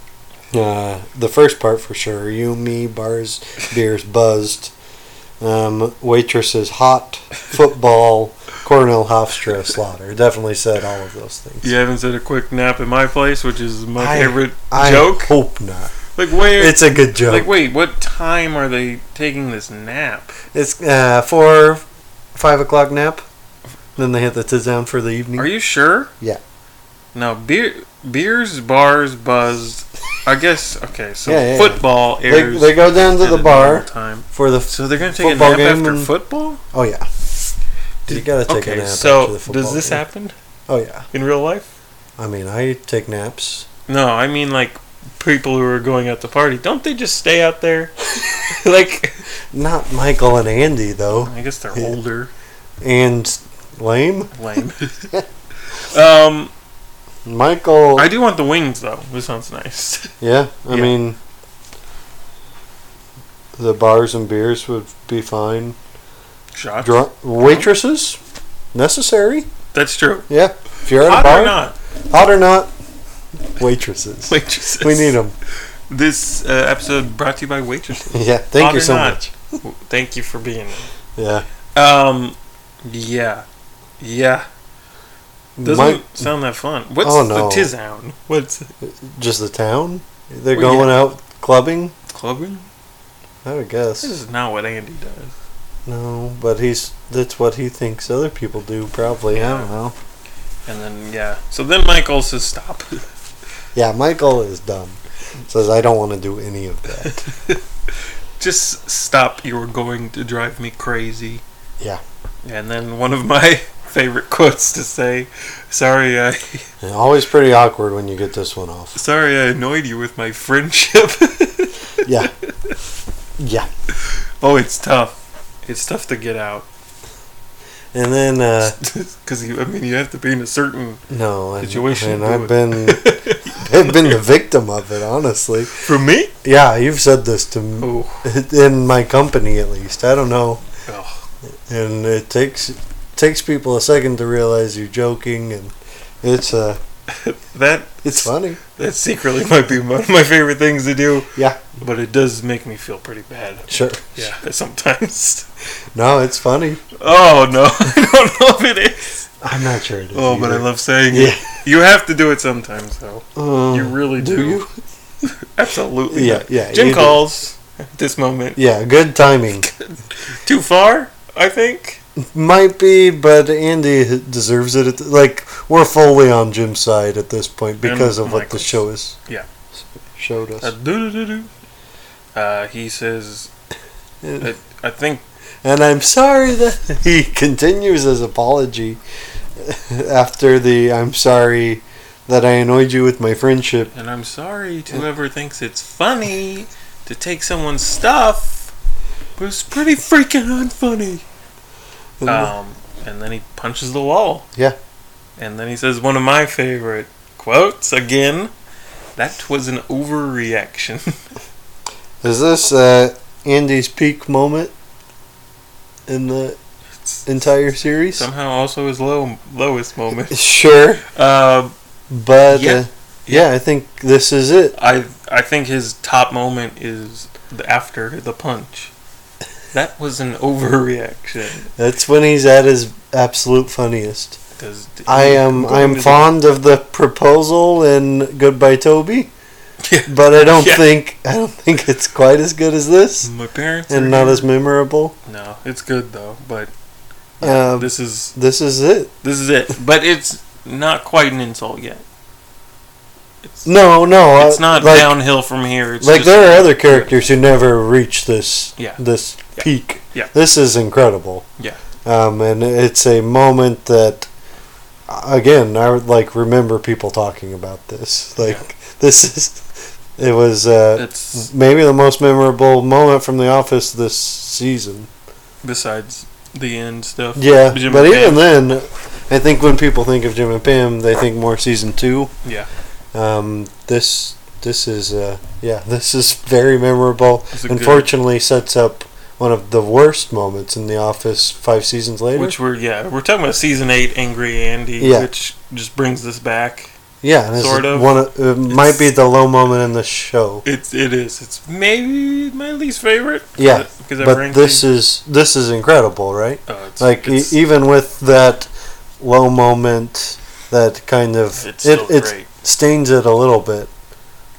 [SPEAKER 2] Uh, the first part for sure. You, me, bars, beers, buzzed. um, waitresses hot, football, Cornell Hofstra, Slaughter. Definitely said all of those things.
[SPEAKER 4] You haven't said a quick nap at my place, which is my
[SPEAKER 2] I-
[SPEAKER 4] favorite
[SPEAKER 2] I
[SPEAKER 4] joke.
[SPEAKER 2] hope not.
[SPEAKER 4] Like where?
[SPEAKER 2] It's a good joke.
[SPEAKER 4] like wait, what time are they taking this nap?
[SPEAKER 2] It's uh, four, five o'clock nap. Then they hit the down for the evening.
[SPEAKER 4] Are you sure?
[SPEAKER 2] Yeah.
[SPEAKER 4] No beer, beers, bars, buzz. I guess okay. So
[SPEAKER 2] Yeah, yeah, yeah.
[SPEAKER 4] football
[SPEAKER 2] they,
[SPEAKER 4] airs
[SPEAKER 2] they go down to
[SPEAKER 4] at
[SPEAKER 2] the
[SPEAKER 4] a
[SPEAKER 2] bar
[SPEAKER 4] normal time.
[SPEAKER 2] for the.
[SPEAKER 4] So they're gonna take
[SPEAKER 2] Football
[SPEAKER 4] a nap
[SPEAKER 2] game
[SPEAKER 4] after
[SPEAKER 2] and-
[SPEAKER 4] football.
[SPEAKER 2] oh yeah. You gotta take
[SPEAKER 4] okay,
[SPEAKER 2] a nap after
[SPEAKER 4] so
[SPEAKER 2] the football
[SPEAKER 4] does this
[SPEAKER 2] game.
[SPEAKER 4] happen
[SPEAKER 2] Oh yeah.
[SPEAKER 4] in real life?
[SPEAKER 2] I mean, I take naps.
[SPEAKER 4] No, I mean like people who are going out to party. Don't they just stay out there? like
[SPEAKER 2] Not Michael and Andy though,
[SPEAKER 4] I guess they're
[SPEAKER 2] Yeah.
[SPEAKER 4] older,
[SPEAKER 2] and lame
[SPEAKER 4] lame. um,
[SPEAKER 2] Michael.
[SPEAKER 4] I do want the wings though. This sounds nice.
[SPEAKER 2] yeah, I
[SPEAKER 4] Yeah.
[SPEAKER 2] mean, the bars and beers would be fine.
[SPEAKER 4] Shots.
[SPEAKER 2] Drunk waitresses necessary.
[SPEAKER 4] That's true.
[SPEAKER 2] Yeah, if you're at a
[SPEAKER 4] Hot
[SPEAKER 2] bar,
[SPEAKER 4] or not?
[SPEAKER 2] hot or not, waitresses.
[SPEAKER 4] Waitresses.
[SPEAKER 2] We need them.
[SPEAKER 4] This uh, episode brought to you by waitresses.
[SPEAKER 2] Yeah, thank
[SPEAKER 4] Hot
[SPEAKER 2] you
[SPEAKER 4] or
[SPEAKER 2] so
[SPEAKER 4] not?
[SPEAKER 2] much.
[SPEAKER 4] Thank you for being. there.
[SPEAKER 2] Yeah,
[SPEAKER 4] Um, yeah, yeah. Doesn't
[SPEAKER 2] Mike,
[SPEAKER 4] sound that fun. What's
[SPEAKER 2] Oh, no.
[SPEAKER 4] the tizown? What's
[SPEAKER 2] just the town. They're
[SPEAKER 4] Well,
[SPEAKER 2] going out clubbing.
[SPEAKER 4] clubbing?
[SPEAKER 2] I would
[SPEAKER 4] This
[SPEAKER 2] guess
[SPEAKER 4] is not what Andy does.
[SPEAKER 2] no, but he's that's what he thinks other people do. Probably I don't know.
[SPEAKER 4] And then yeah. So then Michael says stop.
[SPEAKER 2] Yeah, Michael is dumb. Says I don't want to do any of that.
[SPEAKER 4] Just stop. You are going to drive me crazy.
[SPEAKER 2] Yeah.
[SPEAKER 4] And then one of my favorite quotes to say, "Sorry, I
[SPEAKER 2] and always pretty awkward when you get this one off.
[SPEAKER 4] sorry I annoyed you with my friendship."
[SPEAKER 2] Yeah, yeah.
[SPEAKER 4] oh, it's tough. It's tough to get out
[SPEAKER 2] And then uh,
[SPEAKER 4] because you. I mean, you have to be in a certain
[SPEAKER 2] no, and,
[SPEAKER 4] Situation,
[SPEAKER 2] and
[SPEAKER 4] do
[SPEAKER 2] I've
[SPEAKER 4] it.
[SPEAKER 2] been I've been the victim of it honestly.
[SPEAKER 4] for me.
[SPEAKER 2] Yeah, you've said this to me.
[SPEAKER 4] Oh,
[SPEAKER 2] in my company at least. I don't know.
[SPEAKER 4] oh.
[SPEAKER 2] And it takes takes people a second to realize you're joking and it's uh
[SPEAKER 4] that
[SPEAKER 2] it's funny.
[SPEAKER 4] that secretly might be one of my favorite things to do.
[SPEAKER 2] Yeah.
[SPEAKER 4] But it does make me feel pretty bad.
[SPEAKER 2] Sure.
[SPEAKER 4] Yeah, sometimes.
[SPEAKER 2] No, it's funny.
[SPEAKER 4] Oh no, I don't know if it is.
[SPEAKER 2] I'm not sure it is.
[SPEAKER 4] Oh, but I
[SPEAKER 2] either.
[SPEAKER 4] love saying
[SPEAKER 2] Yeah.
[SPEAKER 4] it. You have to do it sometimes, though.
[SPEAKER 2] Um,
[SPEAKER 4] You really do.
[SPEAKER 2] you?
[SPEAKER 4] Absolutely.
[SPEAKER 2] Yeah,
[SPEAKER 4] not.
[SPEAKER 2] yeah, you
[SPEAKER 4] Jim
[SPEAKER 2] do.
[SPEAKER 4] calls at this moment.
[SPEAKER 2] Yeah, good timing.
[SPEAKER 4] Too far, I think.
[SPEAKER 2] Might be, but Andy h- deserves it. At th- like we're fully on Jim's side at this point because of what the
[SPEAKER 4] Michael's.
[SPEAKER 2] show is.
[SPEAKER 4] Yeah.
[SPEAKER 2] Showed us.
[SPEAKER 4] Uh, doo-doo-doo-doo. Uh, he says, I think
[SPEAKER 2] And I'm sorry that he continues his apology after the I'm sorry that I annoyed you with my friendship.
[SPEAKER 4] And I'm sorry to whoever thinks it's funny to take someone's stuff, but it's pretty freaking unfunny. Um, and then he punches the wall.
[SPEAKER 2] Yeah.
[SPEAKER 4] And then he says one of my favorite quotes again. That was an overreaction.
[SPEAKER 2] Is this uh, Andy's peak moment in the entire series?
[SPEAKER 4] Somehow also his low lowest moment.
[SPEAKER 2] Sure,
[SPEAKER 4] Uh,
[SPEAKER 2] but yeah.
[SPEAKER 4] Yeah.
[SPEAKER 2] Uh, yeah, I think this is it.
[SPEAKER 4] I I think his top moment is the, after the punch. That was an overreaction.
[SPEAKER 2] That's when he's at his absolute funniest.
[SPEAKER 4] Does
[SPEAKER 2] I am
[SPEAKER 4] Mm, Going
[SPEAKER 2] I'm
[SPEAKER 4] to the-
[SPEAKER 2] fond of the proposal in Goodbye Toby,
[SPEAKER 4] Yeah.
[SPEAKER 2] but I don't
[SPEAKER 4] Yeah.
[SPEAKER 2] think I don't think it's quite as good as this.
[SPEAKER 4] My parents are
[SPEAKER 2] and not
[SPEAKER 4] here.
[SPEAKER 2] as memorable.
[SPEAKER 4] No, it's good though, but
[SPEAKER 2] Uh,
[SPEAKER 4] this is
[SPEAKER 2] this is it.
[SPEAKER 4] this is it. But it's not quite an insult yet. It's,
[SPEAKER 2] No, no,
[SPEAKER 4] it's
[SPEAKER 2] I-
[SPEAKER 4] not
[SPEAKER 2] like,
[SPEAKER 4] downhill from here. It's
[SPEAKER 2] Like
[SPEAKER 4] just-
[SPEAKER 2] there are other characters who never reach this
[SPEAKER 4] Yeah.
[SPEAKER 2] this
[SPEAKER 4] Yeah.
[SPEAKER 2] peak.
[SPEAKER 4] Yeah.
[SPEAKER 2] This is incredible.
[SPEAKER 4] Yeah.
[SPEAKER 2] Um, and it's a moment that, again, I would like remember people talking about this. Like this is, it was uh,
[SPEAKER 4] It's
[SPEAKER 2] maybe the most memorable moment from The Office this season.
[SPEAKER 4] besides the end stuff.
[SPEAKER 2] Yeah,
[SPEAKER 4] Jim
[SPEAKER 2] but
[SPEAKER 4] and
[SPEAKER 2] even
[SPEAKER 4] Pam.
[SPEAKER 2] then, I think when people think of Jim and Pam, they think more season two.
[SPEAKER 4] Yeah.
[SPEAKER 2] Um, this this is uh, yeah, this is very memorable.
[SPEAKER 4] It's a good-
[SPEAKER 2] Unfortunately, sets up one of the worst moments in The Office five seasons later.
[SPEAKER 4] which we're yeah we're talking about season eight, Angry Andy,
[SPEAKER 2] Yeah.
[SPEAKER 4] which just brings this back.
[SPEAKER 2] Yeah, and it's
[SPEAKER 4] Sort of.
[SPEAKER 2] One of, it might be the low moment in the show,
[SPEAKER 4] It's it is. It's maybe my least favorite.
[SPEAKER 2] Yeah,
[SPEAKER 4] because I
[SPEAKER 2] but this is this is incredible, right?
[SPEAKER 4] oh, it's,
[SPEAKER 2] Like e-
[SPEAKER 4] it's,
[SPEAKER 2] even with that low moment, that kind
[SPEAKER 4] it's
[SPEAKER 2] of it
[SPEAKER 4] still
[SPEAKER 2] it
[SPEAKER 4] great.
[SPEAKER 2] stains it a little bit,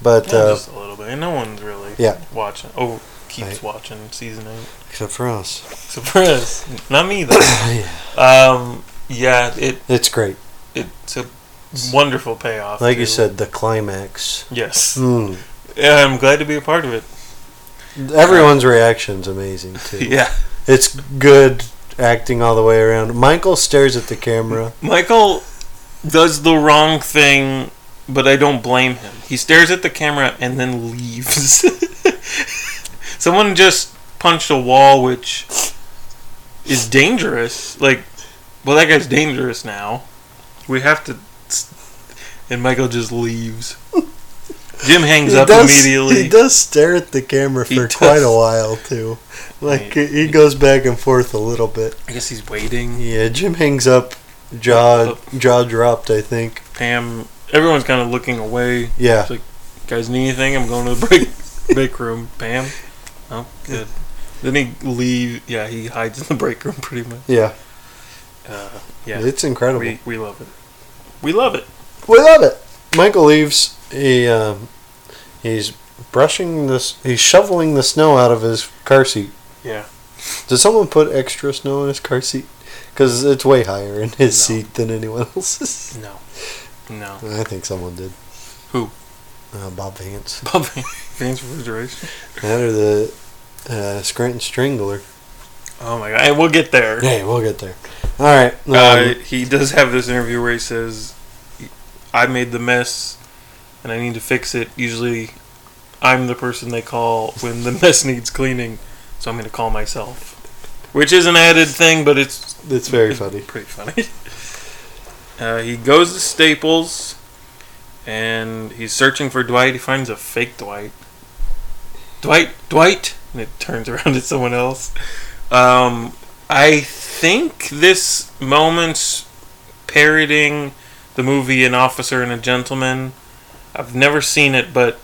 [SPEAKER 2] but
[SPEAKER 4] Well,
[SPEAKER 2] uh,
[SPEAKER 4] just a little bit. No one's really
[SPEAKER 2] Yeah.
[SPEAKER 4] watching. Oh, keeps
[SPEAKER 2] Right.
[SPEAKER 4] watching season eight.
[SPEAKER 2] except for us,
[SPEAKER 4] Surprise! Not me though. Um, yeah, it
[SPEAKER 2] it's great.
[SPEAKER 4] it's a wonderful payoff.
[SPEAKER 2] Like you
[SPEAKER 4] to-
[SPEAKER 2] said, the climax.
[SPEAKER 4] Yes,
[SPEAKER 2] Mm.
[SPEAKER 4] Yeah, I'm glad to be a part of it.
[SPEAKER 2] Everyone's reaction's amazing too.
[SPEAKER 4] Yeah,
[SPEAKER 2] It's good acting all the way around. Michael stares at the camera.
[SPEAKER 4] Michael does the wrong thing, but I don't blame him. He stares at the camera and then leaves. Someone just punched a wall, which is dangerous. Like, well, that guy's dangerous now. We have to. And Michael just leaves. Jim hangs up immediately.
[SPEAKER 2] He does stare at the camera
[SPEAKER 4] He
[SPEAKER 2] for
[SPEAKER 4] does.
[SPEAKER 2] quite a while too. Like
[SPEAKER 4] He-
[SPEAKER 2] he goes back and forth a little bit.
[SPEAKER 4] I guess he's waiting.
[SPEAKER 2] Yeah, Jim hangs up,
[SPEAKER 4] Oh.
[SPEAKER 2] jaw jaw dropped. I think.
[SPEAKER 4] Pam, everyone's kind of looking away.
[SPEAKER 2] Yeah,
[SPEAKER 4] Guys, need anything? I'm going to the break break room. Pam, oh good. Then he leave. Yeah, he hides in the break room pretty much.
[SPEAKER 2] yeah,
[SPEAKER 4] Uh, yeah,
[SPEAKER 2] it's incredible.
[SPEAKER 4] we we love it. We love it.
[SPEAKER 2] we love it. Michael leaves. He um, he's brushing this. He's shoveling the snow out of his car seat.
[SPEAKER 4] Yeah.
[SPEAKER 2] Did someone put extra snow in his car seat? Because it's way higher in his
[SPEAKER 4] No.
[SPEAKER 2] seat than anyone else's.
[SPEAKER 4] No, no.
[SPEAKER 2] I think someone did.
[SPEAKER 4] Who?
[SPEAKER 2] Uh, Bob Vance.
[SPEAKER 4] Bumping Vans refrigeration.
[SPEAKER 2] That or the uh, Scranton Strangler.
[SPEAKER 4] Oh my god. And we'll get there.
[SPEAKER 2] Hey, we'll get there. All right. Um,
[SPEAKER 4] Uh, he does have this interview where he says, "I made the mess, and I need to fix it." Usually, I'm the person they call when the mess needs cleaning, so I'm going to call myself, which is an added thing, but it's
[SPEAKER 2] it's very funny.
[SPEAKER 4] pretty funny. Uh, he goes to Staples, and he's searching for Dwight. He finds a fake Dwight. Dwight, Dwight, and it turns around to someone else. Um, I think this moment's parroting the movie An Officer and a Gentleman. I've never seen it, but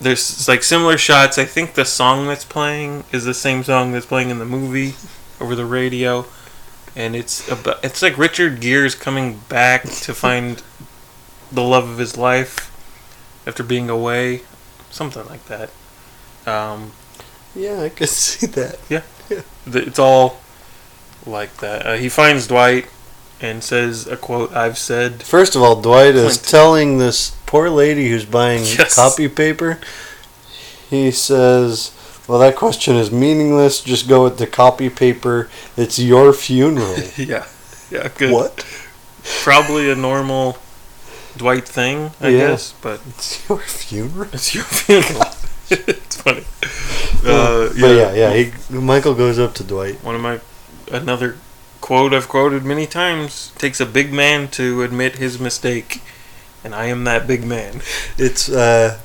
[SPEAKER 4] there's like similar shots. I think the song that's playing is the same song that's playing in the movie over the radio, and it's about it's like Richard Gere's coming back to find the love of his life after being away, something like that. Um,
[SPEAKER 2] Yeah, I could see that.
[SPEAKER 4] th- it's all like that. Uh, he finds Dwight and says a quote I've said.
[SPEAKER 2] First of all, Dwight is
[SPEAKER 4] Clint.
[SPEAKER 2] telling this poor lady who's buying
[SPEAKER 4] Yes.
[SPEAKER 2] copy paper. He says, "Well, that question is meaningless. Just go with the copy paper. It's your funeral."
[SPEAKER 4] Yeah, yeah, good.
[SPEAKER 2] what?
[SPEAKER 4] Probably a normal Dwight thing, I
[SPEAKER 2] Yeah.
[SPEAKER 4] guess, but
[SPEAKER 2] It's your funeral.
[SPEAKER 4] it's your funeral. it's funny. Uh,
[SPEAKER 2] But yeah, yeah. He, Michael goes up to Dwight.
[SPEAKER 4] One of my another quote I've quoted many times takes a big man to admit his mistake, and I am that big man.
[SPEAKER 2] It's uh,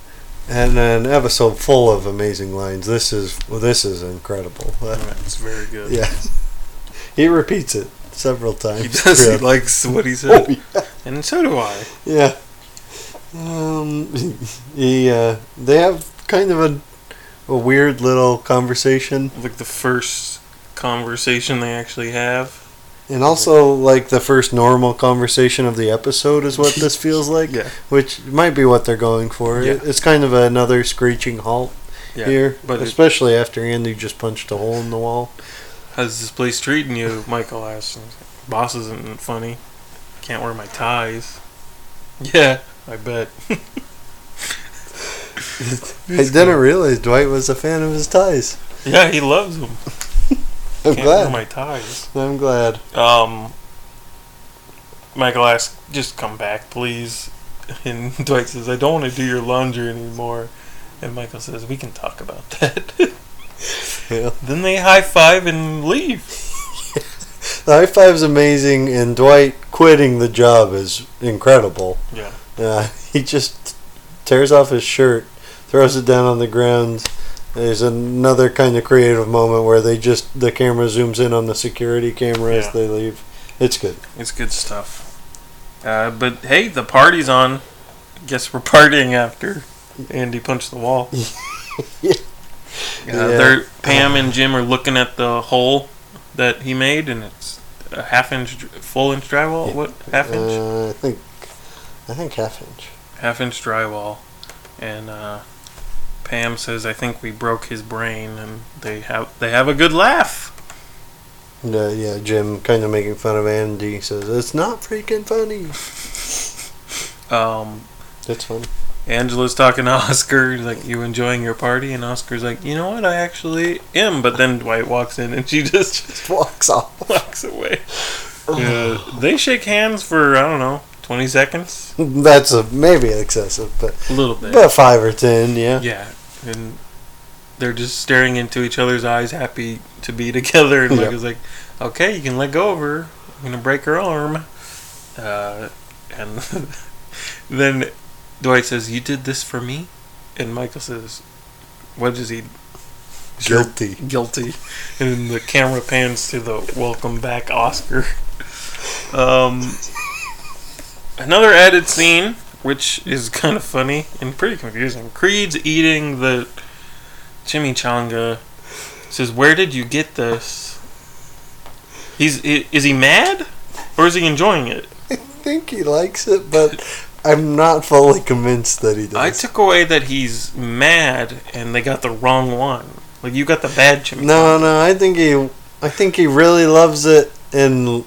[SPEAKER 2] and an episode full of amazing lines. This is well, this is incredible. Uh,
[SPEAKER 4] That's very good.
[SPEAKER 2] yeah, he repeats it several times.
[SPEAKER 4] He does. He
[SPEAKER 2] throughout-
[SPEAKER 4] likes what he said,
[SPEAKER 2] Oh, yeah.
[SPEAKER 4] and so do I.
[SPEAKER 2] Yeah. Um, he, uh, they have kind of a, a weird little conversation.
[SPEAKER 4] like the first conversation they actually have.
[SPEAKER 2] And also, like, the first normal conversation of the episode is what this feels like.
[SPEAKER 4] Yeah.
[SPEAKER 2] Which might be what they're going for.
[SPEAKER 4] Yeah.
[SPEAKER 2] It- It's kind of another screeching halt
[SPEAKER 4] Yeah.
[SPEAKER 2] here.
[SPEAKER 4] but it-
[SPEAKER 2] especially after Andy just punched a hole in the wall.
[SPEAKER 4] How's this place treating you? Michael asks. Boss isn't funny. Can't wear my ties. Yeah, I bet.
[SPEAKER 2] I didn't realize Dwight was a fan of his ties.
[SPEAKER 4] Yeah, he loves them.
[SPEAKER 2] I'm
[SPEAKER 4] Can't wear
[SPEAKER 2] glad.
[SPEAKER 4] my ties.
[SPEAKER 2] I'm glad.
[SPEAKER 4] Um, Michael asks, just come back, please. And Dwight says, I don't want to do your laundry anymore. And Michael says, we can talk about that.
[SPEAKER 2] Yeah.
[SPEAKER 4] then they high five and leave.
[SPEAKER 2] The high five's amazing, and Dwight quitting the job is incredible.
[SPEAKER 4] Yeah.
[SPEAKER 2] Uh, he just tears off his shirt, throws it down on the ground. There's another kind of creative moment where they just the camera zooms in on the security camera
[SPEAKER 4] Yeah.
[SPEAKER 2] as they leave. It's good.
[SPEAKER 4] It's good stuff. Uh, but hey, the party's on. Guess we're partying after Andy punched the wall. uh,
[SPEAKER 2] Yeah.
[SPEAKER 4] They're Pam and Jim are looking at the hole that he made, and it's a half inch, dr- full inch drywall.
[SPEAKER 2] Yeah.
[SPEAKER 4] What half inch?
[SPEAKER 2] Uh, I think, I think half inch.
[SPEAKER 4] half inch drywall, and uh, Pam says, "I think we broke his brain," and they have they have a good laugh.
[SPEAKER 2] And, uh, yeah, Jim kind of making fun of Andy says it's not freaking funny.
[SPEAKER 4] Um,
[SPEAKER 2] That's funny.
[SPEAKER 4] Angela's talking to Oscar, like, "You enjoying your party?" And Oscar's like, "You know what? I actually am." But then Dwight walks in, and she just
[SPEAKER 2] Walks off.
[SPEAKER 4] walks away. Yeah, they shake hands for I don't know twenty seconds,
[SPEAKER 2] That's a, maybe excessive, but
[SPEAKER 4] a little bit.
[SPEAKER 2] about five or ten. Yeah.
[SPEAKER 4] Yeah, and they're just staring into each other's eyes, happy to be together. And
[SPEAKER 2] Yeah.
[SPEAKER 4] Michael's like, "Okay, you can let go of her. I'm gonna break her arm." Uh, and then Dwight says, "You did this for me," and Michael says, "What does he
[SPEAKER 2] Guilty.
[SPEAKER 4] guilty?" And then the camera pans to the welcome back Oscar. Um, another added scene, which is kind of funny and pretty confusing. Creed's eating the chimichanga. Says, "Where did you get this?" He's i- is he mad, or is he enjoying it?
[SPEAKER 2] I think he likes it, but I'm not fully convinced that he does.
[SPEAKER 4] I took away that he's mad, and they got the wrong one. Like you got the bad chimichanga.
[SPEAKER 2] No, no, I think he, I think he really loves it and l-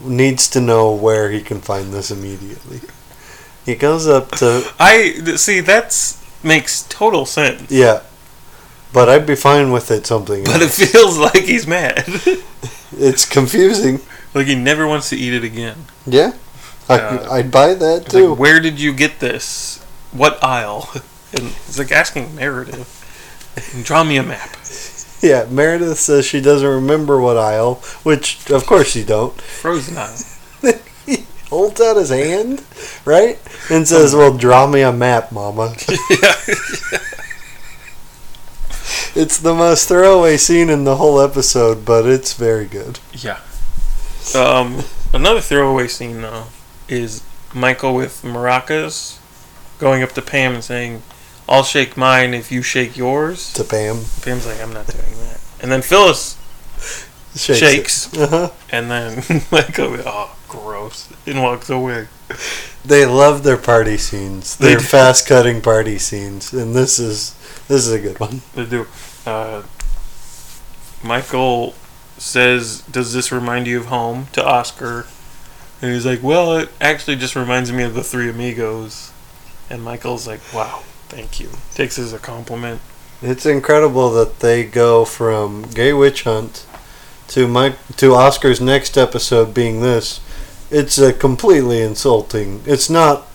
[SPEAKER 2] needs to know where he can find this immediately. He goes up to
[SPEAKER 4] I th- see that's makes total sense,
[SPEAKER 2] yeah, but I'd be fine with it something.
[SPEAKER 4] but it feels like he's mad.
[SPEAKER 2] it's confusing.
[SPEAKER 4] like he never wants to eat it again.
[SPEAKER 2] Yeah, I,
[SPEAKER 4] Uh,
[SPEAKER 2] I'd buy that
[SPEAKER 4] It's like,
[SPEAKER 2] too.
[SPEAKER 4] where did you get this? What aisle? And it's like asking Meredith, draw me a map.
[SPEAKER 2] yeah, Meredith says she doesn't remember what aisle, which of course you don't.
[SPEAKER 4] Frozen aisle.
[SPEAKER 2] he holds out his hand, right, and says, "Well, draw me a map, Mama."
[SPEAKER 4] yeah.
[SPEAKER 2] It's the most throwaway scene in the whole episode, but it's very good.
[SPEAKER 4] Yeah. Um, another throwaway scene, though, is Michael with maracas going up to Pam and saying, I'll shake mine if you shake yours.
[SPEAKER 2] To Pam,
[SPEAKER 4] Pam's like, I'm not doing that. And then Phyllis
[SPEAKER 2] shakes.
[SPEAKER 4] Shakes.
[SPEAKER 2] it. Uh-huh.
[SPEAKER 4] and then Michael, oh, gross, and walks away.
[SPEAKER 2] They love their party scenes.
[SPEAKER 4] They
[SPEAKER 2] Their
[SPEAKER 4] do.
[SPEAKER 2] fast-cutting party scenes, and this is this is a good one.
[SPEAKER 4] They do. Uh, Michael says, "Does this remind you of home?" to Oscar, and he's like, "Well, it actually just reminds me of the Three Amigos." And Michael's like, "Wow, thank you." Takes it as a compliment.
[SPEAKER 2] It's incredible that they go from Gay Witch Hunt to Mike to Oscar's next episode being this. It's a completely insulting. It's not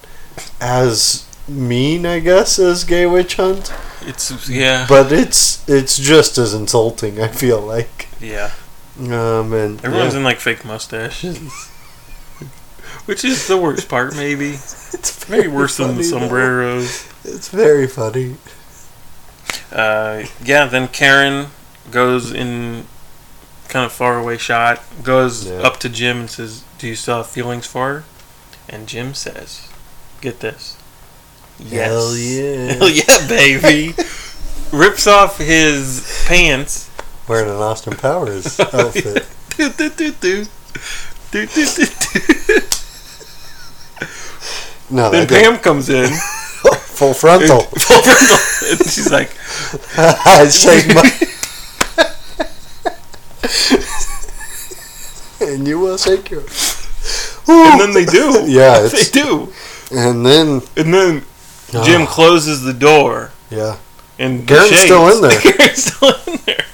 [SPEAKER 2] as mean, I guess, as Gay Witch Hunt,
[SPEAKER 4] It's yeah,
[SPEAKER 2] but it's it's just as insulting. I feel like.
[SPEAKER 4] yeah.
[SPEAKER 2] Um, and
[SPEAKER 4] Everyone's
[SPEAKER 2] yeah.
[SPEAKER 4] in like fake mustaches, which is the worst part, maybe.
[SPEAKER 2] it's
[SPEAKER 4] Maybe worse than the
[SPEAKER 2] funny, though.
[SPEAKER 4] sombreros.
[SPEAKER 2] It's very funny.
[SPEAKER 4] uh, yeah, then Karen goes in kind of far away shot, goes
[SPEAKER 2] Yeah.
[SPEAKER 4] up to Jim and says, Do you still have feelings for her? And Jim says, Get this. Yes.
[SPEAKER 2] Hell yeah.
[SPEAKER 4] Hell yeah, baby. Rips off his pants.
[SPEAKER 2] Wearing an Austin Powers outfit.
[SPEAKER 4] Do, do, do, do. Do, do, do, do.
[SPEAKER 2] No,
[SPEAKER 4] Then
[SPEAKER 2] that
[SPEAKER 4] Pam comes in,
[SPEAKER 2] didn't. full frontal.
[SPEAKER 4] full frontal, and she's like,
[SPEAKER 2] I shake my. and you will shake your.
[SPEAKER 4] and then they do.
[SPEAKER 2] Yeah,
[SPEAKER 4] they
[SPEAKER 2] it's,
[SPEAKER 4] do.
[SPEAKER 2] and then
[SPEAKER 4] And then Jim
[SPEAKER 2] Ah,
[SPEAKER 4] closes the door,
[SPEAKER 2] yeah,
[SPEAKER 4] And
[SPEAKER 2] Garrett's
[SPEAKER 4] shades.
[SPEAKER 2] still in there.
[SPEAKER 4] Garrett's still in there.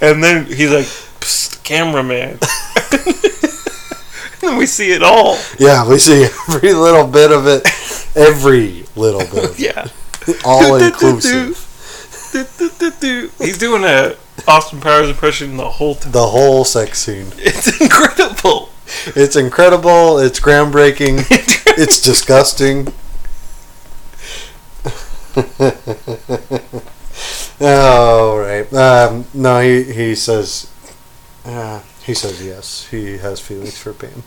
[SPEAKER 4] And then he's like, Psst, cameraman. and then we see it all.
[SPEAKER 2] yeah, we see every little bit of it, every little bit, of
[SPEAKER 4] Yeah.
[SPEAKER 2] it, all inclusive,
[SPEAKER 4] Do-do-do-do. He's doing a Austin Powers impression the whole time.
[SPEAKER 2] the whole sex scene.
[SPEAKER 4] It's incredible.
[SPEAKER 2] It's incredible. It's groundbreaking. it's uh, disgusting. All right. Um, no, he he says uh, he says yes. He has feelings for Pam.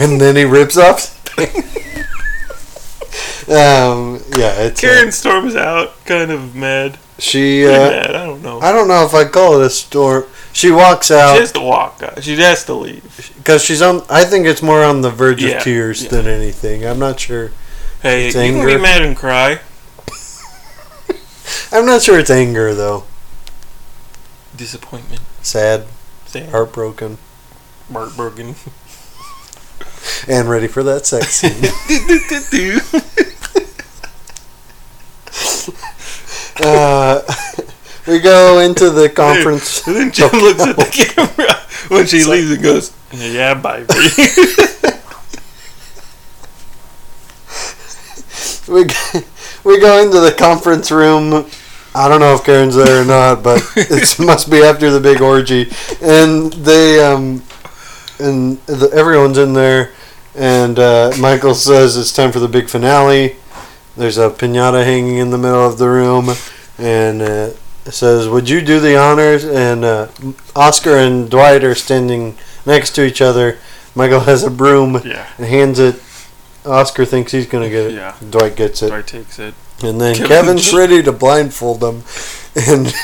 [SPEAKER 2] and then he rips off. his pants. um, yeah, it's uh,
[SPEAKER 4] Karen storms out, kind of mad.
[SPEAKER 2] she.
[SPEAKER 4] Pretty
[SPEAKER 2] Uh,
[SPEAKER 4] mad. I don't know.
[SPEAKER 2] I don't know if I call it a storm. She walks out
[SPEAKER 4] she has to walk. uh, She has to leave.
[SPEAKER 2] because she's on. I think it's more on the verge
[SPEAKER 4] Yeah,
[SPEAKER 2] of tears
[SPEAKER 4] yeah.
[SPEAKER 2] than anything. I'm not sure.
[SPEAKER 4] Hey,
[SPEAKER 2] It's
[SPEAKER 4] you can
[SPEAKER 2] anger.
[SPEAKER 4] be mad and cry.
[SPEAKER 2] I'm not sure it's anger though.
[SPEAKER 4] Disappointment.
[SPEAKER 2] Sad,
[SPEAKER 4] Sam
[SPEAKER 2] heartbroken,
[SPEAKER 4] Bart Bergen.
[SPEAKER 2] and ready for that sex scene. uh, we go into the conference.
[SPEAKER 4] And then Jim looks at the camera when she leaves and goes, "Yeah, bye." baby."
[SPEAKER 2] we g- we go into the conference room. I don't know if Karen's there or not, but it must be after the big orgy, and they um and the, everyone's in there, and uh, Michael says it's time for the big finale. There's a pinata hanging in the middle of the room, and uh, it says, "Would you do the honors?" And uh, Oscar and Dwight are standing next to each other. Michael has a broom
[SPEAKER 4] yeah.
[SPEAKER 2] and hands it. Oscar thinks he's gonna get it.
[SPEAKER 4] Yeah.
[SPEAKER 2] Dwight gets it,
[SPEAKER 4] Dwight takes it.
[SPEAKER 2] and then
[SPEAKER 4] Kevin-
[SPEAKER 2] Kevin's ready to blindfold them, and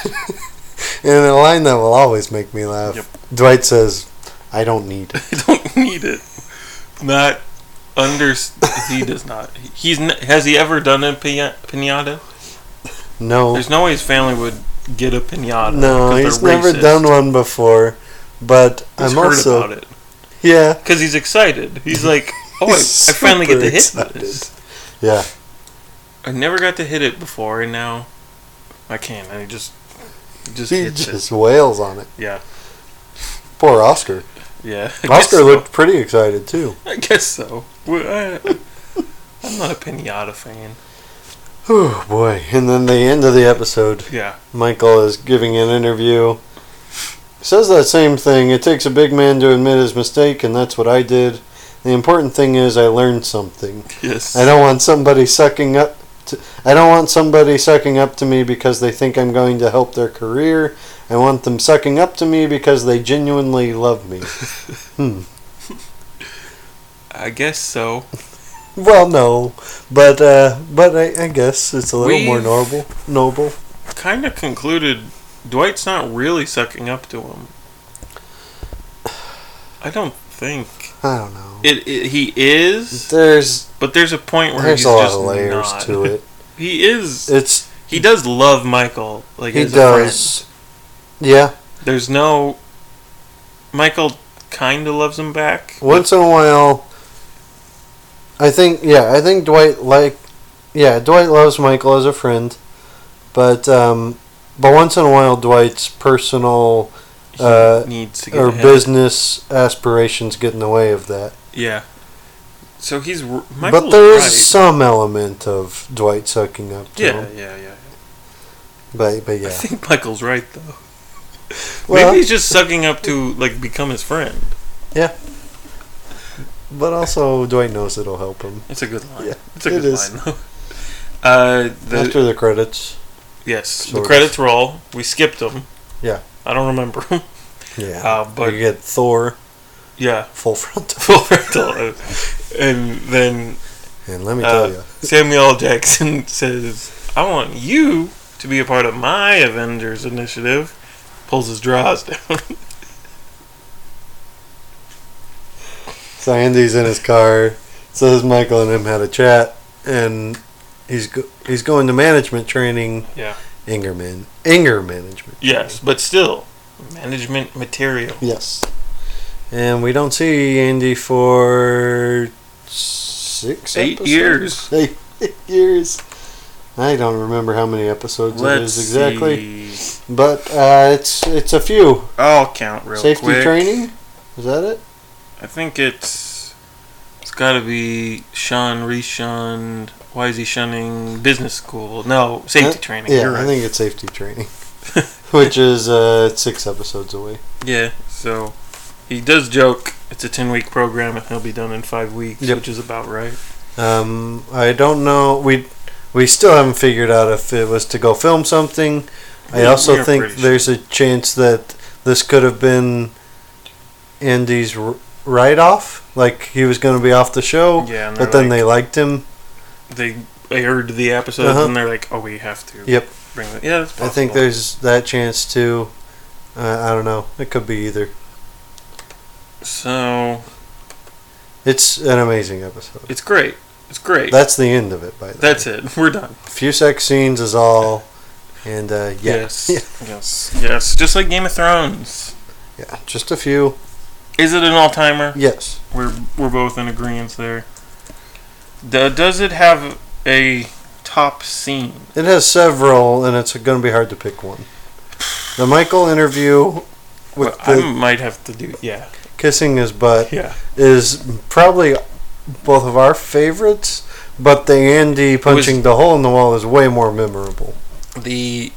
[SPEAKER 2] and a line that will always make me laugh.
[SPEAKER 4] Yep.
[SPEAKER 2] Dwight says, "I don't need." it."
[SPEAKER 4] I don't need it. Not under. He does not. He's n- has he ever done a pina- pinata?
[SPEAKER 2] No,
[SPEAKER 4] There's no way his family would get a pinata.
[SPEAKER 2] no,
[SPEAKER 4] 'cause they're
[SPEAKER 2] he's never
[SPEAKER 4] racist.
[SPEAKER 2] done one before. But
[SPEAKER 4] He's
[SPEAKER 2] I'm
[SPEAKER 4] heard
[SPEAKER 2] also
[SPEAKER 4] about it
[SPEAKER 2] yeah,
[SPEAKER 4] because he's excited. He's like, "Oh, I,
[SPEAKER 2] He's
[SPEAKER 4] I finally get to hit
[SPEAKER 2] super
[SPEAKER 4] this.
[SPEAKER 2] yeah.
[SPEAKER 4] I never got to hit it before, and now I can." And he just just
[SPEAKER 2] He
[SPEAKER 4] hits
[SPEAKER 2] just wails on it.
[SPEAKER 4] it. Yeah,
[SPEAKER 2] Poor Oscar.
[SPEAKER 4] yeah. I guess
[SPEAKER 2] Oscar
[SPEAKER 4] so.
[SPEAKER 2] looked pretty excited too.
[SPEAKER 4] I guess so. Well, I, I'm not a pinata fan.
[SPEAKER 2] Oh boy! And then the end of the episode.
[SPEAKER 4] Yeah,
[SPEAKER 2] Michael is giving an interview. Says that same thing. It takes a big man to admit his mistake, and that's what I did. The important thing is I learned something.
[SPEAKER 4] yes.
[SPEAKER 2] I don't want somebody sucking up. To, I don't want somebody sucking up to me because they think I'm going to help their career. I want them sucking up to me because they genuinely love me.
[SPEAKER 4] I guess so.
[SPEAKER 2] well, no, but uh, but I, I guess it's a little more
[SPEAKER 4] We've-
[SPEAKER 2] noble. Noble.
[SPEAKER 4] kind of concluded Dwight's not really sucking up to him. I don't think
[SPEAKER 2] I don't know.
[SPEAKER 4] it. it he is,
[SPEAKER 2] There's
[SPEAKER 4] but there's a point where
[SPEAKER 2] there's
[SPEAKER 4] he's
[SPEAKER 2] a lot
[SPEAKER 4] just
[SPEAKER 2] of layers
[SPEAKER 4] not.
[SPEAKER 2] to it.
[SPEAKER 4] He is.
[SPEAKER 2] It's
[SPEAKER 4] He does love Michael. Like
[SPEAKER 2] He
[SPEAKER 4] as
[SPEAKER 2] does. Yeah.
[SPEAKER 4] A friend. There's no. Michael kind of loves him back.
[SPEAKER 2] Once in a while, I think. Yeah, I think Dwight like. Yeah, Dwight loves Michael as a friend, but um, but once in a while, Dwight's personal
[SPEAKER 4] He
[SPEAKER 2] uh,
[SPEAKER 4] needs to get
[SPEAKER 2] or
[SPEAKER 4] ahead.
[SPEAKER 2] business aspirations get in the way of that.
[SPEAKER 4] Yeah. So he's r- Michael's
[SPEAKER 2] but there is
[SPEAKER 4] right.
[SPEAKER 2] some element of Dwight sucking up to
[SPEAKER 4] yeah,
[SPEAKER 2] him.
[SPEAKER 4] yeah, yeah.
[SPEAKER 2] But but
[SPEAKER 4] I
[SPEAKER 2] yeah,
[SPEAKER 4] think Michael's right though.
[SPEAKER 2] Well-
[SPEAKER 4] Maybe he's just sucking up to like become his friend.
[SPEAKER 2] but also Dwight knows it'll help him
[SPEAKER 4] It's a good line.
[SPEAKER 2] Yeah,
[SPEAKER 4] it's a
[SPEAKER 2] it
[SPEAKER 4] good
[SPEAKER 2] is.
[SPEAKER 4] line though. Uh, the,
[SPEAKER 2] after the credits.
[SPEAKER 4] yes,
[SPEAKER 2] sort
[SPEAKER 4] the
[SPEAKER 2] of.
[SPEAKER 4] credits roll. We skipped them.
[SPEAKER 2] Yeah.
[SPEAKER 4] I don't remember 'em.
[SPEAKER 2] Yeah,
[SPEAKER 4] Uh, but-
[SPEAKER 2] you get Thor
[SPEAKER 4] yeah,
[SPEAKER 2] full frontal,
[SPEAKER 4] full rental. Uh, and then
[SPEAKER 2] and let me
[SPEAKER 4] Uh,
[SPEAKER 2] tell you,
[SPEAKER 4] Samuel L. Jackson says, "I want you to be a part of my Avengers initiative." Pulls his drawers down.
[SPEAKER 2] So Andy's in his car. Says Michael and him had a chat, and he's go- he's going to management training.
[SPEAKER 4] Yeah.
[SPEAKER 2] Ingerman, Inger management.
[SPEAKER 4] yes, but still, management material.
[SPEAKER 2] Yes. And we don't see Andy for six
[SPEAKER 4] Eight
[SPEAKER 2] episodes?
[SPEAKER 4] years.
[SPEAKER 2] Eight, eight years. I don't remember how many episodes it is exactly,
[SPEAKER 4] see.
[SPEAKER 2] but uh, it's it's a few.
[SPEAKER 4] I'll count real
[SPEAKER 2] Safety
[SPEAKER 4] quick.
[SPEAKER 2] training. Is that it?
[SPEAKER 4] I think it's it's got to be shun, reshunned. Why is he shunning business school? No, safety
[SPEAKER 2] Uh,
[SPEAKER 4] training.
[SPEAKER 2] Yeah,
[SPEAKER 4] You're
[SPEAKER 2] I
[SPEAKER 4] right.
[SPEAKER 2] think it's safety training, which is uh, six episodes away.
[SPEAKER 4] Yeah. So he does joke. It's a ten week program, and he'll be done in five weeks,
[SPEAKER 2] Yep.
[SPEAKER 4] which is about right.
[SPEAKER 2] Um, I don't know. We we still haven't figured out if it was to go film something. I
[SPEAKER 4] We- we
[SPEAKER 2] also
[SPEAKER 4] are
[SPEAKER 2] think
[SPEAKER 4] pretty
[SPEAKER 2] there's a chance that this could have been Andy's r- write off. like he was going to be off the show.
[SPEAKER 4] Yeah, and
[SPEAKER 2] Oh, but
[SPEAKER 4] they're
[SPEAKER 2] then they liked him.
[SPEAKER 4] they aired the episode
[SPEAKER 2] Uh-huh.
[SPEAKER 4] and they're like, oh, we have to
[SPEAKER 2] Yep.
[SPEAKER 4] bring that. Yeah, that's
[SPEAKER 2] I think
[SPEAKER 4] possible.
[SPEAKER 2] there's that chance too. Uh, I don't know. It could be either.
[SPEAKER 4] so
[SPEAKER 2] It's an amazing episode.
[SPEAKER 4] it's great. It's great.
[SPEAKER 2] That's the end of it, by the
[SPEAKER 4] That's it. We're done.
[SPEAKER 2] way. A few sex scenes is all. And uh, yeah.
[SPEAKER 4] Yes.
[SPEAKER 2] Yeah.
[SPEAKER 4] Yes. Yes. Just like Game of Thrones.
[SPEAKER 2] Yeah, just a few.
[SPEAKER 4] Is it an all timer?
[SPEAKER 2] Yes.
[SPEAKER 4] We're we're both in agreement there. Do- does it have a top scene?
[SPEAKER 2] It has several, and it's going to be hard to pick one. The Michael interview with
[SPEAKER 4] Well,
[SPEAKER 2] the
[SPEAKER 4] I might have to do. Yeah.
[SPEAKER 2] kissing his butt
[SPEAKER 4] Yeah.
[SPEAKER 2] is probably both of our favorites, but the Andy punching the hole in the wall is way more memorable.
[SPEAKER 4] The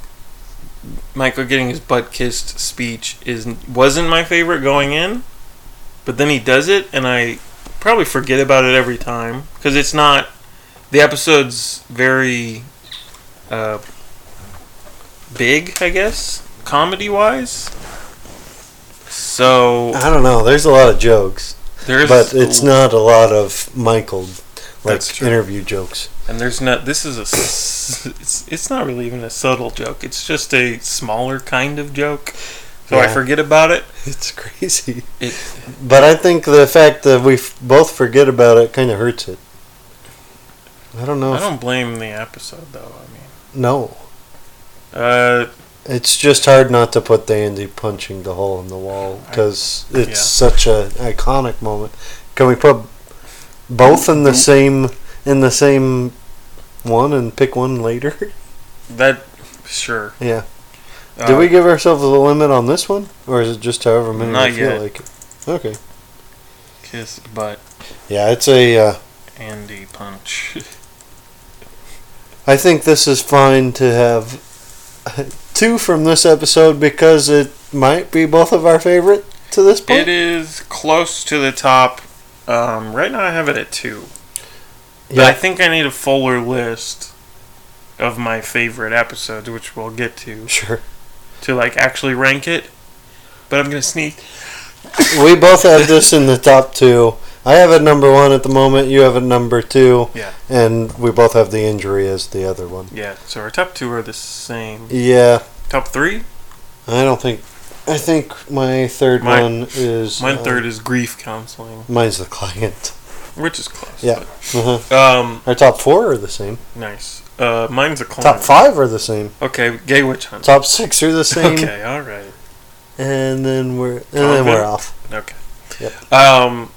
[SPEAKER 4] Michael getting his butt kissed speech is wasn't my favorite going in, but then he does it, and I probably forget about it every time because it's not. The episode's very uh, big, I guess, comedy wise. So
[SPEAKER 2] I don't know. There's a lot of jokes,
[SPEAKER 4] there's
[SPEAKER 2] but it's not a lot of Michael like
[SPEAKER 4] That's true.
[SPEAKER 2] interview jokes.
[SPEAKER 4] And there's not. This is a. s- It's, it's not really even a subtle joke. It's just a smaller kind of joke. So I
[SPEAKER 2] Yeah.
[SPEAKER 4] forget about it.
[SPEAKER 2] It's crazy.
[SPEAKER 4] It-
[SPEAKER 2] but I think the fact that we f- both forget about it kind of hurts it. I don't know.
[SPEAKER 4] I
[SPEAKER 2] if-
[SPEAKER 4] don't blame the episode though. I mean,
[SPEAKER 2] no.
[SPEAKER 4] uh,
[SPEAKER 2] It's just hard not to put the Andy punching the hole in the wall because it's
[SPEAKER 4] yeah.
[SPEAKER 2] such an iconic moment. Can we put both in the same in the same one and pick one later?
[SPEAKER 4] that sure.
[SPEAKER 2] Yeah.
[SPEAKER 4] Uh,
[SPEAKER 2] Did we give ourselves a limit on this one, or is it just however many
[SPEAKER 4] Not
[SPEAKER 2] we feel
[SPEAKER 4] yet.
[SPEAKER 2] like it? Okay.
[SPEAKER 4] kiss butt
[SPEAKER 2] Yeah, it's a. Uh,
[SPEAKER 4] Andy punch?
[SPEAKER 2] I think this is fine to have two from this episode because it might be both of our favorite to this point.
[SPEAKER 4] it is close to the top. Um, right now I have it at two. But I
[SPEAKER 2] Yeah.
[SPEAKER 4] think I need a fuller list of my favorite episodes, which we'll get to,
[SPEAKER 2] Sure.
[SPEAKER 4] to like actually rank it. But I'm gonna sneak
[SPEAKER 2] we both have this in the top two. I have it number one at the moment. You have it number two.
[SPEAKER 4] Yeah.
[SPEAKER 2] And we both have the injury as the other one.
[SPEAKER 4] Yeah, so our top two are the same.
[SPEAKER 2] Yeah.
[SPEAKER 4] Top three?
[SPEAKER 2] I don't think. I think my third
[SPEAKER 4] Mine-
[SPEAKER 2] one is.
[SPEAKER 4] Mine
[SPEAKER 2] uh,
[SPEAKER 4] third is grief counseling,
[SPEAKER 2] Mine's the client.
[SPEAKER 4] which is close.
[SPEAKER 2] Yeah. Uh-huh.
[SPEAKER 4] but- um,
[SPEAKER 2] Our top four are the same.
[SPEAKER 4] nice. Uh, mine's a clown.
[SPEAKER 2] Top five are the same.
[SPEAKER 4] Okay, gay witch hunt.
[SPEAKER 2] Top six are the same.
[SPEAKER 4] Okay, all right.
[SPEAKER 2] And then we're and then we're
[SPEAKER 4] Confident.
[SPEAKER 2] off.
[SPEAKER 4] Okay.
[SPEAKER 2] Yep.
[SPEAKER 4] Um,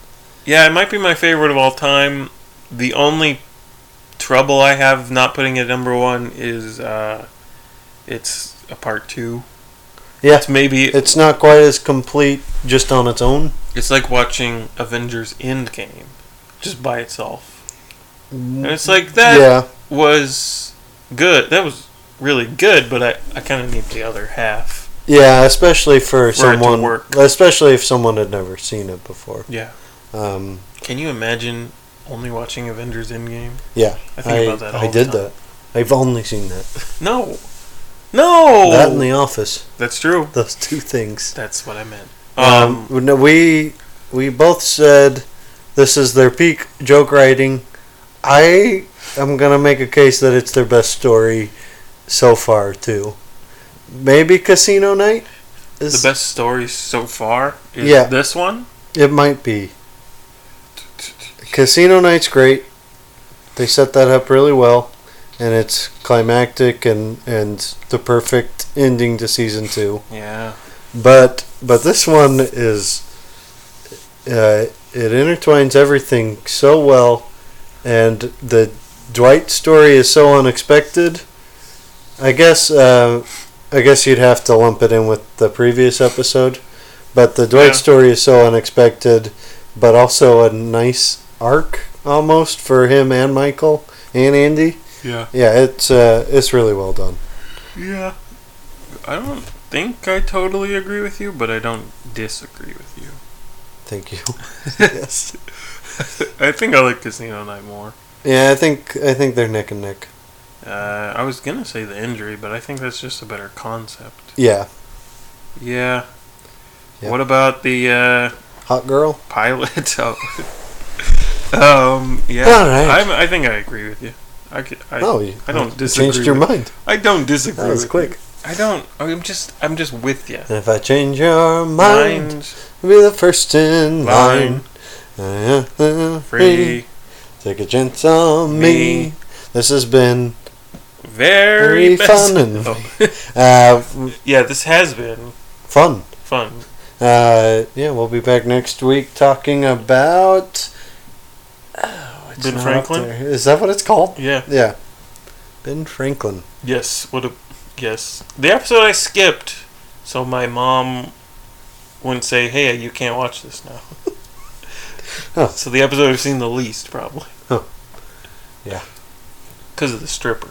[SPEAKER 4] yeah, it might be my favorite of all time. The only trouble I have not putting it number one is uh, it's a part two.
[SPEAKER 2] Yeah.
[SPEAKER 4] It's maybe
[SPEAKER 2] It's not quite as complete just on its own.
[SPEAKER 4] it's like watching Avengers Endgame just by itself, and it's like that.
[SPEAKER 2] Yeah.
[SPEAKER 4] was good. That was really good, but I, I kind of need the other half.
[SPEAKER 2] Yeah, especially for
[SPEAKER 4] to
[SPEAKER 2] someone,
[SPEAKER 4] work.
[SPEAKER 2] especially if someone had never seen it before.
[SPEAKER 4] Yeah.
[SPEAKER 2] Um,
[SPEAKER 4] Can you imagine only watching Avengers Endgame?
[SPEAKER 2] Yeah,
[SPEAKER 4] I think about that all
[SPEAKER 2] I
[SPEAKER 4] the
[SPEAKER 2] did
[SPEAKER 4] time.
[SPEAKER 2] that. I've only seen that.
[SPEAKER 4] No. No.
[SPEAKER 2] That in The Office.
[SPEAKER 4] That's true.
[SPEAKER 2] Those two things.
[SPEAKER 4] That's what I meant.
[SPEAKER 2] Um,
[SPEAKER 4] Um,
[SPEAKER 2] no, we we both said this is their peak joke writing. I am gonna make a case that it's their best story so far too. Maybe Casino Night
[SPEAKER 4] the
[SPEAKER 2] is
[SPEAKER 4] best story so far is
[SPEAKER 2] Yeah.
[SPEAKER 4] this one.
[SPEAKER 2] It might be. Casino Night's great. They set that up really well, and it's climactic and and the perfect ending to season two.
[SPEAKER 4] Yeah.
[SPEAKER 2] But but this one is uh, it intertwines everything so well, and the Dwight story is so unexpected. I guess uh, I guess you'd have to lump it in with the previous episode, but the Dwight
[SPEAKER 4] Yeah.
[SPEAKER 2] story is so unexpected, but also a nice arc almost for him and Michael and Andy.
[SPEAKER 4] Yeah.
[SPEAKER 2] Yeah, it's uh, it's really well done.
[SPEAKER 4] Yeah. I don't think I totally agree with you, but I don't disagree with you.
[SPEAKER 2] Thank you.
[SPEAKER 4] yes. I think I like Casino Night more.
[SPEAKER 2] Yeah, I think I think they're neck and neck.
[SPEAKER 4] Uh, I was gonna say the injury, but I think that's just a better concept.
[SPEAKER 2] Yeah,
[SPEAKER 4] Yeah.
[SPEAKER 2] Yeah.
[SPEAKER 4] What about the uh,
[SPEAKER 2] Hot girl.
[SPEAKER 4] pilot. Oh. um, yeah.
[SPEAKER 2] All right.
[SPEAKER 4] I'm, I think I agree with you. I, could, I,
[SPEAKER 2] Oh, you
[SPEAKER 4] I don't
[SPEAKER 2] you
[SPEAKER 4] disagree.
[SPEAKER 2] Changed your
[SPEAKER 4] with-
[SPEAKER 2] mind.
[SPEAKER 4] I don't disagree.
[SPEAKER 2] That was
[SPEAKER 4] with
[SPEAKER 2] quick.
[SPEAKER 4] you. I don't. I'm just. I'm just with you.
[SPEAKER 2] And if I change your mind, be the first in line.
[SPEAKER 4] Line.
[SPEAKER 2] Free.
[SPEAKER 4] Free.
[SPEAKER 2] Take a chance on me.
[SPEAKER 4] Me.
[SPEAKER 2] This has been. Very
[SPEAKER 4] Very best-
[SPEAKER 2] fun and-
[SPEAKER 4] Oh.
[SPEAKER 2] Uh,
[SPEAKER 4] yeah, this has been
[SPEAKER 2] fun.
[SPEAKER 4] fun.
[SPEAKER 2] Uh, yeah, we'll be back next week talking about. Oh, it's
[SPEAKER 4] Ben
[SPEAKER 2] not up
[SPEAKER 4] Franklin?
[SPEAKER 2] there. Is that what it's called?
[SPEAKER 4] Yeah.
[SPEAKER 2] Yeah. Ben Franklin.
[SPEAKER 4] Yes. What a yes. The episode I skipped, so my mom wouldn't say, "Hey, you can't watch this now."
[SPEAKER 2] Huh.
[SPEAKER 4] So the episode I've seen the least, probably.
[SPEAKER 2] Huh. Yeah.
[SPEAKER 4] Because of the stripper.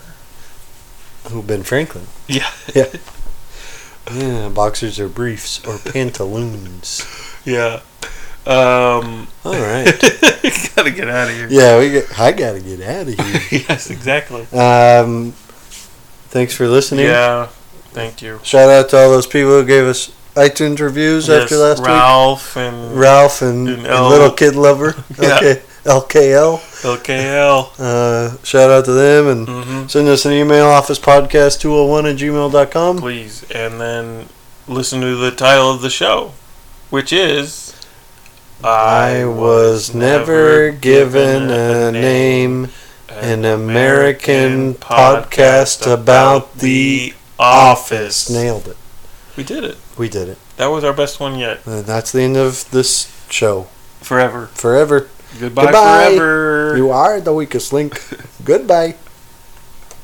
[SPEAKER 2] Who Ben Franklin?
[SPEAKER 4] Yeah.
[SPEAKER 2] Yeah, boxers or briefs or pantaloons.
[SPEAKER 4] Yeah. Um,
[SPEAKER 2] All right.
[SPEAKER 4] gotta get out of here.
[SPEAKER 2] yeah, we get, I gotta get out of here.
[SPEAKER 4] yes, exactly.
[SPEAKER 2] Um, thanks for listening.
[SPEAKER 4] Yeah. Thank you.
[SPEAKER 2] Shout out to all those people who gave us iTunes reviews
[SPEAKER 4] Yes,
[SPEAKER 2] after last
[SPEAKER 4] Ralph
[SPEAKER 2] week.
[SPEAKER 4] and
[SPEAKER 2] Ralph and,
[SPEAKER 4] And
[SPEAKER 2] and
[SPEAKER 4] L.
[SPEAKER 2] Little Kid Lover.
[SPEAKER 4] Yeah.
[SPEAKER 2] Okay. LKL.
[SPEAKER 4] LKL.
[SPEAKER 2] Uh, shout out to them and
[SPEAKER 4] Mm-hmm.
[SPEAKER 2] send us an email officepodcast201 at gmail.com.
[SPEAKER 4] Please. And then listen to the title of the show, which is
[SPEAKER 2] I was never given a name, an American podcast about the
[SPEAKER 4] office.
[SPEAKER 2] Nailed it.
[SPEAKER 4] We did it.
[SPEAKER 2] We did it.
[SPEAKER 4] That was our best one yet.
[SPEAKER 2] And that's the end of this show.
[SPEAKER 4] Forever.
[SPEAKER 2] Forever.
[SPEAKER 4] Goodbye,
[SPEAKER 2] Goodbye.
[SPEAKER 4] forever.
[SPEAKER 2] You are the weakest link. Goodbye.